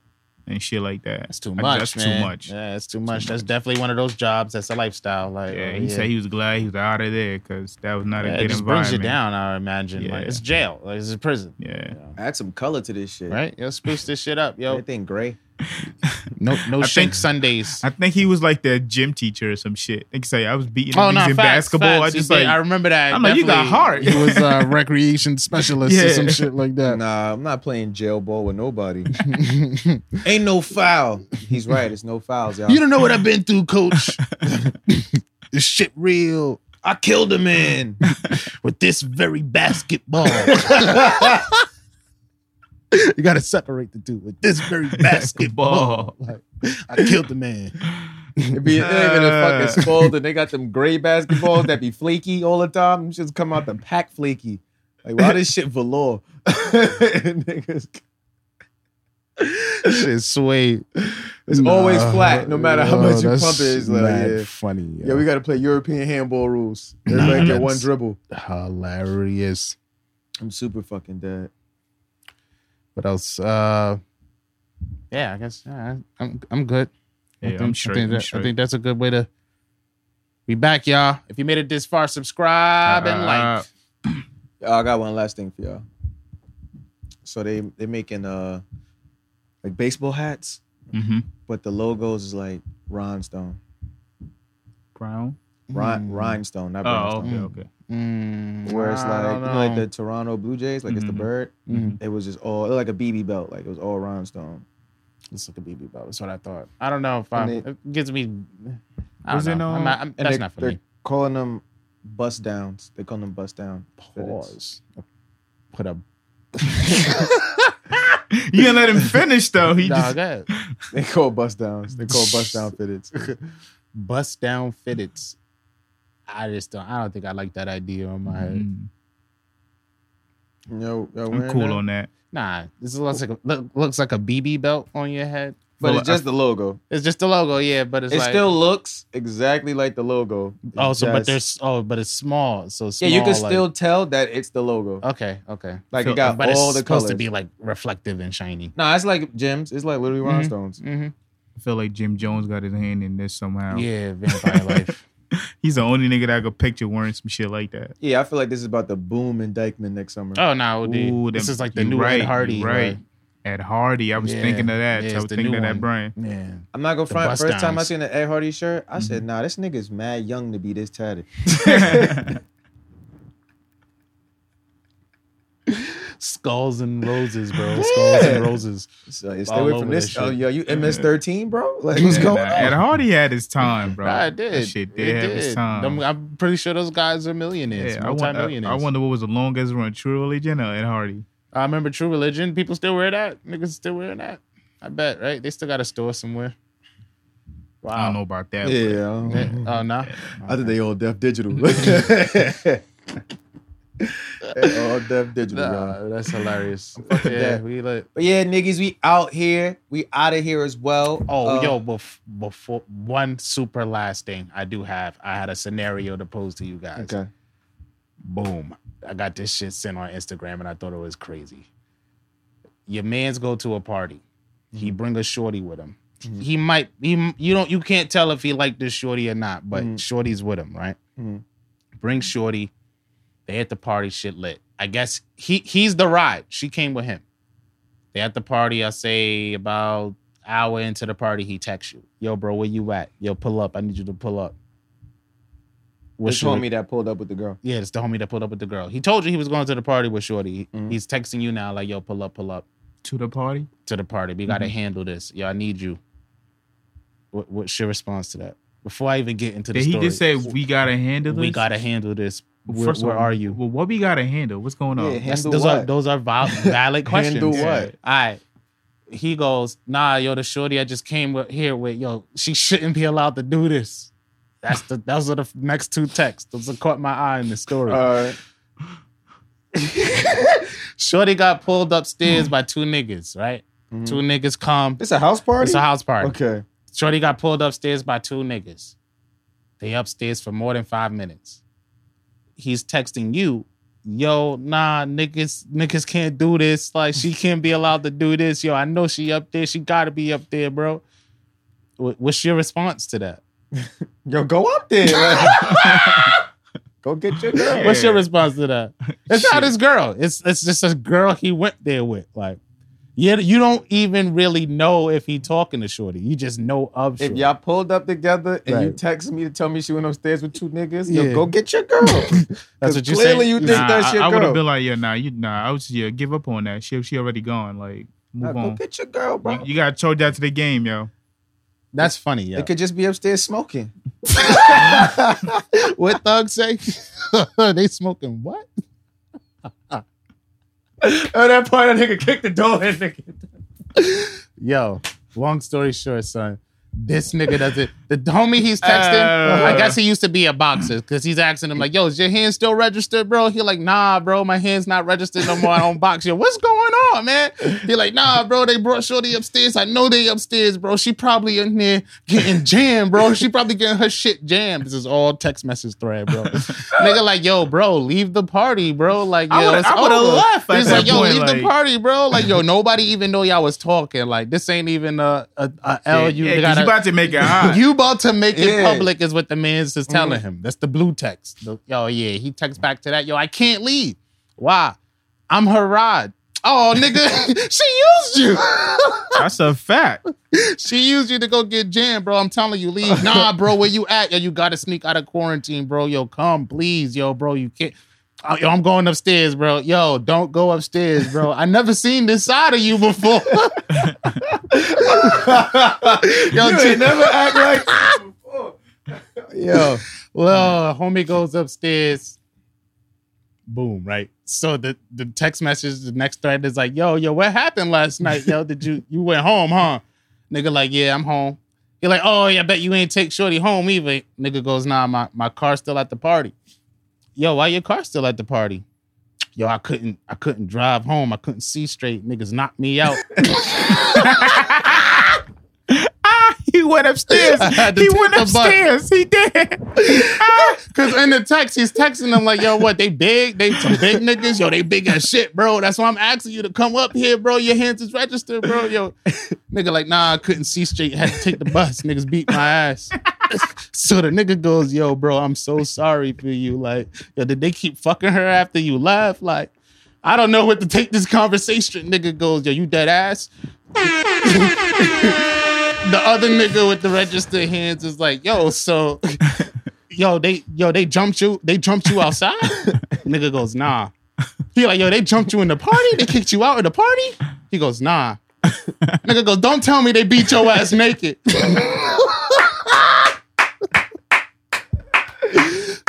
Speaker 4: and shit like that
Speaker 1: That's too
Speaker 4: I-
Speaker 1: much.
Speaker 4: that's
Speaker 1: man.
Speaker 4: too much yeah,
Speaker 1: Yeah, it's too much. That's definitely one of those jobs. That's a lifestyle. Like oh,
Speaker 4: he said he was glad he was out of there because that was not
Speaker 1: Yeah,
Speaker 4: a
Speaker 1: it
Speaker 4: good
Speaker 1: just
Speaker 4: environment
Speaker 1: brings you down. I imagine. Like
Speaker 4: Yeah.
Speaker 1: it's jail. Like it's a prison.
Speaker 4: yeah.
Speaker 2: Add some color to this shit.
Speaker 1: Right? Yo, spruce this shit up, yo.
Speaker 2: Everything gray.
Speaker 1: No, no
Speaker 4: I
Speaker 1: shank
Speaker 4: think-
Speaker 1: Sundays.
Speaker 4: I think he was like the gym teacher or some shit. They say I was beating
Speaker 1: Oh
Speaker 4: niggas
Speaker 1: no, facts,
Speaker 4: in basketball.
Speaker 1: facts.
Speaker 4: I just
Speaker 1: You did.
Speaker 4: like
Speaker 1: I remember that.
Speaker 4: I'm like, you got
Speaker 1: Definitely.
Speaker 4: heart.
Speaker 1: He was a recreation specialist or
Speaker 4: Yeah.
Speaker 1: some shit like that.
Speaker 2: Nah, I'm not playing jail ball with nobody. Ain't no foul. He's right. It's no fouls, y'all.
Speaker 1: You don't know what I've been through, coach. this shit real
Speaker 2: I killed a man.
Speaker 1: with this very basketball. you gotta separate the dude with this very basketball. like, I killed the man.
Speaker 2: It'd be it'd be the fucking spoiled, and they got them gray basketballs that be flaky all the time. Them shits come out the pack flaky. Like why this shit velour? Niggas,
Speaker 1: Shit, sweet.
Speaker 2: it's always flat, no matter how much you pump it. It's like, yeah.
Speaker 1: funny. Yo.
Speaker 2: yeah, we got to play European handball rules. Everybody get one
Speaker 1: that's-
Speaker 2: dribble.
Speaker 1: hilarious.
Speaker 2: I'm super fucking dead.
Speaker 1: What else? Uh, yeah, I guess uh, I'm I'm good. I,
Speaker 4: Yeah,
Speaker 1: think,
Speaker 4: I'm
Speaker 1: I
Speaker 4: straight,
Speaker 1: think
Speaker 4: I'm
Speaker 1: that- I
Speaker 4: straight.
Speaker 1: think that's a good way to be back, y'all. If you made it this far, subscribe and
Speaker 4: Uh,
Speaker 1: like.
Speaker 2: Oh, I got one last thing for y'all. So they they making uh like baseball hats,
Speaker 4: Mm-hmm.
Speaker 2: but the logos is like rhinestone,
Speaker 4: Brown.
Speaker 2: Rhin-
Speaker 1: Mm.
Speaker 2: rhinestone, not
Speaker 4: Oh,
Speaker 2: rhinestone.
Speaker 4: okay,
Speaker 1: Mm.
Speaker 4: okay.
Speaker 1: Mm,
Speaker 2: Where it's
Speaker 1: I
Speaker 2: like
Speaker 1: don't
Speaker 2: you know, like
Speaker 1: know.
Speaker 2: the Toronto Blue Jays, like it's the
Speaker 4: Mhm.
Speaker 2: bird.
Speaker 1: Mhm.
Speaker 2: It was just all it looked like a BB belt, like it was all rhinestone.
Speaker 1: It's like a BB belt. That's what I thought. I don't know if I,
Speaker 2: And
Speaker 1: it,
Speaker 2: they-
Speaker 1: gives me. I
Speaker 4: Was
Speaker 1: don't
Speaker 4: it uh,
Speaker 1: know. I'm
Speaker 4: on-
Speaker 1: not, I'm,
Speaker 2: And
Speaker 1: that's
Speaker 2: they,
Speaker 1: not for
Speaker 2: they're
Speaker 1: me.
Speaker 2: calling them bust downs. They call them bust down. fitteds.
Speaker 1: Pause. Put a
Speaker 4: Mm-hmm. You didn't let him finish though. He
Speaker 1: dog
Speaker 4: just
Speaker 1: at
Speaker 2: They call bust downs. They call bust down fitteds.
Speaker 1: bust down fitteds. I just don't. I don't think I like that idea on my head.
Speaker 4: Mm.
Speaker 2: Yo, yo,
Speaker 4: I'm cool on that.
Speaker 1: Nah, this looks like a, look, looks like a BB belt on your head.
Speaker 2: But
Speaker 4: Well,
Speaker 2: it's just the logo.
Speaker 1: It's just the logo, yeah, but it's
Speaker 2: it
Speaker 1: like
Speaker 2: still looks exactly like the logo. It's
Speaker 1: oh, so but
Speaker 2: just-
Speaker 1: there's oh, but it's small, so
Speaker 2: yeah,
Speaker 1: small,
Speaker 2: you can
Speaker 1: like-
Speaker 2: still tell that it's the logo.
Speaker 1: okay, okay,
Speaker 2: like
Speaker 4: so-
Speaker 2: it got
Speaker 1: but it's
Speaker 2: all the
Speaker 1: supposed
Speaker 2: colors.
Speaker 1: to be like reflective and shiny.
Speaker 2: nah, it's like gems. It's like literally
Speaker 1: Mhm.
Speaker 2: rhinestones.
Speaker 4: Mm-hmm.
Speaker 1: hmm
Speaker 4: I feel like Jim Jones got his hand in this somehow.
Speaker 1: Yeah, vampire life.
Speaker 4: He's the only nigga that I could picture wearing some shit like that.
Speaker 2: Yeah, I feel like this is about the boom and Dykeman next summer.
Speaker 1: Oh no,
Speaker 4: Ooh,
Speaker 1: this
Speaker 4: them-
Speaker 1: is like the
Speaker 4: you
Speaker 1: new
Speaker 4: right,
Speaker 1: Ed Hardy,
Speaker 4: you right. At Hardy, I was
Speaker 1: Yeah.
Speaker 4: thinking of that.
Speaker 1: Yeah,
Speaker 4: so
Speaker 1: it's
Speaker 4: I was
Speaker 1: the
Speaker 4: thinking
Speaker 1: new
Speaker 4: of that
Speaker 1: one.
Speaker 4: brand.
Speaker 1: Like, yeah,
Speaker 2: I'm not gonna
Speaker 1: The
Speaker 2: front.
Speaker 1: bust
Speaker 2: First time I
Speaker 1: downs. Mm-hmm.
Speaker 2: seen an Ed Hardy shirt, I said, "Nah, this nigga's mad young to be this tatted."
Speaker 1: skulls and roses, bro. Skulls
Speaker 2: Yeah.
Speaker 1: and roses.
Speaker 2: So yeah, stay
Speaker 1: All
Speaker 2: away from
Speaker 1: over
Speaker 2: this.
Speaker 1: that
Speaker 2: Oh,
Speaker 1: shit.
Speaker 2: yo, you MS13, bro? Like, what's
Speaker 4: Yeah,
Speaker 2: going
Speaker 4: nah, Ed
Speaker 2: on?
Speaker 4: Hardy had his time, bro.
Speaker 1: Nah, it did.
Speaker 4: That shit did
Speaker 1: It
Speaker 4: have his
Speaker 1: did.
Speaker 4: time.
Speaker 1: Them- I'm pretty sure those guys are millionaires,
Speaker 4: yeah, I, won- I,
Speaker 1: multi-millionaires.
Speaker 4: I wonder what was the longest run, True Religion or Ed Hardy?
Speaker 1: I remember True Religion. People still wear that. Niggas still wearing that. I bet, right? They still got a store somewhere. Wow.
Speaker 4: I don't know about that. but-
Speaker 2: Yeah, I don't
Speaker 1: Yeah.
Speaker 2: know.
Speaker 1: Oh no.
Speaker 2: I think they all deaf digital. all deaf digital. bro.
Speaker 1: Nah, that's hilarious.
Speaker 2: fucking
Speaker 1: yeah,
Speaker 2: dead.
Speaker 1: we like.
Speaker 2: But yeah, niggas, we out here. We out of here as well.
Speaker 1: Oh,
Speaker 2: Uh,
Speaker 1: yo, bef- before one super last thing I do have, I had a scenario to pose to you guys.
Speaker 2: Okay.
Speaker 1: Boom. I got this shit sent on Instagram and I thought it was crazy. Your man's go to a party. He bring a shorty with him.
Speaker 2: Mhm.
Speaker 1: He might he, you don't you can't tell if he liked this shorty or not, but
Speaker 2: Mhm.
Speaker 1: shorty's with him, right?
Speaker 2: Mhm.
Speaker 1: Bring shorty. They at the party shit lit. I guess he he's the ride. She came with him. They at the party, I say about hour into the party, he texts you. Yo, bro, where you at? Yo, pull up. I need you to pull up.
Speaker 2: This
Speaker 1: your-
Speaker 2: homie that pulled up with the girl.
Speaker 1: yeah, it's the homie that pulled up with the girl. He told you he was going to the party with Shorty.
Speaker 4: Mm-hmm.
Speaker 2: Mhm.
Speaker 1: He's texting you now, like, yo, pull up, pull up
Speaker 4: To the party?
Speaker 1: to the party. We got to
Speaker 4: Mm-hmm.
Speaker 1: handle this. Yo, I need you. What, what's your response to that? Before I even get into the
Speaker 4: Did he
Speaker 1: story,
Speaker 4: just say, we gotta handle this?
Speaker 1: we got to handle this. Where,
Speaker 4: First of
Speaker 1: where
Speaker 4: all,
Speaker 1: are you?
Speaker 4: Well, what we gotta handle? What's going on?
Speaker 2: Yeah,
Speaker 1: That's-
Speaker 2: handle
Speaker 1: those are
Speaker 2: what?
Speaker 1: those are val- valid questions.
Speaker 2: Handle what?
Speaker 1: All right. He goes, nah, yo, the shorty I just came with, here with, yo, she shouldn't be allowed to do this. That's the those are the next two texts. Those that caught my eye in the story.
Speaker 2: Uh,
Speaker 1: Shorty got pulled
Speaker 2: mm.
Speaker 1: upstairs by two niggas, right?
Speaker 2: Mhm.
Speaker 1: Two niggas come.
Speaker 2: it's a house party.
Speaker 1: It's a house party.
Speaker 2: Okay.
Speaker 1: Shorty got pulled upstairs by two niggas. They upstairs for more than five minutes. He's texting you, yo, nah, niggas, niggas can't do this. Like she can't be allowed to do this. Yo, I know she up there. She gotta be up there, bro. Wh- What's your response to that?
Speaker 2: Yo, go up there. like- go get your girl.
Speaker 1: What's your
Speaker 4: Yeah.
Speaker 1: response to that? It's not
Speaker 4: Shit.
Speaker 1: his girl. It's it's just a girl he went there with. Like, yeah, you don't even really know if he talking to Shorty. You just know of
Speaker 2: If
Speaker 1: Shorty.
Speaker 2: y'all pulled up together and you
Speaker 1: Right.
Speaker 2: text me to tell me she went upstairs with two niggas,
Speaker 1: Yeah.
Speaker 2: yo, go get your girl.
Speaker 1: That's
Speaker 2: 'Cause
Speaker 1: what you
Speaker 2: clearly
Speaker 1: say.
Speaker 2: you think
Speaker 4: Nah,
Speaker 2: that's
Speaker 4: I-
Speaker 2: your
Speaker 4: I, would
Speaker 2: girl.
Speaker 4: have been like, yeah, nah, you nah, I was yeah, give up on that. She she already gone. Like,
Speaker 2: Nah,
Speaker 4: move
Speaker 2: go
Speaker 4: on.
Speaker 2: get your girl, bro.
Speaker 4: You, you gotta throw that to the game, yo.
Speaker 1: That's funny. Yeah.
Speaker 2: It could just be upstairs smoking.
Speaker 3: Oh,
Speaker 1: what thugs say? they smoking what?
Speaker 3: At that point, that nigga kicked the door in, nigga.
Speaker 1: Yo, long story short, son. This nigga doesn't. The homie he's texting,
Speaker 4: Uh.
Speaker 1: I guess he used to be a boxer because he's asking him, like, yo, is your hand still registered, bro? He like, nah, bro, my hand's not registered no more. I don't box you. What's going on, man? He like, nah, bro, they brought Shorty upstairs. I know they upstairs, bro. She probably in there getting jammed, bro. She probably getting her shit jammed. This is all text message thread, bro. Nigga like, yo, bro, leave the party, bro. Like,
Speaker 4: I
Speaker 1: yo,
Speaker 4: would've-
Speaker 1: it's
Speaker 4: I would've
Speaker 1: over.
Speaker 4: left at
Speaker 1: He's
Speaker 4: that
Speaker 1: like, yo,
Speaker 4: point,
Speaker 1: leave
Speaker 4: like-
Speaker 1: the party, bro. Like, yo, nobody even know y'all was talking. Like, this ain't even a, a, a L. You
Speaker 4: yeah, 'cause
Speaker 1: gotta-
Speaker 4: you about to Mm. make it hot.
Speaker 1: you about to make it
Speaker 3: Yeah.
Speaker 1: public is what the man's is telling him. That's the blue text. The- Yo, yeah, he texts back to that. Yo, I can't leave. Why? I'm her rod. Oh, nigga, she used you.
Speaker 4: That's a fact.
Speaker 1: she used you to go get jammed, bro. I'm telling you, leave. Nah, bro, where you at? Yo, you gotta sneak out of quarantine, bro. Yo, come, please, yo, bro. You can't. Oh, Yo, I'm going upstairs, bro. Yo, don't go upstairs, bro. I never seen this side of you before. yo,
Speaker 3: You
Speaker 1: Jim-
Speaker 3: ain't never act like this before.
Speaker 2: Yo,
Speaker 1: Well, homie goes upstairs. Boom, right? So the, the text message, the next thread is like, yo, yo, what happened last night? Yo, did you you went home, huh? Nigga, like, yeah, I'm home. You're like, oh yeah, I bet you ain't take Shorty home either. Nigga goes, nah, my, my car's still at the party. Yo, why your car still at the party? Yo, I couldn't, I couldn't drive home. I couldn't see straight. Niggas knocked me out.
Speaker 4: Ah, he went upstairs.
Speaker 1: I had to
Speaker 4: He
Speaker 1: take
Speaker 4: went
Speaker 1: the bus.
Speaker 4: upstairs. He did. Ah,
Speaker 1: Cause in the text, he's texting them like, "Yo, what? They big? They some big niggas? Yo, they big as shit, bro. That's why I'm asking you to come up here, bro. Your hands is registered, bro. Yo, nigga, like, nah, I couldn't see straight. Had to take the bus. Niggas beat my ass. so the nigga goes, "Yo, bro, I'm so sorry for you. Like, yo, did they keep fucking her after you left? Like, I don't know what to take this conversation." Nigga goes, "Yo, you dead ass." the other nigga with the registered hands is like, "Yo, so." yo, they yo, they jumped you, they jumped you outside. Nigga goes, nah. He like, yo, they jumped you in the party, they kicked you out of the party. He goes, nah. Nigga goes, don't tell me they beat your ass naked.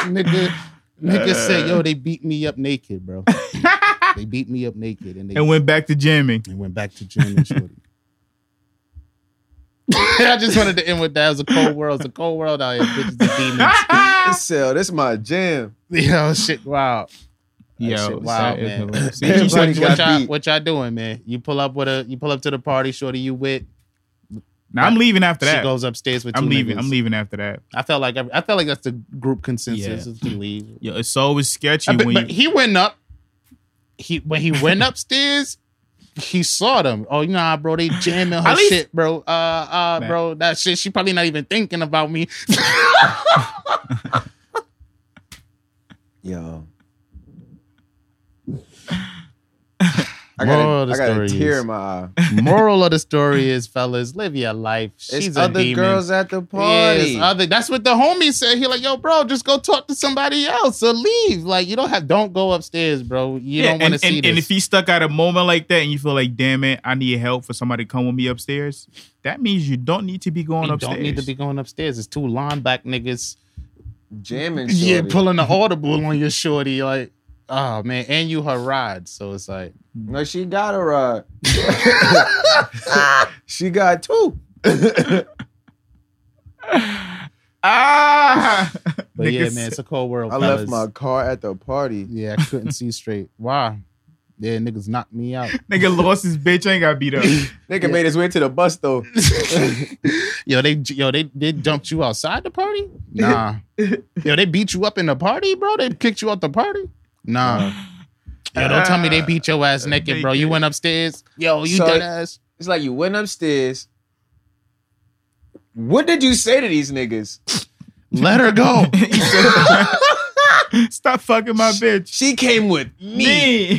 Speaker 1: nigga, nigga said, yo, they beat me up naked, bro. they beat me up naked and they
Speaker 4: and went back to jamming.
Speaker 1: and went back to Jim and Shorty. I just wanted to end with that. It was a cold world. It's a cold world out here, bitches and demons.
Speaker 2: this cell, this my jam.
Speaker 1: Yo, shit, wow.
Speaker 4: Yo,
Speaker 1: shit wild,
Speaker 4: that is
Speaker 1: man.
Speaker 4: hilarious. See,
Speaker 2: Everybody
Speaker 1: So
Speaker 4: you said-
Speaker 1: what
Speaker 2: got
Speaker 1: y'all,
Speaker 2: beat.
Speaker 1: what y'all doing, man? You pull up with a you pull up to the party, shorty you with.
Speaker 4: Now I'm leaving after
Speaker 1: She
Speaker 4: that.
Speaker 1: goes upstairs with. Two
Speaker 4: I'm leaving.
Speaker 1: niggas.
Speaker 4: I'm leaving after that.
Speaker 1: I felt like I, I felt like that's the group consensus.
Speaker 4: Yeah.
Speaker 1: is to leave.
Speaker 4: Yo, it's always sketchy
Speaker 1: Uh, but,
Speaker 4: when
Speaker 1: but
Speaker 4: you.
Speaker 1: he went up. He when he went upstairs, he saw them. Oh, nah, bro, they jamming her
Speaker 4: At least-
Speaker 1: shit, bro. Uh, uh,
Speaker 4: Man.
Speaker 1: bro, that shit. She probably not even thinking about me.
Speaker 2: Yo. I got
Speaker 1: Moral
Speaker 2: a,
Speaker 1: of the
Speaker 2: I got a
Speaker 1: story
Speaker 2: tear
Speaker 1: is-
Speaker 2: in my eye.
Speaker 1: Moral of the story is, fellas, live your life. She's
Speaker 2: It's
Speaker 1: a
Speaker 2: other
Speaker 1: demon.
Speaker 2: girls at the
Speaker 1: Yes,
Speaker 2: party.
Speaker 1: other. That's what the homie said. He like, yo, bro, just go talk to somebody else or leave. Like, you don't have, don't go upstairs, bro. You
Speaker 4: Yeah,
Speaker 1: don't want to
Speaker 4: and,
Speaker 1: see
Speaker 4: and,
Speaker 1: this.
Speaker 4: and if you stuck at a moment like that and you feel like, damn it, I need help for somebody to come with me upstairs, that means you don't need to be going
Speaker 1: You
Speaker 4: upstairs.
Speaker 1: don't need to be going upstairs. It's two lineback niggas.
Speaker 2: Jamming shorty.
Speaker 1: Yeah, pulling the audible on your shorty. Like, oh man, and you her ride. So it's like,
Speaker 2: No, she got a rod. she got two.
Speaker 4: ah,
Speaker 1: but yeah,
Speaker 4: Niggas-
Speaker 1: man, it's a cold world.
Speaker 2: I left
Speaker 1: fellas.
Speaker 2: my car at the party.
Speaker 1: Yeah, I couldn't see straight. Why? Yeah, niggas knocked me out.
Speaker 4: nigga lost his bitch. Ain't got beat up.
Speaker 2: Nigga made his way to the bus though.
Speaker 1: yo, they yo they they dumped you outside the party? Nah. yo, they beat you up in the party, bro. They kicked you out the party? Nah. Yo, don't tell me they beat your ass naked, bro. You went upstairs. Yo, you
Speaker 2: Ah, So-
Speaker 1: dead ass.
Speaker 2: It's like you went upstairs. What did you say to these niggas?
Speaker 1: Let her go.
Speaker 4: He said, Stop fucking my bitch.
Speaker 2: She came with me.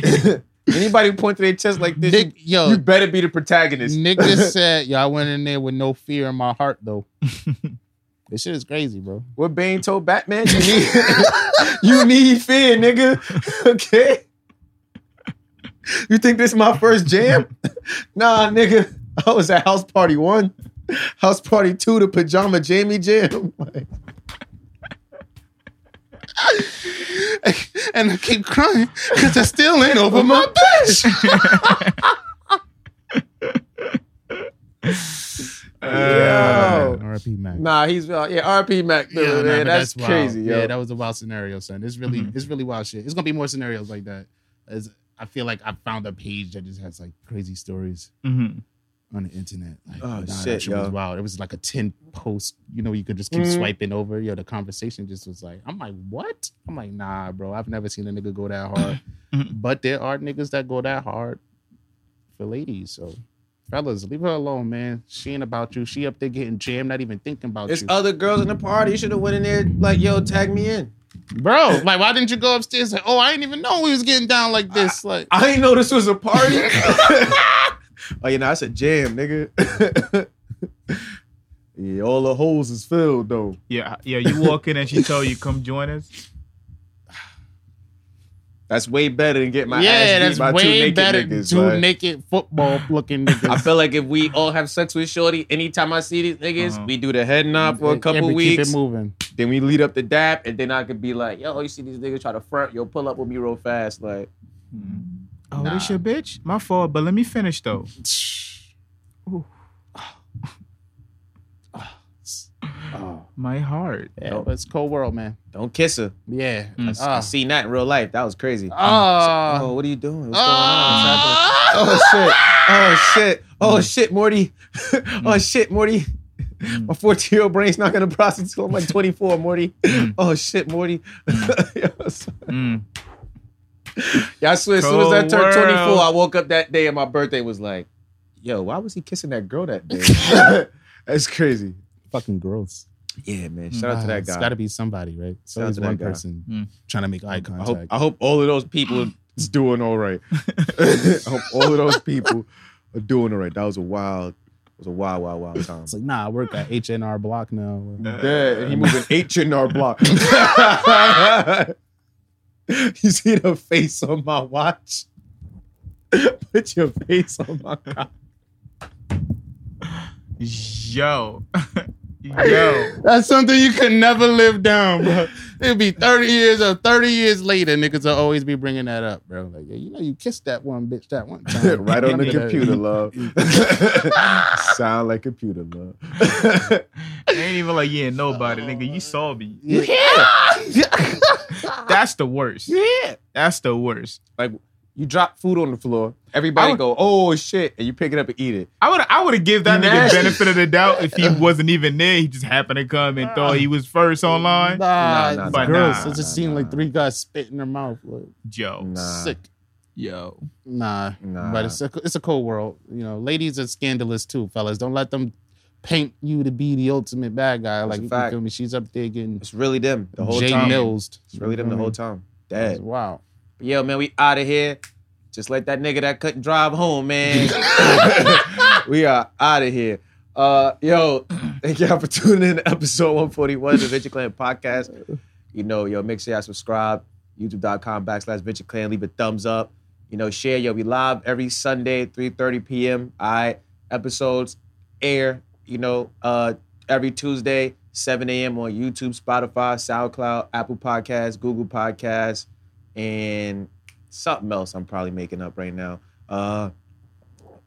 Speaker 4: Me.
Speaker 2: Anybody who point to their chest like this,
Speaker 1: Nick,
Speaker 2: you,
Speaker 1: yo,
Speaker 2: you better be the protagonist.
Speaker 1: nigga said, yo, I went in there with no fear in my heart though. this shit is crazy, bro.
Speaker 2: What Bane told Batman, you need, you need fear, nigga. Okay. You think this is my first jam? Nah, nigga. I was at house party one, house party two, the pajama jammy jam. Like,
Speaker 1: and I keep crying because I still ain't over my bitch.
Speaker 4: Uh,
Speaker 2: Yo.
Speaker 1: R.I.P. Mac.
Speaker 2: Nah, he's uh, yeah. RP Mac,
Speaker 1: Yeah,
Speaker 2: Miller,
Speaker 1: nah,
Speaker 2: man,
Speaker 1: but
Speaker 2: that's,
Speaker 1: wild.
Speaker 2: crazy, yo.
Speaker 1: Yeah, that was a wild scenario, son. It's really, it's really wild shit. It's gonna be more scenarios like that. As I feel like I found a page that just has like crazy stories
Speaker 4: Mhm.
Speaker 1: on the internet. Like,
Speaker 7: Oh,
Speaker 1: that
Speaker 7: shit,
Speaker 1: shit was
Speaker 7: yo.
Speaker 1: wild. It was like a ten post. You know, you could just keep
Speaker 2: Mhm.
Speaker 1: swiping over. Yo, the conversation just was like, I'm like, what? I'm like, nah, bro. I've never seen a nigga go that hard.
Speaker 4: Mhm.
Speaker 1: but there are niggas that go that hard for ladies. So. Fellas, leave her alone, man. She ain't about you. She up there getting jammed, not even thinking about
Speaker 2: There's
Speaker 1: you.
Speaker 2: other girls in the party. You should have went in there like, yo, tag me in.
Speaker 1: Bro, like, why didn't you go upstairs? Like, oh, I didn't even know we was getting down like this. Like,
Speaker 2: I didn't know this was a party.
Speaker 7: Oh, you know, that's a jam, nigga. yeah, all the holes is filled though.
Speaker 4: Yeah, yeah. You walk in and she tell you, "Come join us."
Speaker 2: that's way better than getting my ass
Speaker 1: yeah,
Speaker 2: beat
Speaker 1: that's
Speaker 2: by two
Speaker 1: way
Speaker 2: naked
Speaker 1: better than
Speaker 2: niggas.
Speaker 1: two
Speaker 2: like.
Speaker 1: naked football looking niggas.
Speaker 2: I feel like if we all have sex with Shorty, anytime I see these niggas,
Speaker 4: Uh-huh.
Speaker 2: we do the head nod for a
Speaker 1: And- and
Speaker 2: couple
Speaker 1: we
Speaker 2: weeks.
Speaker 1: Keep it moving.
Speaker 2: Then we lead up the dap, and then I could be like, yo, you see these niggas try to front, yo, pull up with me real fast. Like,
Speaker 4: Oh,
Speaker 1: Mm-hmm. Nah.
Speaker 4: this your bitch? My fault. But let me finish though.
Speaker 2: Oh.
Speaker 4: My heart.
Speaker 1: Yeah,
Speaker 2: Nope.
Speaker 1: but it's cold world, man.
Speaker 2: don't kiss her.
Speaker 1: Yeah.
Speaker 4: Mm.
Speaker 1: Uh,
Speaker 2: I seen that in real life. That was crazy.
Speaker 1: uh,
Speaker 2: oh, what are you doing? What's
Speaker 1: uh,
Speaker 2: going on? What's happening? Oh shit. Oh shit. Oh shit, Morty. oh shit, Morty.
Speaker 4: Mm,
Speaker 2: My 14 year old brain's not gonna process till I'm like 24, Morty. oh shit, Morty.
Speaker 4: Mm.
Speaker 2: yeah, I swear, as soon as I turned
Speaker 4: Cold world.
Speaker 2: 24, I woke up that day and my birthday was like, yo, why was he kissing that girl that day?
Speaker 7: That's crazy.
Speaker 1: fucking gross.
Speaker 2: yeah, man. Shout out to
Speaker 1: Ah,
Speaker 2: that
Speaker 1: It's
Speaker 2: guy.
Speaker 1: got to be somebody, right? So
Speaker 2: Shout out
Speaker 1: there's
Speaker 2: to that
Speaker 1: one
Speaker 2: guy.
Speaker 1: person
Speaker 4: Mm.
Speaker 1: trying to make eye
Speaker 7: I
Speaker 1: contact.
Speaker 7: hope I hope all of those people is doing all right. I hope all of those people are doing all right. That was a wild, it was a wild, wild, wild time.
Speaker 1: it's like, nah, I work at HNR Block now.
Speaker 7: Yeah,
Speaker 4: Uh,
Speaker 7: and he moving H in our block. you see the face on my watch? Put your face on my watch.
Speaker 4: Yo, yo.
Speaker 1: That's something you can never live down, bro. It'll be 30 years or 30 years later, niggas will always be bringing that up, bro. Like, yeah, you know, you kissed that one bitch that one time.
Speaker 7: right on the
Speaker 1: Yeah.
Speaker 7: computer, love. Sound like computer, love.
Speaker 4: It ain't even like yeah, nobody, nigga. You saw me.
Speaker 1: Yeah.
Speaker 4: That's the worst.
Speaker 2: Yeah.
Speaker 4: That's the worst.
Speaker 2: You drop food on the floor, everybody
Speaker 4: would-
Speaker 2: go, oh shit, and you pick it up and eat it.
Speaker 4: I would I would have give that nigga
Speaker 2: Nasty.
Speaker 4: benefit of the doubt if he wasn't even there. He just happened to come and thought he was first online.
Speaker 1: Nah,
Speaker 2: nah,
Speaker 1: it's
Speaker 4: nah,
Speaker 1: gross.
Speaker 4: nah,
Speaker 1: it just
Speaker 2: nah,
Speaker 1: seemed like
Speaker 2: nah.
Speaker 1: three guys spit in their mouth. Like,
Speaker 4: Joe.
Speaker 7: Nah.
Speaker 1: Sick.
Speaker 4: Yo.
Speaker 1: Nah.
Speaker 7: Nah.
Speaker 1: But it's a, it's a cold world. You know, ladies are scandalous too, fellas. Don't let them paint you to be the ultimate bad guy.
Speaker 2: That's
Speaker 1: like,
Speaker 2: a
Speaker 1: you
Speaker 2: fact.
Speaker 1: feel me? She's up there getting
Speaker 2: It's really them the whole
Speaker 1: Jay
Speaker 2: time.
Speaker 1: Mills.
Speaker 2: It's really them the whole time. Dad.
Speaker 1: Wow.
Speaker 2: Yo, man, we out of here. Just like that nigga that couldn't drive home, man. we are out of here. Uh, yo, thank y'all for tuning in to episode 141 of the Venture Clan podcast. You know, yo, make sure y'all subscribe, youtube.com backslash Venture Clan. Leave a thumbs up. You know, share. Yo, we live every Sunday, 3.30 p.m. All right. Episodes air, you know, uh, every Tuesday, 7 a.m. on YouTube, Spotify, SoundCloud, Apple Podcasts, Google Podcasts, and something else I'm probably making up right now. Uh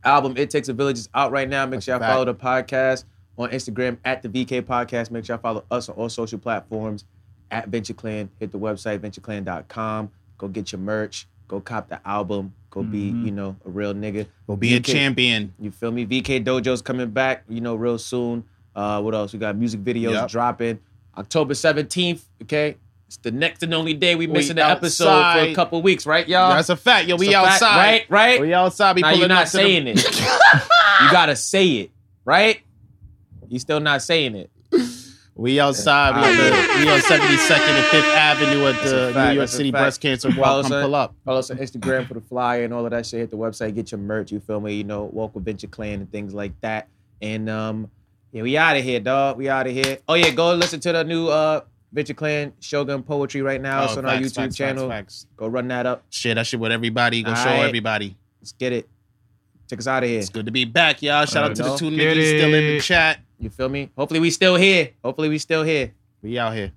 Speaker 2: album It Takes a Village is out right now. Make sure y'all
Speaker 1: a fact.
Speaker 2: follow the podcast on Instagram at the VK Podcast. Make sure y'all follow us on all social platforms at Venture Clan. Hit the website, ventureclan.com. Go get your merch. Go cop the album. Go be,
Speaker 1: Mm-hmm.
Speaker 4: Mhm.
Speaker 2: you know, a real nigga.
Speaker 1: Go be a
Speaker 2: VK.
Speaker 1: champion.
Speaker 2: You feel me? VK Dojo's coming back, you know, real soon. Uh, what else? We got music videos
Speaker 1: Yep.
Speaker 2: dropping October 17th, okay? It's the next and only day we
Speaker 1: We
Speaker 2: missing an episode for a
Speaker 1: outside.
Speaker 2: couple weeks, right, y'all?
Speaker 1: That's a fact. Yo,
Speaker 2: It's
Speaker 1: we
Speaker 2: a fact,
Speaker 1: outside.
Speaker 2: right? Right?
Speaker 1: We outside. Be
Speaker 2: Now
Speaker 1: pulling
Speaker 2: you're
Speaker 1: up
Speaker 2: not
Speaker 1: to the-
Speaker 2: saying it. you gotta say it, right? You still not saying it.
Speaker 1: We outside. We,
Speaker 2: Ah,
Speaker 1: on the,
Speaker 2: man.
Speaker 1: we on 72nd and 5th Avenue at
Speaker 2: That's a
Speaker 1: the
Speaker 2: fact,
Speaker 1: New York
Speaker 2: that's a
Speaker 1: City
Speaker 2: fact.
Speaker 1: Breast Cancer
Speaker 2: Follow
Speaker 1: Walk.
Speaker 2: us
Speaker 1: Come
Speaker 2: on-
Speaker 1: pull up.
Speaker 2: Follow us on Instagram for the flyer and all of that shit. Hit the website, get your merch. You feel me? You know, walk with Venture Clan and things like that. And um, yeah, we out of here, dog. We out of here. Oh yeah, go listen to the new uh Venture Clan Shogun Poetry right now. it's
Speaker 1: Oh,
Speaker 2: on our
Speaker 1: facts,
Speaker 2: YouTube
Speaker 1: facts,
Speaker 2: channel.
Speaker 1: facts, facts.
Speaker 2: Go run that up.
Speaker 1: Share that shit with everybody. Go
Speaker 2: All
Speaker 1: show
Speaker 2: right.
Speaker 1: everybody.
Speaker 2: Let's get it. Take us out of here.
Speaker 1: It's good to be back, y'all. Shout out to the
Speaker 2: Let's
Speaker 1: two
Speaker 4: get
Speaker 1: niggas still in the
Speaker 4: it.
Speaker 1: chat.
Speaker 2: You feel me? Hopefully we still here. Hopefully we still here.
Speaker 1: We out here.